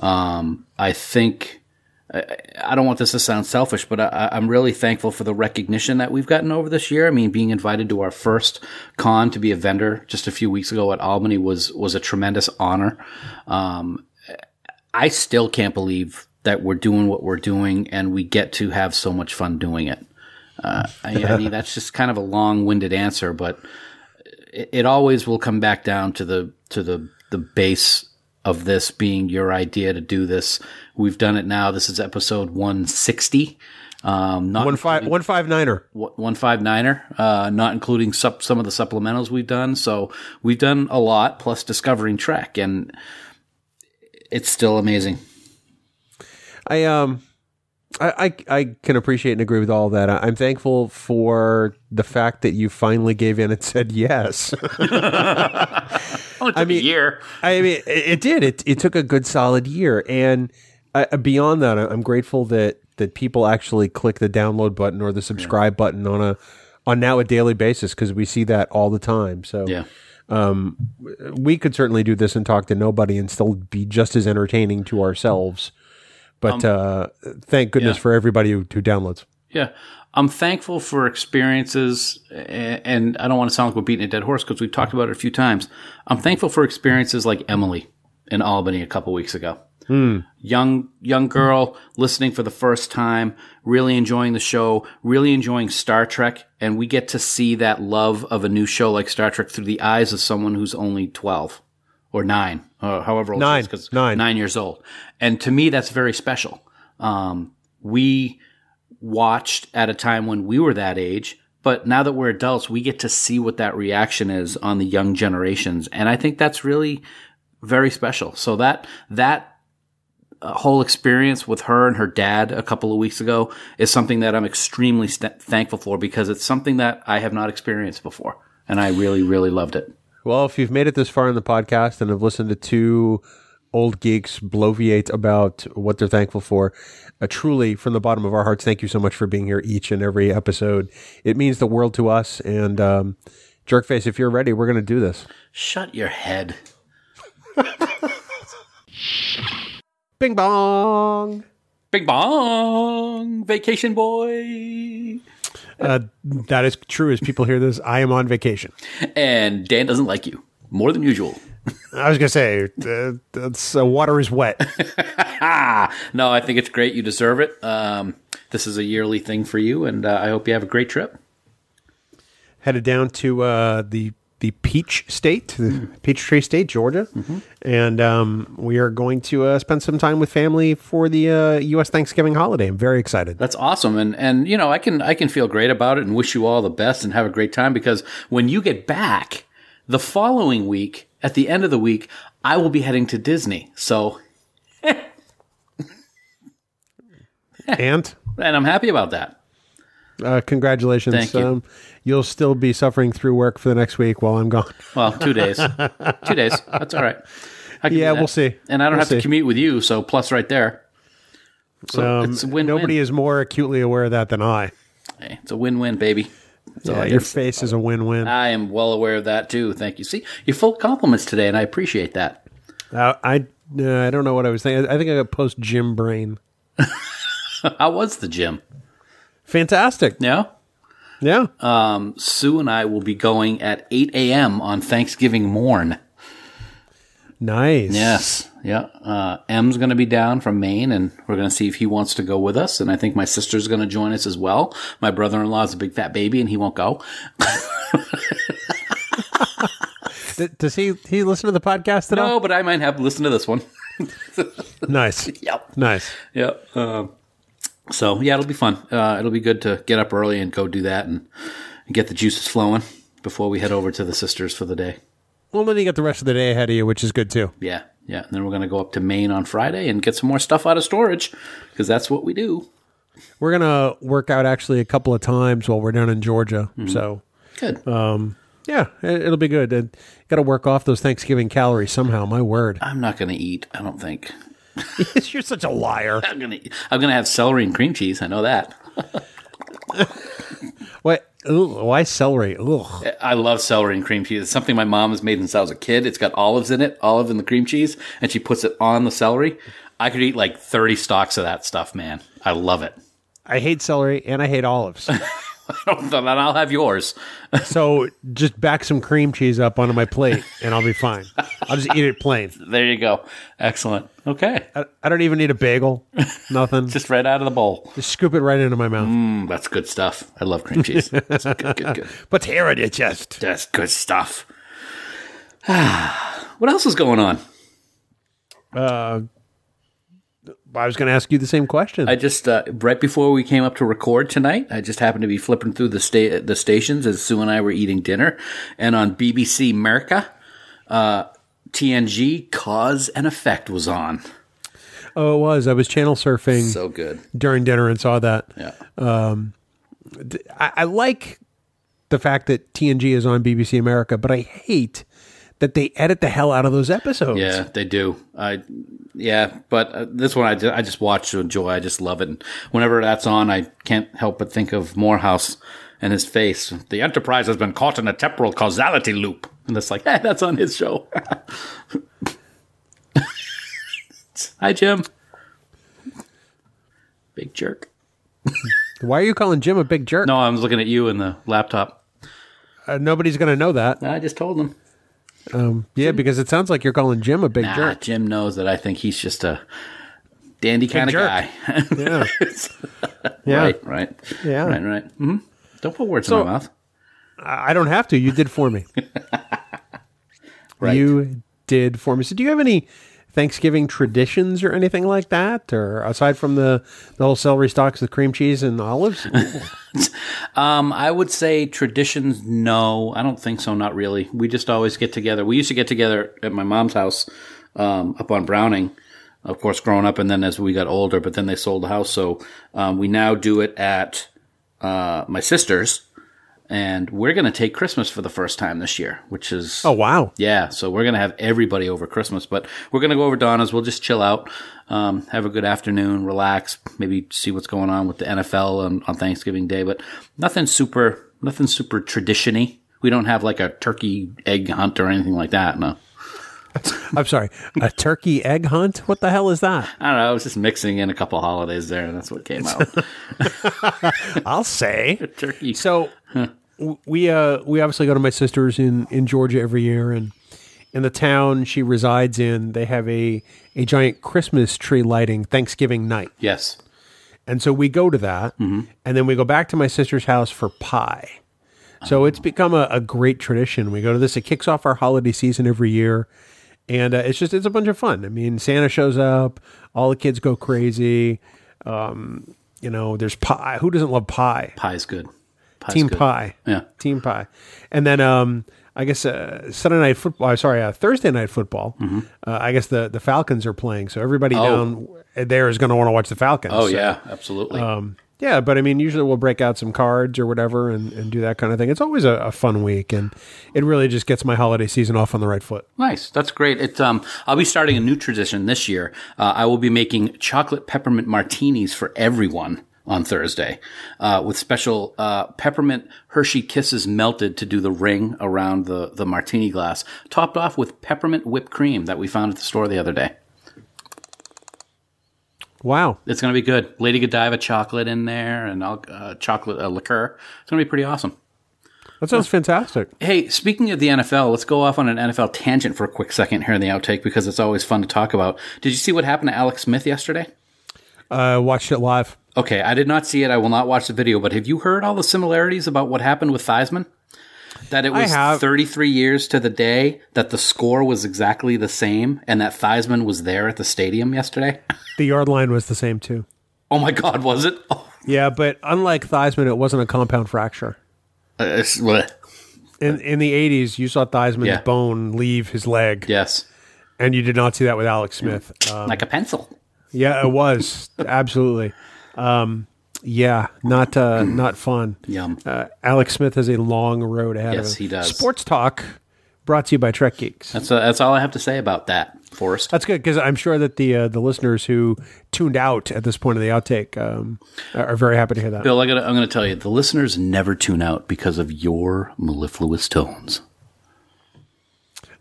N: Um, I think. I don't want this to sound selfish, but I- I, I'm really thankful for the recognition that we've gotten over this year. I mean, being invited to our first con to be a vendor just a few weeks ago at Albany was was a tremendous honor. Um, I still can't believe that we're doing what we're doing and we get to have so much fun doing it. Uh, I, I mean, that's just kind of a long-winded answer, but it, it always will come back down to the to the the base of this being your idea to do this. We've done it now. This is episode 160. Um, not
C: One five one five niner.
N: one five niner, uh, not including sup- some of the supplementals we've done. So we've done a lot, plus discovering Trek, and it's still amazing.
C: I um I, I I can appreciate and agree with all that. I, I'm thankful for the fact that you finally gave in and said yes.
N: Only Oh, took
C: mean-
N: a year.
C: I mean, it, it did. It, it took a good solid year, and uh, beyond that, I- I'm grateful that that people actually click the download button or the subscribe button on a on now a daily basis because we see that all the time. So
N: Yeah.
C: we could certainly do this and talk to nobody and still be just as entertaining to ourselves. But uh, thank goodness
N: Um, yeah.
C: for everybody who, who downloads.
N: Yeah. I'm thankful for experiences, a- and I don't want to sound like we're beating a dead horse because we've talked about it a few times. I'm thankful for experiences like Emily in Albany a couple weeks ago. Young young girl listening for the first time, really enjoying the show, really enjoying Star Trek, and we get to see that love of a new show like Star Trek through the eyes of someone who's only twelve or nine, or however old
C: Nine.
N: she is, 'cause
C: Nine.
N: nine years old, and to me that's very special. Um, we watched at a time when we were that age. But now that we're adults, we get to see what that reaction is on the young generations. And I think that's really very special. So that, that uh, whole experience with her and her dad a couple of weeks ago is something that I'm extremely st- thankful for because it's something that I have not experienced before. And I really, really loved it.
C: Well, if you've made it this far in the podcast and have listened to two old geeks bloviate about what they're thankful for, uh, truly from the bottom of our hearts, thank you so much for being here each and every episode. It means the world to us. And um, Jerkface, if you're ready, we're going to do this.
N: Shut your head.
C: Bing bong.
N: Big bong, vacation boy.
C: Uh, that is true. As people hear this, I am on vacation.
N: And Dan doesn't like you more than usual.
C: I was going to say, uh, that's, uh, water is wet.
N: Ah, no, I think it's great. You deserve it. Um, this is a yearly thing for you, and uh, I hope you have a great trip.
C: headed down to uh, the the Peach State, the Peachtree State, Georgia, and um, we are going to uh, spend some time with family for the uh, U.S. Thanksgiving holiday. I'm very excited.
N: That's awesome, and and you know I can I can feel great about it, and wish you all the best, and have a great time because when you get back the following week, at the end of the week, I will be heading to Disney. So,
C: and
N: and I'm happy about that.
C: uh, congratulations. Um,
N: Thank you.
C: you'll still be suffering through work for the next week while I'm gone.
N: Well, two days, two days. That's all right. I can do
C: Yeah,
N: that.
C: we'll see.
N: And I don't
C: We'll
N: have to
C: see.
N: commute with you, so plus right there. So
C: Um,
N: it's a win.
C: Nobody is more acutely aware of that than I.
N: it's a win-win, baby. That's all
C: Yeah,
N: I
C: your
N: can say. Ah.
C: face is a win-win.
N: I am well aware of that too. Thank you. See, you're full of compliments today, and I appreciate that.
C: Uh, I uh, I don't know what I was thinking. I think I got post gym brain.
N: How was the gym?
C: Fantastic.
N: Yeah.
C: Yeah.
N: Um, Sue and I will be going at 8 a.m. on Thanksgiving morn.
C: nice.
N: Yes. Yeah. Uh, M's going to be down from Maine, and we're going to see if he wants to go with us. And I think my sister's going to join us as well. My brother in law is a big fat baby, and he won't go.
C: D- does he he listen to the podcast at
N: No, but I might have listened to this one.
C: all? Nice.
N: Yep.
C: Nice.
N: Yep. Um, so yeah, it'll be fun. Uh, it'll be good to get up early and go do that and, and get the juices flowing before we head over to the sisters for the day.
C: Well, then you got the rest of the day ahead of you, which is good too.
N: Yeah, yeah. And then we're gonna go up to Maine on Friday and get some more stuff out of storage because that's what we do.
C: We're gonna work out actually a couple of times while we're down in Georgia. So
N: Good.
C: yeah, it, will be good. And got to work off those Thanksgiving calories somehow. My word,
N: I'm not gonna eat. I don't think
C: you're such a liar.
N: I'm gonna. I'm gonna have celery and cream cheese. I know that.
C: What? Ooh, why celery? Ugh.
N: I love celery and cream cheese. It's something my mom has made since I was a kid. It's got olives in it, olive in the cream cheese, and she puts it on the celery. I could eat like 30 stalks of that stuff, man. I love it.
C: I hate celery and I hate olives.
N: then I'll have yours.
C: so just back some cream cheese up onto my plate, and I'll be fine. I'll just eat it plain.
N: There you go. Excellent. Okay.
C: I, I don't even need a bagel. Nothing. just,
N: Just right out of the bowl.
C: scoop it right into my mouth.
N: Mm, that's good stuff. I love cream cheese. That's good, good, good.
C: Put hair on your chest.
N: That's good stuff. what else is going on?
C: I was going to ask you the same question.
N: I just uh, right before we came up to record tonight, I just happened to be flipping through the sta- the stations as Sue and I were eating dinner, and on BBC America, uh, TNG Cause and Effect was on.
C: oh, it was. I was channel surfing.
N: So good.
C: during dinner and saw that.
N: Yeah.
C: I, I like the fact that TNG is on BBC America, but I hate that they edit the hell out of those episodes.
N: Yeah, they do. I yeah, but uh, this one I, ju- I just watch to enjoy. I just love it. And whenever that's on, I can't help but think of Morehouse and his face. The Enterprise has been caught in a temporal causality loop, and it's like, hey, that's on his show. Hi, Jim. Big jerk.
C: Why are you calling Jim a big jerk?
N: No, I was looking at you in the laptop.
C: Uh, nobody's going to know that.
N: I just told him.
C: Um, yeah, because it sounds like you're calling Jim a big
N: Nah,
C: jerk.
N: Jim knows that I think he's just a dandy kind of
C: jerk.
N: guy.
C: Yeah. Yeah.
N: Right, right.
C: Yeah.
N: Right, right. hmm Don't put words
C: So-
N: in my mouth.
C: I I don't have to. You did for me.
N: Right.
C: You did for me. So, do you have any Thanksgiving traditions or anything like that, or aside from the the whole celery stalks with cream cheese and olives?
N: Um, I would say traditions, no. I don't think so, not really. We just always get together. We used to get together at my mom's house um, up on Browning, of course, growing up, and then as we got older, but then they sold the house. So um, we now do it at uh, my sister's, and we're going to take Christmas for the first time this year, which is.
C: oh wow!
N: Yeah, so we're gonna have everybody over Christmas, but we're gonna go over Donna's. We'll just chill out, um, have a good afternoon, relax, maybe see what's going on with the NFL on, on Thanksgiving Day. But nothing super, nothing super traditiony. We don't have like a turkey egg hunt or anything like that. No,
C: I'm sorry. A turkey egg hunt? What the hell is that?
N: I don't know. I was just mixing in a couple holidays there, and that's what came out.
C: I'll say.
N: turkey.
C: So w- we uh we obviously go to my sister's in in Georgia every year and in the town she resides in, they have a a giant Christmas tree lighting Thanksgiving night.
N: yes,
C: And so we go to that
N: Mm-hmm.
C: and then we go back to my sister's house for pie. So it's become a, a great tradition. We go to this, it kicks off our holiday season every year. And uh, it's just, it's a bunch of fun. I mean, Santa shows up, all the kids go crazy. Um, you know, there's pie. Who doesn't love pie?
N: pie's good. Pie's
C: Team
N: good.
C: pie.
N: Yeah.
C: Team Pie, and then um, I guess uh, Sunday night football. uh, Sorry, uh, Thursday night football.
N: Mm-hmm.
C: Uh, I guess the the Falcons are playing, so everybody down there is going to want to watch the Falcons.
N: Oh
C: So,
N: yeah, absolutely.
C: yeah. But I mean, usually we'll break out some cards or whatever and, and do that kind of thing. It's always a, a fun week, and it really just gets my holiday season off on the right foot.
N: Nice. That's great. It's um, I'll be starting a new tradition this year. Uh, I will be making chocolate peppermint martinis for everyone on Thursday, uh, with special uh, peppermint Hershey Kisses melted to do the ring around the the martini glass, topped off with peppermint whipped cream that we found at the store the other day.
C: Wow,
N: It's going to be good. Lady Godiva chocolate in there and al- uh, chocolate uh, liqueur. It's going to be pretty awesome.
C: that sounds fantastic.
N: Hey, speaking of the NFL, let's go off on an NFL tangent for a quick second here in the outtake because it's always fun to talk about. Did you see what happened to Alex Smith yesterday?
C: I Uh, watched it live.
N: Okay, I did not see it. I will not watch the video, but have you heard all the similarities about what happened with Theismann? That it was
C: have.
N: 33 years to the day, that the score was exactly the same, and that Theismann was there at the stadium yesterday?
C: The yard line was the same too.
N: Oh my God, was it? Oh,
C: Yeah, but unlike Theismann, it wasn't a compound fracture.
N: uh, it's- bleh.
C: In, in the 80s, you saw Theismann's
N: Yeah.
C: bone leave his leg.
N: yes,
C: and you did not see that with Alex Smith. Uh,
N: like a pencil.
C: yeah, it was absolutely. Um, yeah, not uh, not fun.
N: Yum.
C: Uh, Alex Smith has a long road ahead.
N: Yes,
C: of him.
N: he does.
C: Sports talk brought to you by Trek Geeks.
N: That's, uh, that's all I have to say about that, Forrest.
C: That's good because I'm sure that the uh, the listeners who tuned out at this point of the outtake um, are are very happy to hear that.
N: Bill, I gotta, I'm going to tell you, the listeners never tune out because of your mellifluous tones.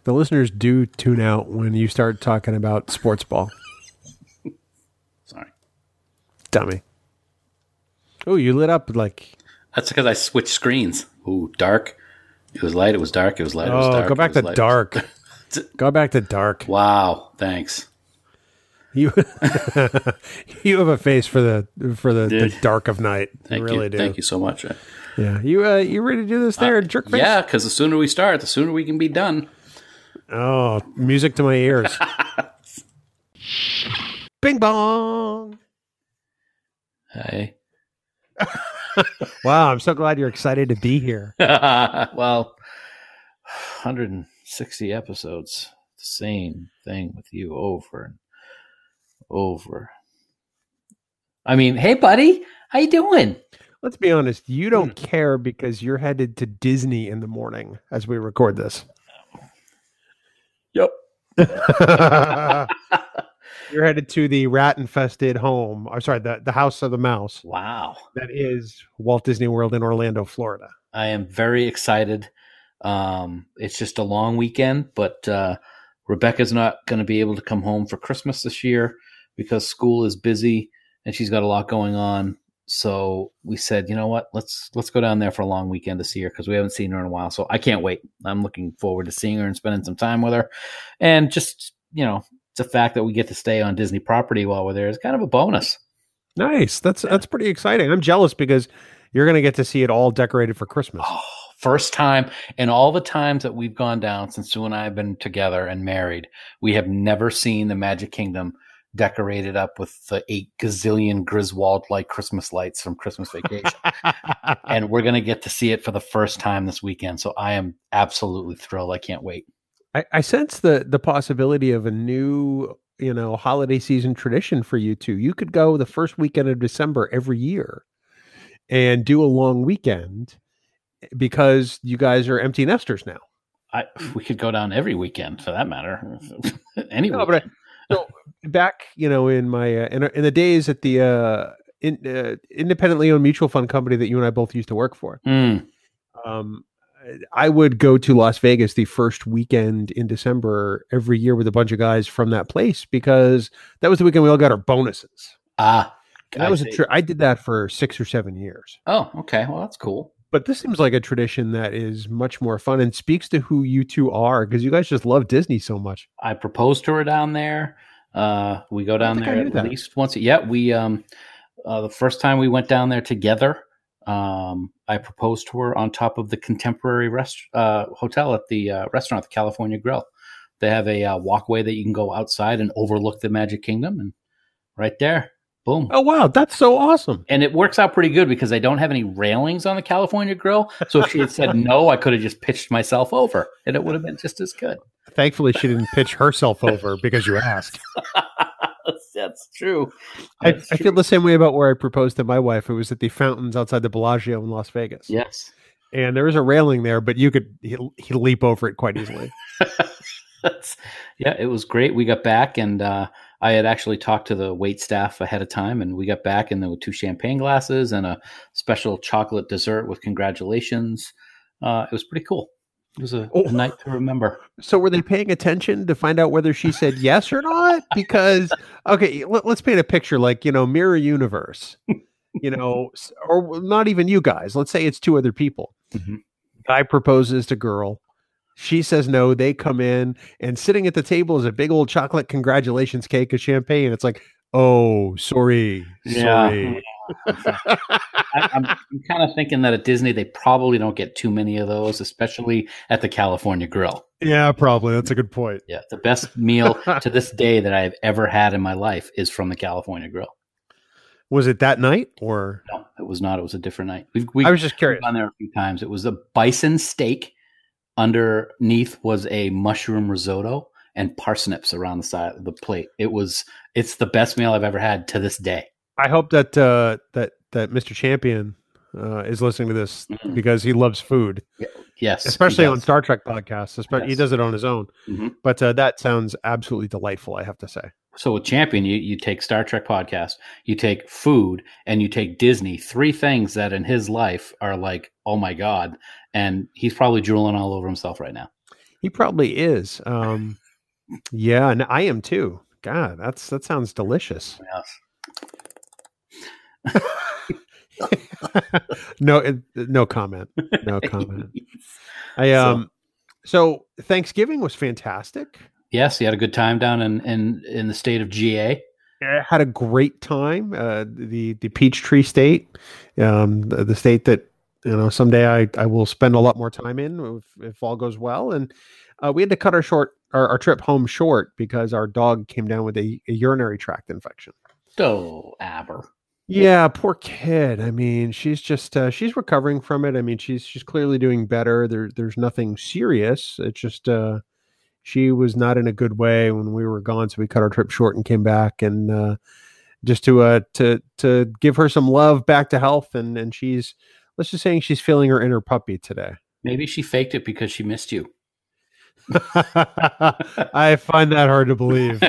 C: The listeners do tune out when you start talking about sports ball,
N: Sorry.
C: dummy. Oh, you lit up like
N: That's because I switched screens. Ooh, dark. It was light. It was dark. It was light. it was
C: oh,
N: dark.
C: go
N: it
C: back to
N: was light, it was-
C: dark. Go back to dark.
N: Wow. Thanks.
C: You you have a face for the for the, the dark of night.
N: Thank
C: you really
N: you.
C: do.
N: Thank you so much.
C: Yeah. You uh, you ready to do this there, jerk face?
N: Yeah, because the sooner we start, the sooner we can be done.
C: Oh, music to my ears. Bing bong.
N: Hey.
C: Wow, I'm so glad you're excited to be here.
N: well, 160 episodes. The same thing with you over and over. I mean, hey, buddy. How you doing?
C: Let's be honest, you don't
N: Hmm.
C: care because you're headed to Disney in the morning as we record this.
N: Yep.
C: you're headed to the rat infested home. I'm sorry, the, the house of the mouse
N: Wow.
C: that is Walt Disney World in Orlando, Florida.
N: I am very excited. Um, it's just a long weekend, but uh, Rebecca's not going to be able to come home for Christmas this year because school is busy and she's got a lot going on. So we said, you know what? Let's let's go down there for a long weekend to see her because we haven't seen her in a while. So I can't wait. I'm looking forward to seeing her and spending some time with her, and just you know, the fact that we get to stay on Disney property while we're there is kind of a bonus.
C: Nice. That's that's pretty exciting. I'm jealous because you're going to get to see it all decorated for Christmas.
N: First time, and all the times that we've gone down since Sue and I have been together and married, we have never seen the Magic Kingdom decorated up with the eight gazillion Griswold like Christmas lights from Christmas Vacation. and we're going to get to see it for the first time this weekend. So I am absolutely thrilled. I can't wait.
C: I, I sense the the possibility of a new you know holiday season tradition for you two. You could go the first weekend of December every year and do a long weekend because you guys are empty nesters now.
N: I,
C: Mm.
N: we could go down every weekend for that matter. anyway,
C: No, but I, no, back you know in my uh, in, in the days at the uh, in, uh, independently owned mutual fund company that you and I both used to work for.
N: Hmm.
C: um, I would go to Las Vegas the first weekend in December every year with a bunch of guys from that place because that was the weekend we all got our bonuses.
N: ah,
C: And that was a tr- I did that for six or seven years.
N: Oh, okay. Well, that's cool.
C: But this seems like a tradition that is much more fun and speaks to who you two are because you guys just love Disney so much.
N: I proposed to her down there. Uh, we go down
C: think I
N: there
C: knew
N: at
C: that.
N: least once. Yeah, we um, uh, the first time we went down there together, um, I proposed to her on top of the contemporary rest uh, hotel at the uh, restaurant, the California Grill. They have a uh, walkway that you can go outside and overlook the Magic Kingdom, and right there, boom.
C: Oh wow, that's so awesome!
N: And it works out pretty good because they don't have any railings on the California Grill. So if she had said no, I could have just pitched myself over, and it would have been just as good.
C: Thankfully, she didn't pitch herself over because you asked.
N: That's true.
C: I,
N: That's
C: I
N: true.
C: feel the same way about where I proposed to my wife. It was at the fountains outside the Bellagio in Las Vegas.
N: yes.
C: and there is a railing there, but you could he, he leap over it quite easily.
N: That's, yeah, it was great. We got back, and uh, I had actually talked to the wait staff ahead of time, and we got back, and there were two champagne glasses and a special chocolate dessert with congratulations. Uh, it was pretty cool. It was a, a
C: Oh.
N: night to remember.
C: so were they paying attention to find out whether she said yes or not? Because okay, let, us paint a picture like you know mirror universe, you know, s- or not even you guys. Let's say it's two other people.
N: Mhm.
C: Guy proposes to girl. She says no. They come in, and sitting at the table is a big old chocolate congratulations cake of champagne. It's like, oh, sorry,
N: Yeah.
C: sorry.
N: I, I'm, I'm kind of thinking that at Disney they probably don't get too many of those, especially at the California Grill.
C: yeah, probably. That's a good point.
N: Yeah, the best meal to this day that I've ever had in my life is from the California Grill.
C: Was it that night or?
N: No, it was not. It was a different night. We've, we,
C: I was just curious.
N: on there a few times. It was a bison steak. Underneath was a mushroom risotto and parsnips around the side of the plate. It was it's the best meal I've ever had to this day.
C: I hope that uh, that that Mr. Champion uh, is listening to this
N: Mhm.
C: because he loves food,
N: Yes,
C: Mm-hmm. especially on
N: yes.
C: Star Trek podcasts. Especially he
N: Yes.
C: does it on his own,
N: Mhm.
C: but uh, that sounds absolutely delightful. I have to say.
N: So with Champion, you, you take Star Trek podcast, you take food, and you take Disney. Three things that in his life are like, oh my god, and he's probably drooling all over himself right now.
C: He probably is. Um, yeah, and I am too. God, that's that sounds delicious. no, it, no comment. No comment. I um. So Thanksgiving was fantastic.
N: Yes, he had a good time down in in, in the state of GA.
C: I had a great time. Uh, the the Peachtree State, um, the, the state that you know someday I, I will spend a lot more time in if, if all goes well. And uh, we had to cut our short our, our trip home short because our dog came down with a, a urinary tract infection.
N: Oh, aber.
C: Yeah, poor kid. I mean, she's just uh, she's recovering from it. I mean, she's she's clearly doing better. There there's nothing serious. It's just uh, she was not in a good way when we were gone, so we cut our trip short and came back and uh, just to uh to to give her some love back to health and and she's let's just saying she's feeling her inner puppy today.
N: Maybe she faked it because she missed you.
C: I find that hard to believe.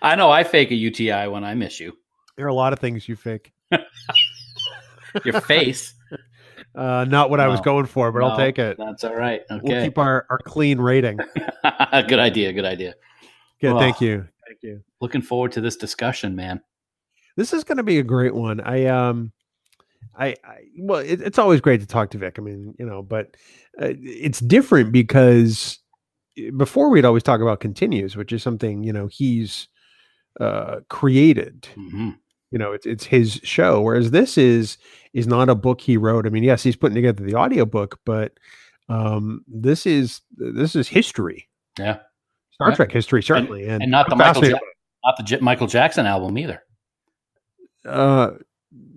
N: I know I fake a UTI when I miss you.
C: There are a lot of things you fake.
N: Your face.
C: Uh, not what I was
N: No.
C: going for, but I'll
N: No,
C: take it.
N: That's all right. Okay.
C: We'll keep our, our clean rating.
N: good idea. Good idea.
C: Good,
N: Well,
C: thank you. Thank you.
N: Looking forward to this discussion, man.
C: This is going to be a great one. I um, I, I well, it, it's always great to talk to Vic. I mean, you know, but uh, it's different because eh, before we'd always talk about continues, which is something you know he's uh, created.
N: Mm-hmm.
C: You know, it's it's his show. Whereas this is is not a book he wrote. I mean, yes, he's putting together the audiobook, but um, this is this is history.
N: Yeah.
C: Star
N: Yeah.
C: Trek history certainly, and,
N: and not the
C: I'm
N: Michael
C: fascinated
N: ja- not the J- Michael Jackson album either.
C: uh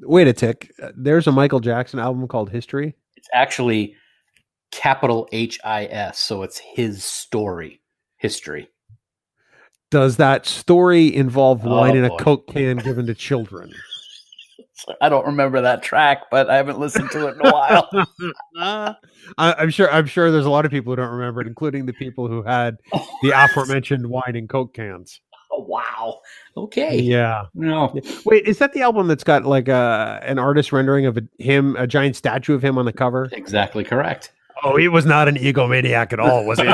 C: wait a tick there's a michael jackson album called history
N: It's actually capital H I S, so it's his story, history.
C: does that story involve
N: Oh,
C: wine in a
N: boy.
C: coke can given to children
N: So I don't remember that track, but I haven't listened to it in a while.
C: I, i'm sure i'm sure there's a lot of people who don't remember it including the people who had the aforementioned wine and coke cans
N: Oh, wow. Okay.
C: yeah
N: No.
C: wait is that the album that's got like a an artist rendering of a, him a giant statue of him on the cover
N: Exactly correct.
C: oh he was not an egomaniac at all was he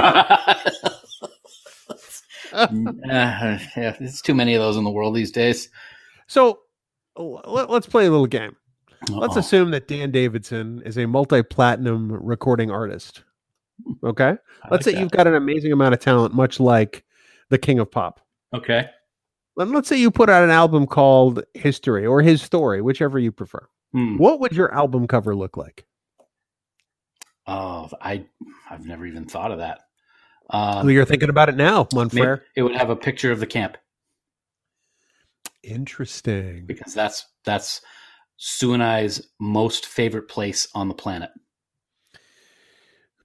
N: Uh, yeah, there's too many of those in the world these days.
C: so let, let's play a little game Let's
N: Uh-oh.
C: assume that Dan Davidson is a multi-platinum recording artist. Okay. Let's say
N: Hmm. that.
C: you've got an amazing amount of talent, much like the King of Pop.
N: Okay.
C: Then let's say you put out an album called History or His Story, whichever you prefer.
N: Hmm.
C: What would your album cover look like?
N: Oh, I I've never even thought of that. Um,
C: well, Oh, you're thinking about it now,
N: maybe
C: Monfrere.
N: it would have a picture of the camp
C: Interesting.
N: because that's that's Sue and I's most favorite place on the planet.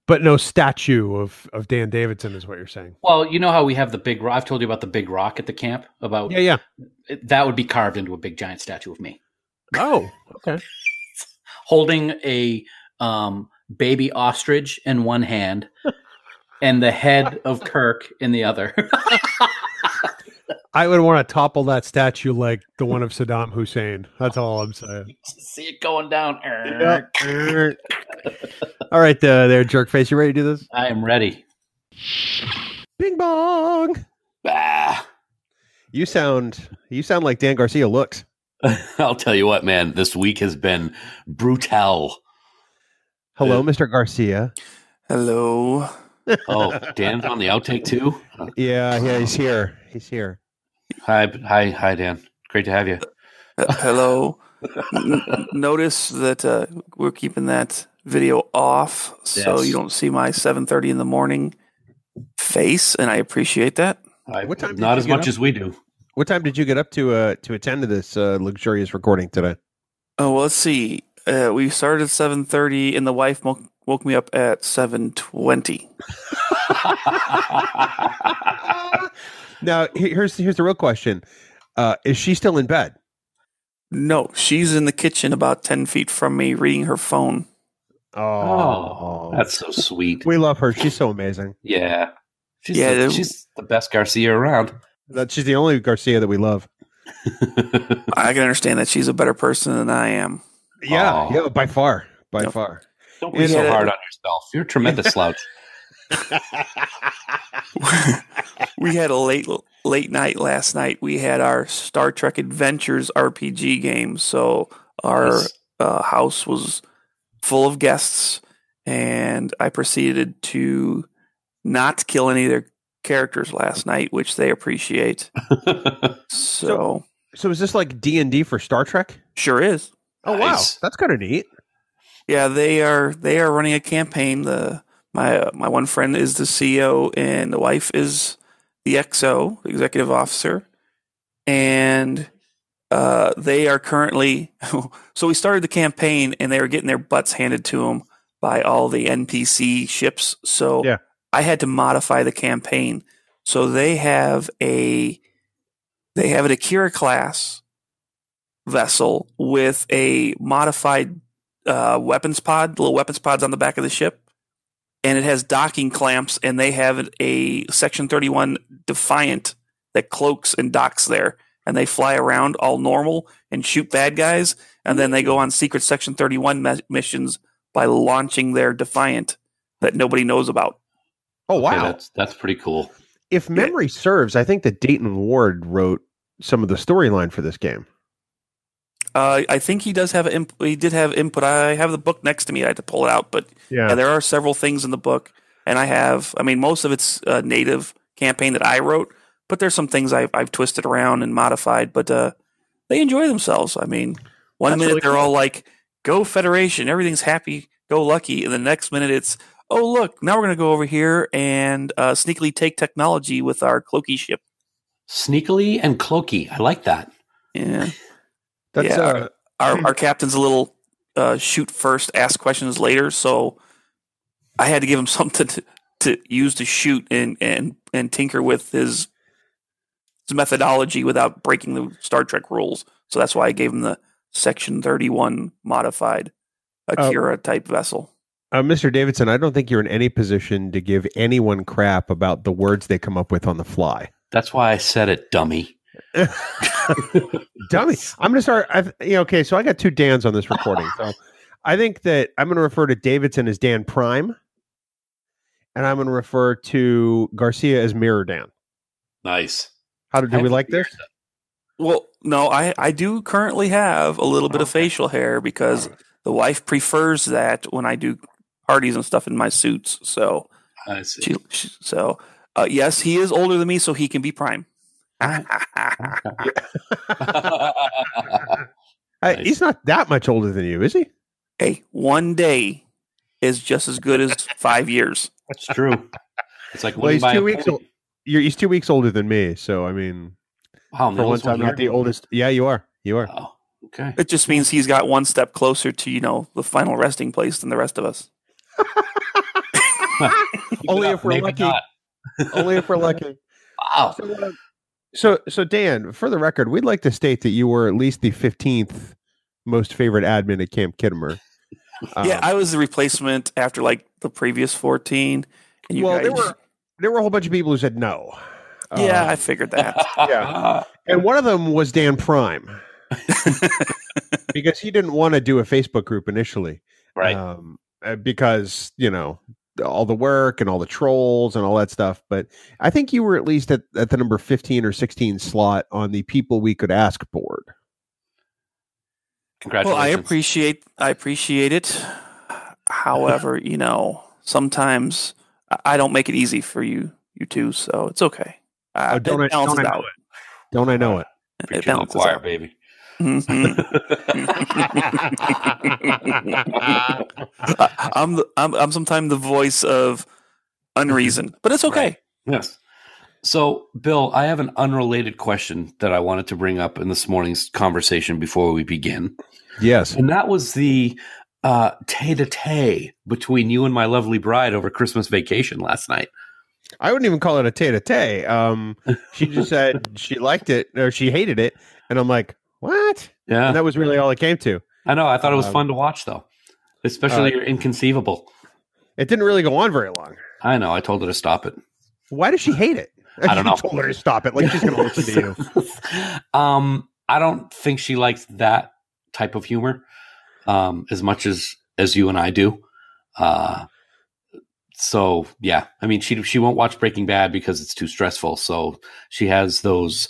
C: But no statue of of Dan Davidson is what you're saying.
N: Well, you know how we have the big rock. I've told you about the big rock at the camp. About
C: Yeah, yeah.
N: it- that would be carved into a big giant statue of me
C: Oh, okay.
N: holding a um, baby ostrich in one hand and the head of Kirk in the other.
C: I would want to topple that statue like the one of Saddam Hussein. That's all I'm saying.
N: See it going down.
C: All right, uh, there, jerk face. You ready to do this?
N: I am ready.
C: Bing bong.
N: Bah.
C: You sound you sound like Dan Garcia looks.
K: I'll tell you what, man. This week has been brutal.
C: Hello, Mr. Garcia.
D: Hello.
K: Oh, Dan's on the outtake too.
C: Yeah, yeah, he's here. He's here.
K: Hi, hi, hi, Dan. Great to have you.
D: Uh, hello. N- n- notice that uh, we're keeping that video off so
K: Yes.
D: you don't see my 7:30 in the morning face and I appreciate that.
K: I,
C: What time did
K: not
C: you
K: as
C: get
K: much
C: up?
K: as we do.
C: What time did you get up to uh to attend to this uh, luxurious recording today?
D: Oh, well, let's see. Uh, we started at 7:30 and the wife woke, woke me up at 7:20.
C: Now he- here's here's the real question: uh, Is she still in bed?
D: No, she's in the kitchen about 10 feet from me reading her phone.
K: Oh, that's so sweet.
C: we love her. She's so amazing.
K: Yeah, she's
D: Yeah,
K: the,
D: that-
K: she's the best Garcia around.
C: That she's the only Garcia that we love.
D: I can understand that she's a better person than I am.
C: Yeah,
K: Aw.
C: yeah, by far, by
D: Yep.
C: far.
K: Don't be
D: Yeah.
K: so hard on yourself. You're a tremendous slouch.
D: we had a late late night last night. We had our Star Trek Adventures RPG game, so our
K: Nice.
D: uh, house was full of guests, and I proceeded to not kill any of their characters last night, which they appreciate. So,
C: So is this like D and D for Star Trek?
D: sure is.
C: Oh
K: Nice.
C: wow, that's kind of neat.
D: Yeah, they are they are running a campaign. The my uh, my one friend is the CEO, and the wife is the XO, executive officer, and uh, they are currently. so we started the campaign, and they were getting their butts handed to them by all the NPC ships. So
C: Yeah.
D: I had to modify the campaign. So they have a they have an Akira class vessel with a modified uh, weapons pod, little weapons pods on the back of the ship, and it has docking clamps, and they have a Section 31 Defiant that cloaks and docks there, and they fly around all normal and shoot bad guys, and then they go on secret Section 31 me- missions by launching their Defiant that nobody knows about.
C: Oh wow,
K: Yeah, that's that's pretty cool.
C: if memory serves, I think that Dayton Ward wrote some of the storyline for this game.
D: Uh, I think he does have imp- he did have input. I have the book next to me. I had to pull it out, but
C: Yeah.
D: yeah, there are several things in the book, and I have. I mean, most of it's uh, native campaign that I wrote, but there's some things I've, I've twisted around and modified. But uh, they enjoy themselves. I mean, one
H: That's
D: minute
H: really
D: they're
H: cool.
D: all like, "Go Federation!" Everything's happy, go lucky, and the next minute it's, "Oh look, now we're going to go over here and uh, sneakily take technology with our cloaky ship."
N: Sneakily and cloaky. I like that.
D: Yeah.
O: That's,
D: yeah,
O: uh,
D: our, our our captain's a little uh, shoot first, ask questions later. So I had to give him something to, to use to shoot and and and tinker with his his methodology without breaking the Star Trek rules. So that's why I gave him the Section Thirty One modified Akira type vessel.
O: Uh,
C: Mr. uh, Davidson, I don't think you're in any position to give anyone crap about the words they come up with on the fly.
N: That's why I said it, dummy.
C: Dummy. I'm going to start. I, th- yeah, okay, so I got two Dans on this recording. So I think that I'm going to refer to Davidson as Dan Prime, and I'm going to refer to Garcia as Mirror Dan.
N: Nice.
C: How do, do we like this?
D: Well, no, I I do currently have a little bit of facial hair because the wife prefers that when I do parties and stuff in my suits. So
N: I see.
D: She, she- so uh, yes, he is older than me, so he can be prime.
C: Uh, He's not that much older than you, is he?
D: Hey, one day is just as good as five years.
N: That's true. It's like
C: Well, he's two weeks old. You're, he's two weeks older than me, so I mean,
N: Wow, I'm the
C: for one
N: oldest one
C: time, not the
N: here.
C: oldest. Yeah, you are. You are.
N: okay.
D: It just means he's got one step closer to you know the final resting place than the rest of us.
C: Only if we're
D: maybe
C: lucky.
D: not.
C: Only if we're lucky.
N: Wow.
C: So, uh, so, so Dan, for the record, we'd like to state that you were at least the fifteenth most favorite admin at Camp Kittimer.
D: yeah, I was the replacement after like the previous fourteen. And you
C: well, there
D: guys-
C: were there were a whole bunch of people who said no. Um,
D: yeah, I figured that.
C: yeah. And one of them was Dan Prime because he didn't want to do a Facebook group initially.
N: Right.
C: Um, uh, because, you know, all the work and all the trolls and all that stuff. But I think you were at least at, at the number 15 or 16 slot on the people we could ask board.
D: Well, I
N: Congratulations.
D: appreciate I appreciate it. However, you know, sometimes I- I don't make it easy for you you two, so it's okay. Uh,
C: Oh, don't I-
D: it balances
C: don't I know
D: out.
C: Don't I know it?
D: It balances out. Mm-hmm.
N: baby.
D: I- I'm the, I'm I'm sometimes the voice of unreason, but it's okay.
N: Yes. So, Bill, I have an unrelated question that I wanted to bring up in this morning's conversation before we begin.
C: Yes.
N: And that was the uh tete a tete between you and my lovely bride over Christmas vacation last night.
C: I wouldn't even call it a tete a tete. Um, she just said she liked it or she hated it. And I'm like, what?
N: Yeah.
C: And that was really all it came to.
N: I know. I thought it was
C: Um,
N: fun to watch, though, especially
C: uh,
N: your inconceivable.
C: It didn't really go on very long.
N: I know. I told her to stop it.
C: Why does she hate it?
N: I don't
C: You
N: know.
C: Told her to stop it. Like she's gonna listen to you.
N: Um, I don't think she likes that type of humor um, as much as as you and I do. Uh, so yeah, I mean she she won't watch Breaking Bad because it's too stressful. So she has those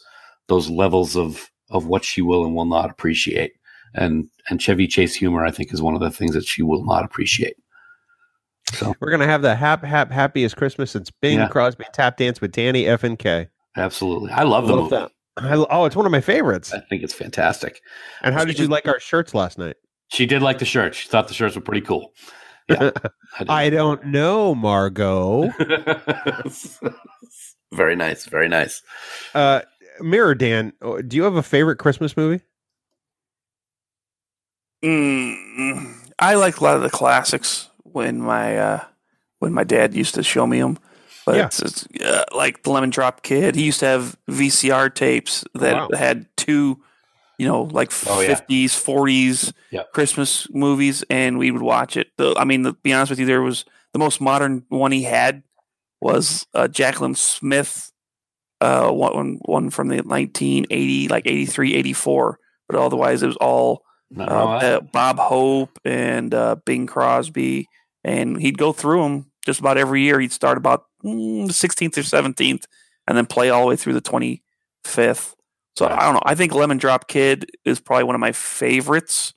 N: those levels of of what she will and will not appreciate. And and Chevy Chase humor, I think, is one of the things that she will not appreciate.
C: We're gonna have the hap hap happiest Christmas since Bing
N: Yeah.
C: Crosby tap dance with Danny F and K.
N: Absolutely, I love the movie.
C: I, oh, it's one of my favorites.
N: I think it's fantastic.
C: And how did you like our shirts last night?
N: She did like the shirts. She thought the shirts were pretty cool. Yeah,
C: I, don't know, Margot.
N: very nice, very nice.
C: uh, Mirror Dan, uh, do you have a favorite Christmas movie?
D: Mm, I like a lot of the classics when my uh, when my dad used to show me them. But
H: Yeah.
D: it's, it's uh, like the Lemon Drop Kid. He used to have VCR tapes that
H: Wow.
D: had two, you know, like
H: Oh, yeah.
D: fifties, forties Christmas movies, and we would watch it. The, I mean, to be honest with you, there was the most modern one he had was uh, Jacqueline Smith uh, one one from the 1980, like 83, 84. But otherwise, it was all uh,
N: no,
D: uh, Bob Hope and uh, Bing Crosby. And he'd go through them just about every year. He'd start about mm, 16th or 17th and then play all the way through the 25th. So I don't know. I think Lemon Drop Kid is probably one of my favorites.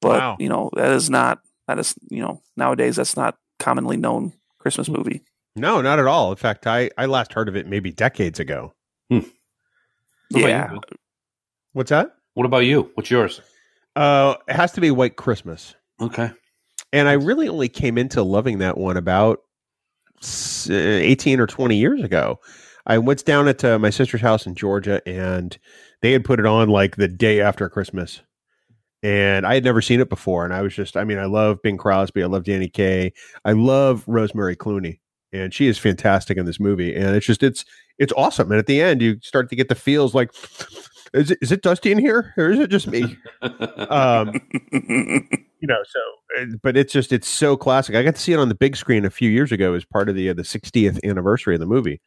D: But
H: Wow.
D: you know, that is not that is you know, nowadays that's not commonly known Christmas movie.
H: No, not at all. In fact, I, I last heard of it maybe decades ago.
D: Yeah.
H: What's that?
N: What about you? What's yours?
H: Uh, it has to be White Christmas.
N: Okay.
H: And I really only came into loving that one about s- uh, 18 or 20 years ago. I went down at uh, my sister's house in Georgia and they had put it on like the day after Christmas. And I had never seen it before. And I was just, I mean, I love Bing Crosby. I love Danny Kaye. I love Rosemary Clooney. And she is fantastic in this movie. And it's just, it's, it's awesome. And at the end, you start to get the feels like, is it, is it dusty in here or is it just me? um, you know, so uh, but it's just it's so classic. I got to see it on the big screen a few years ago as part of the uh, the 60th anniversary of the movie,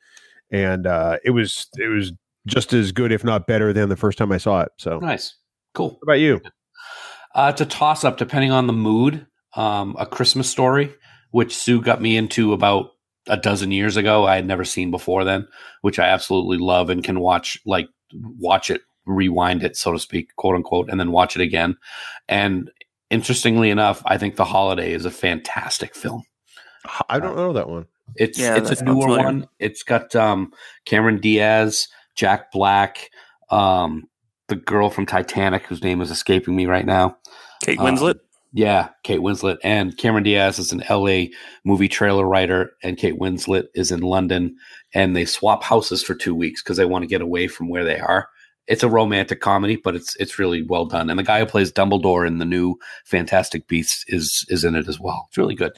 H: and uh, it was it was just as good, if not better, than the first time I saw it. So
N: Nice. Cool. What
H: about you?
N: Uh, it's a toss up depending on the mood. Um, a Christmas story, which Sue got me into about a dozen years ago. I had never seen before then, which I absolutely love and can watch, like, watch it, rewind it, so to speak, quote unquote, and then watch it again. And interestingly enough, I think The Holiday is a fantastic film. Uh,
H: I don't know that one.
N: It's
H: Yeah, that
N: it's a
H: sounds
N: newer
H: familiar.
N: one. It's got um, Cameron Diaz, Jack Black, um, the girl from Titanic whose name is escaping me right now.
D: Kate
N: Um,
D: Winslet?
N: yeah, Kate Winslet and Cameron Diaz is an LA movie trailer writer, and Kate Winslet is in London, and they swap houses for two weeks because they want to get away from where they are. It's a romantic comedy, but it's it's really well done. And the guy who plays Dumbledore in the new Fantastic Beasts is is in it as well. It's really good.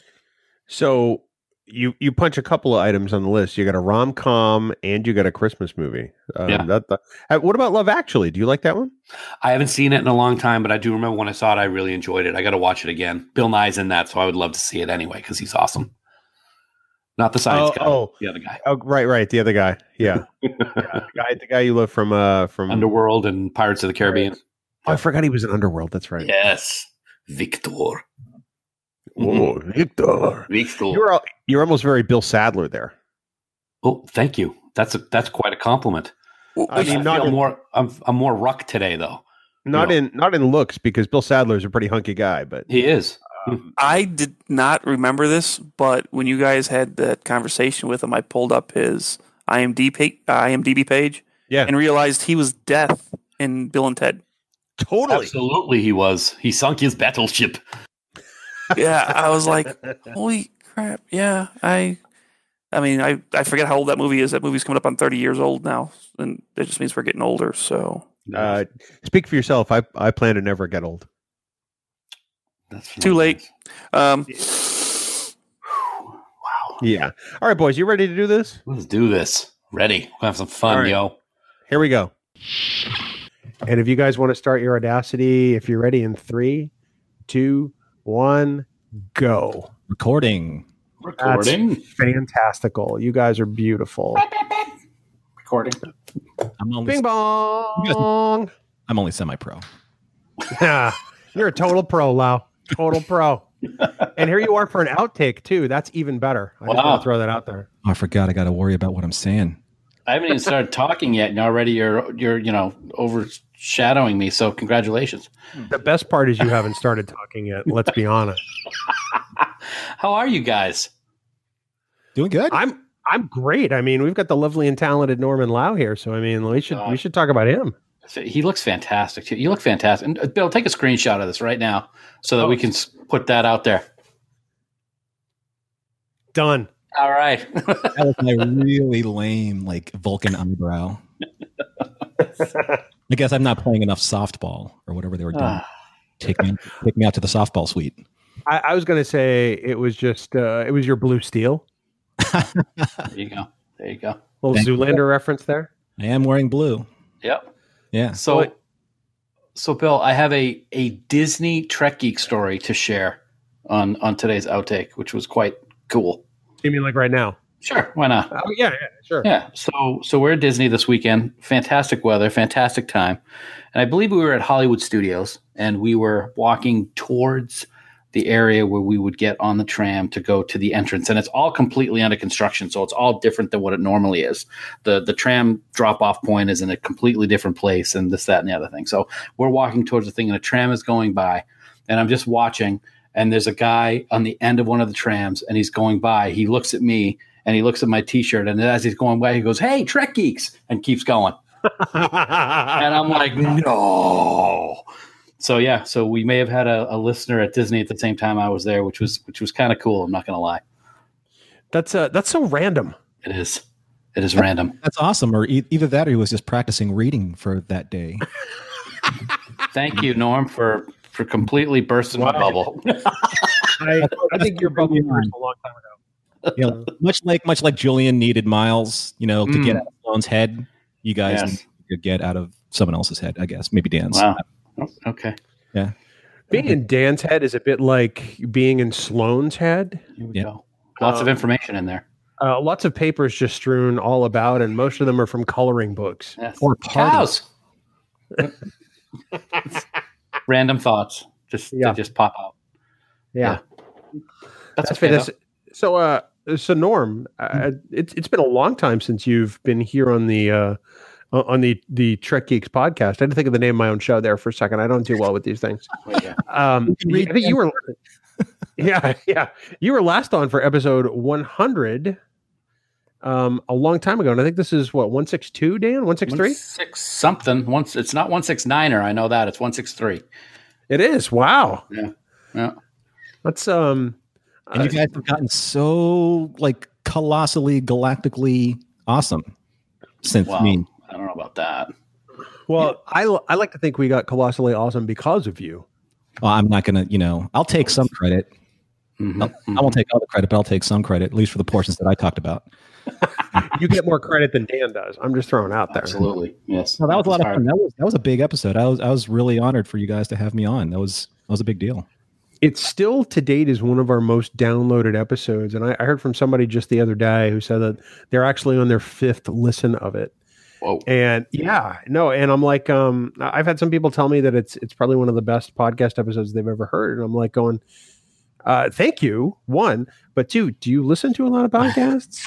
H: So you you punch a couple of items on the list. You got a rom com and you got a Christmas movie. Um,
N: Yeah.
H: that- that- uh, what about Love Actually? Do you like that one?
N: I haven't seen it in a long time, but I do remember when I saw it, I really enjoyed it. I got to watch it again. Bill Nye's in that, so I would love to see it anyway because he's awesome. Not the science
H: Oh,
N: guy,
H: oh.
N: the other guy.
H: Oh, right, right. The other guy. Yeah, yeah the, guy, the guy you love from uh from
N: Underworld and Pirates of the Caribbean.
H: Oh, I forgot he was in Underworld. That's right.
N: Yes, Victor.
H: Oh, Victor.
N: Victor.
H: You're al- you're almost very Bill Sadler there.
N: Oh, thank you. That's a that's quite a compliment.
H: I mean, not
N: feel
H: in-
N: more. I'm, I'm more ruck today, though.
H: Not in not in looks because Bill Sadler is a pretty hunky guy, but
N: He is.
D: I did not remember this, but when you guys had that conversation with him, I pulled up his IMDb page, IMDb page
H: yeah.
D: and realized he was death in Bill and Ted.
H: Totally.
N: Absolutely, he was. He sunk his battleship.
D: Yeah, I was like, holy crap! Yeah, I, I mean, I I forget how old that movie is. That movie's coming up on thirty years old now, and it just means we're getting older. So
H: uh, speak for yourself. I I plan to never get old.
D: too late. Um,
H: Yeah. All right, boys, you ready to do this?
D: Um,
N: Let's do this. Ready? We're gonna have some fun,
H: All right.
N: yo.
H: Here we go.
C: And if you guys want to start your audacity, if you're ready in three, two, one, go.
K: Recording.
C: That's
K: Recording.
C: fantastical. You guys are beautiful.
K: Recording. I'm only,
C: Bing bong.
K: I'm only semi-pro. Oh,
C: Yeah. You're a total pro, Lau. Total pro. and here you are for an outtake too. That's even better. I just
N: Wow.
C: want to throw that out there.
K: Oh, I forgot. I got to worry about what I'm saying.
N: I haven't even started talking yet, and already you're you're you know overshadowing me. So congratulations.
C: The best part is you haven't started talking yet. Let's be honest.
N: How are you guys?
K: Doing good.
C: I'm I'm great. I mean, we've got the lovely and talented Norman Lau here, so I mean, we should we should talk about him.
N: He looks fantastic. You look fantastic. And uh, Bill, take a screenshot of this right now so that we can s- put that out there.
C: Done.
N: All right.
K: That was my really lame, like Vulcan eyebrow. I guess I'm not playing enough softball or whatever they were
N: Ah.
K: doing. take me, take me out to the softball suite.
C: I, I was gonna say it was just uh, it was your blue steel.
N: There you go. There you go.
C: Little
K: Thank you.
C: Zoolander reference there.
K: I am wearing blue.
N: Yep.
K: Yeah.
N: So, so Bill, I have a a Disney Trek geek story to share on on today's outtake, which was quite cool.
C: You mean like right now?
N: Sure. Why not?
C: Oh yeah, yeah, sure.
N: Yeah. So so we're at Disney this weekend. Fantastic weather, fantastic time. And I believe we were at Hollywood Studios and we were walking towards the area where we would get on the tram to go to the entrance. And it's all completely under construction, so it's all different than what it normally is. The the tram drop off point is in a completely different place and this, that, and the other thing. So we're walking towards the thing and a tram is going by and I'm just watching and there's a guy on the end of one of the trams and he's going by. He looks at me and he looks at my t-shirt and as he's going by he goes, "Hey, Trek Geeks." and keeps going. and I'm like, "No." So yeah, so we may have had a, a listener at Disney at the same time I was there, which was which was kind of cool, I'm not going to lie.
C: That's uh that's so random.
N: It is. It is random.
K: That's awesome. Or e- either that, or he was just practicing reading for that day.
N: Thank you, Norm, for for completely bursting my bubble.
C: I, I think you're probably right. a long time ago.
K: You know, much like much like Julian needed Miles, you know, to get
N: Mm.
K: out of Sloan's head. You guys
N: Yes.
K: need to get out of someone else's head, I guess. Maybe Dan's.
N: Wow. Okay.
K: Yeah.
C: Being in Dan's head is a bit like being in Sloan's head.
N: Here we go. Lots of information in there.
C: Uh, lots of papers just strewn all about, and most of them are from coloring books
N: Yes.
C: or
N: parties. Random thoughts just they just pop out.
C: Yeah,
N: That's
C: that's,
N: okay, though.
C: fantastic. So, uh, so Norm, uh, it's it's been a long time since you've been here on the uh, on the the Trek Geeks podcast. I had to think of the name of my own show there for a second. I don't do well with these things. Um, I think you were. yeah, yeah. You were last on for episode 100 um, a long time ago. And I think this is what, 162, Dan? 163?
N: Six something. Once it's not one six nine or I know that. It's one six three.
C: It is. Wow.
N: Yeah. Yeah.
C: That's, um,
K: And you guys have gotten so like colossally galactically awesome since
N: Wow.
K: me.
N: I don't know about that.
C: well, I, I like to think we got colossally awesome because of you.
K: Well, I'm not gonna, you know, I'll take some credit.
N: Mm-hmm.
K: I'll- I won't take all the credit, but I'll take some credit, at least for the portions that I talked about.
C: You get more credit than Dan does. I'm just throwing out there.
N: Absolutely. Yes.
K: No, that was a lot of fun. That was that was a big episode. I was I was really honored for you guys to have me on. That was that was a big deal.
C: It still to date is one of our most downloaded episodes. And I, I heard from somebody just the other day who said that they're actually on their fifth listen of it.
N: Whoa.
C: And yeah, no, and I'm like, um, I- I've had some people tell me that it's it's probably one of the best podcast episodes they've ever heard. And I'm like going, uh, thank you, one, but two, do you listen to a lot of podcasts?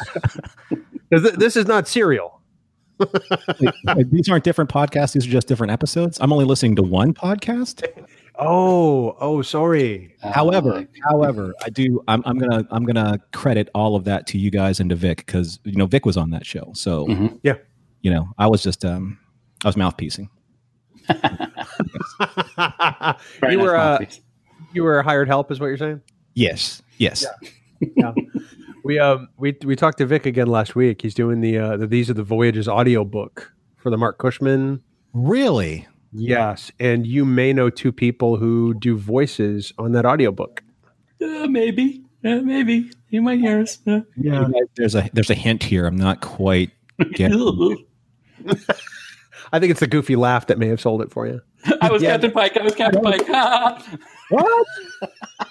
C: 'Cause th- this is not serial.
K: Like, these aren't different podcasts, these are just different episodes. I'm only listening to one podcast.
C: Oh, oh, sorry.
N: Uh,
K: However, however, I do I'm I'm gonna I'm gonna credit all of that to you guys and to Vic because you know Vic was on that show. So
N: Mhm.
C: Yeah.
K: you know, I was just um I was mouthpiecing.
N: Very
C: you
N: nice
C: were uh,
N: mouthpiece.
C: you were hired help, is what you're saying?
K: Yes. Yes.
C: We um we we talked to Vic again last week. He's doing the uh the These Are the Voyages audiobook for the Mark Cushman.
K: Really?
C: Yes, and you may know two people who do voices on that audiobook.
N: Uh, maybe. Uh, maybe. You might hear us. Uh,
K: Yeah. There's a there's a hint here. I'm not quite getting
C: I think it's the goofy laugh that may have sold it for you.
N: I was Captain Pike. I was Captain Pike.
K: What?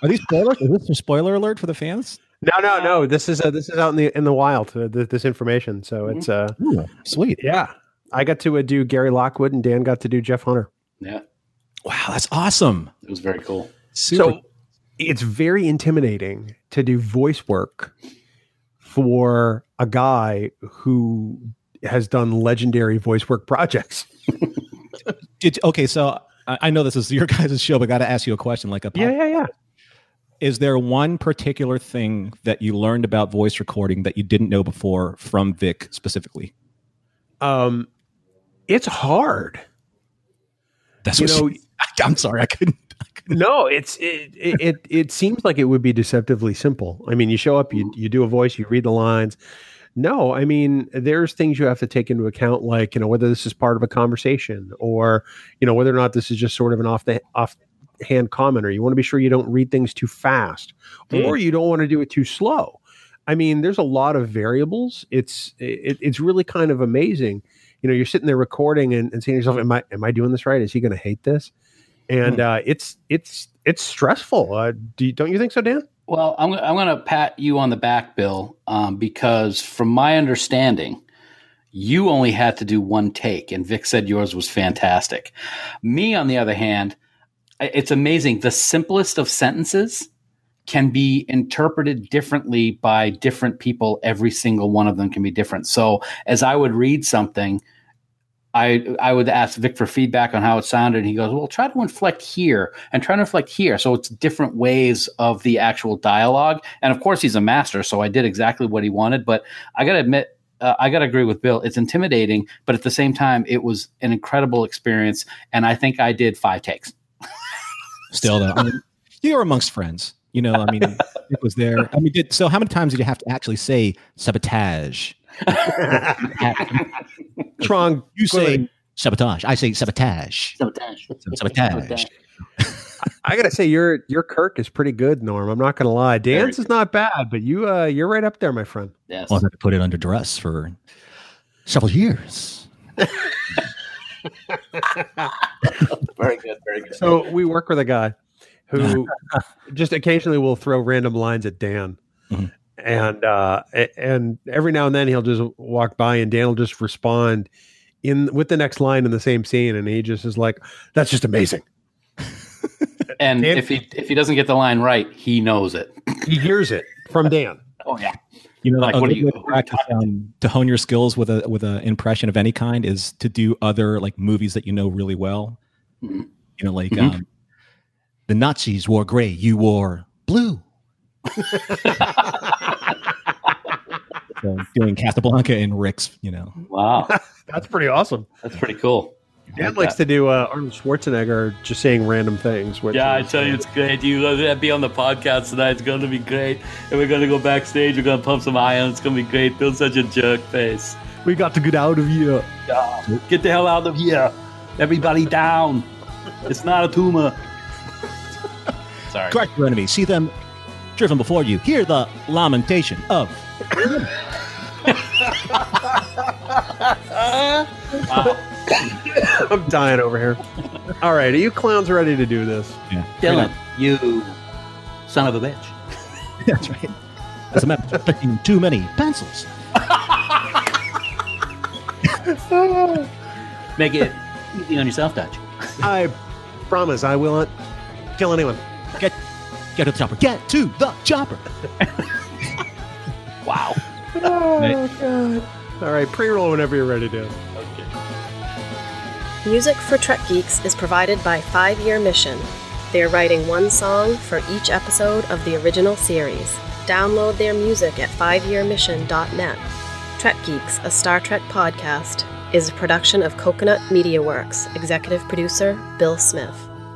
K: Are these spoilers? Is this a spoiler alert for the fans?
C: No, no, no. This is uh, this is out in the in the wild. Uh, th- this information. So it's uh
K: Ooh, sweet.
C: yeah. I got to uh, do Gary Lockwood, and Dan got to do Jeff Hunter.
N: yeah.
K: Wow, that's awesome.
N: It was very cool.
K: Super.
C: So it's very intimidating to do voice work for a guy who has done legendary voice work projects.
K: Did, okay, so I, I know this is your guys' show, but got to ask you a question. Like, a
C: Yeah, yeah, yeah.
K: is there one particular thing that you learned about voice recording that you didn't know before from Vic specifically?
C: Um, it's hard.
K: That's
C: You
K: what
C: know-
K: she- I'm sorry, I couldn't.
C: No, it's it, it it it seems like it would be deceptively simple. I mean, you show up, you you do a voice, you read the lines. No, I mean, there's things you have to take into account, like you know whether this is part of a conversation or you know whether or not this is just sort of an off the off hand comment, or you want to be sure you don't read things too fast, or you don't want to do it too slow. I mean, there's a lot of variables. It's it, it's really kind of amazing. You know, you're sitting there recording and, and saying to yourself, "Am I am I doing this right? Is he going to hate this?" and uh, it's it's it's stressful. Uh, do you, don't you think so, Dan?
N: Well, I'm, I'm going to pat you on the back, Bill, um, because from my understanding, you only had to do one take, and Vic said yours was fantastic. Me, on the other hand, it's amazing. The simplest of sentences can be interpreted differently by different people. Every single one of them can be different. So as I would read something, I I would ask Vic for feedback on how it sounded, and he goes, "Well, try to inflect here and try to inflect here." So it's different ways of the actual dialogue, and of course he's a master, so I did exactly what he wanted. But I gotta admit. Uh, I gotta agree with Bill. It's intimidating, but at the same time, it was an incredible experience, and I think I did five takes.
K: Still, though, I mean, you were amongst friends. You know, I mean, it was there. I mean, did, so how many times did you have to actually say sabotage?
C: Trong,
K: you say sabotage. I say sabotage.
N: Sabotage.
K: Sabotage.
C: I gotta say your your Kirk is pretty good, Norm. I'm not gonna lie. Dan's is not bad, but you uh you're right up there, my friend.
N: Yes.
K: Well, I had to put it under duress for several years.
N: very good, very good.
C: So we work with a guy who just occasionally will throw random lines at Dan.
K: Mhm.
C: And uh a- and every now and then he'll just walk by and Dan will just respond in with the next line in the same scene and he just is like, That's just amazing.
N: and if he if he doesn't get the line right, he knows it.
C: He hears it from Dan.
N: Oh yeah.
K: You know,
N: Like,
K: a
N: what are
K: good
N: you-
K: way to practice, um, to hone your skills with a with an impression of any kind is to do other like movies that you know really well.
N: Mhm.
K: You know, like
N: Mhm.
K: um, the Nazis wore gray, you wore blue. so doing Casablanca and Rick's, you know,
N: Wow.
C: That's pretty awesome.
N: That's pretty cool.
C: Dan likes to do uh, Arnold Schwarzenegger just saying random things. Which
N: Yeah, I tell you, it's great. You gonna be on the podcast tonight. It's going to be great, and we're going to go backstage. We're going to pump some iron. It's going to be great. Bill's such a jerk face.
C: we got to get out of here.
N: Yeah. Get the hell out of here. Everybody down. It's not a tumor. Sorry.
K: correct your enemy, see them driven before you, hear the lamentation of.
N: Ah,
C: I'm dying over here. All right, are you clowns ready to do this?
K: Yeah,
N: Dylan, you son of a bitch.
K: that's right. As a matter of picking too many pencils.
N: Make it easy on yourself, Dutch.
C: I promise I will not kill anyone.
K: Get, get to the chopper. Get to the chopper.
N: Wow.
C: Oh, God. All right, pre roll whenever you're ready to.
P: Music for Trek Geeks is provided by Five Year Mission. They are writing one song for each episode of the original series. Download their music at fiveyearmission.net. Trek Geeks, a Star Trek podcast, is a production of Coconut Media Works, executive producer Bill Smith.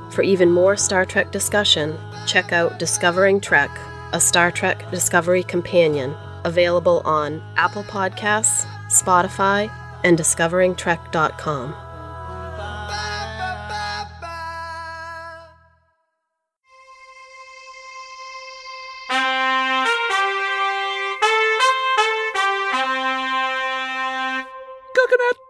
P: For even more Star Trek discussion, check out Discovering Trek, a Star Trek Discovery Companion, available on Apple Podcasts, Spotify, and discoveringtrek.com.
N: Coconut.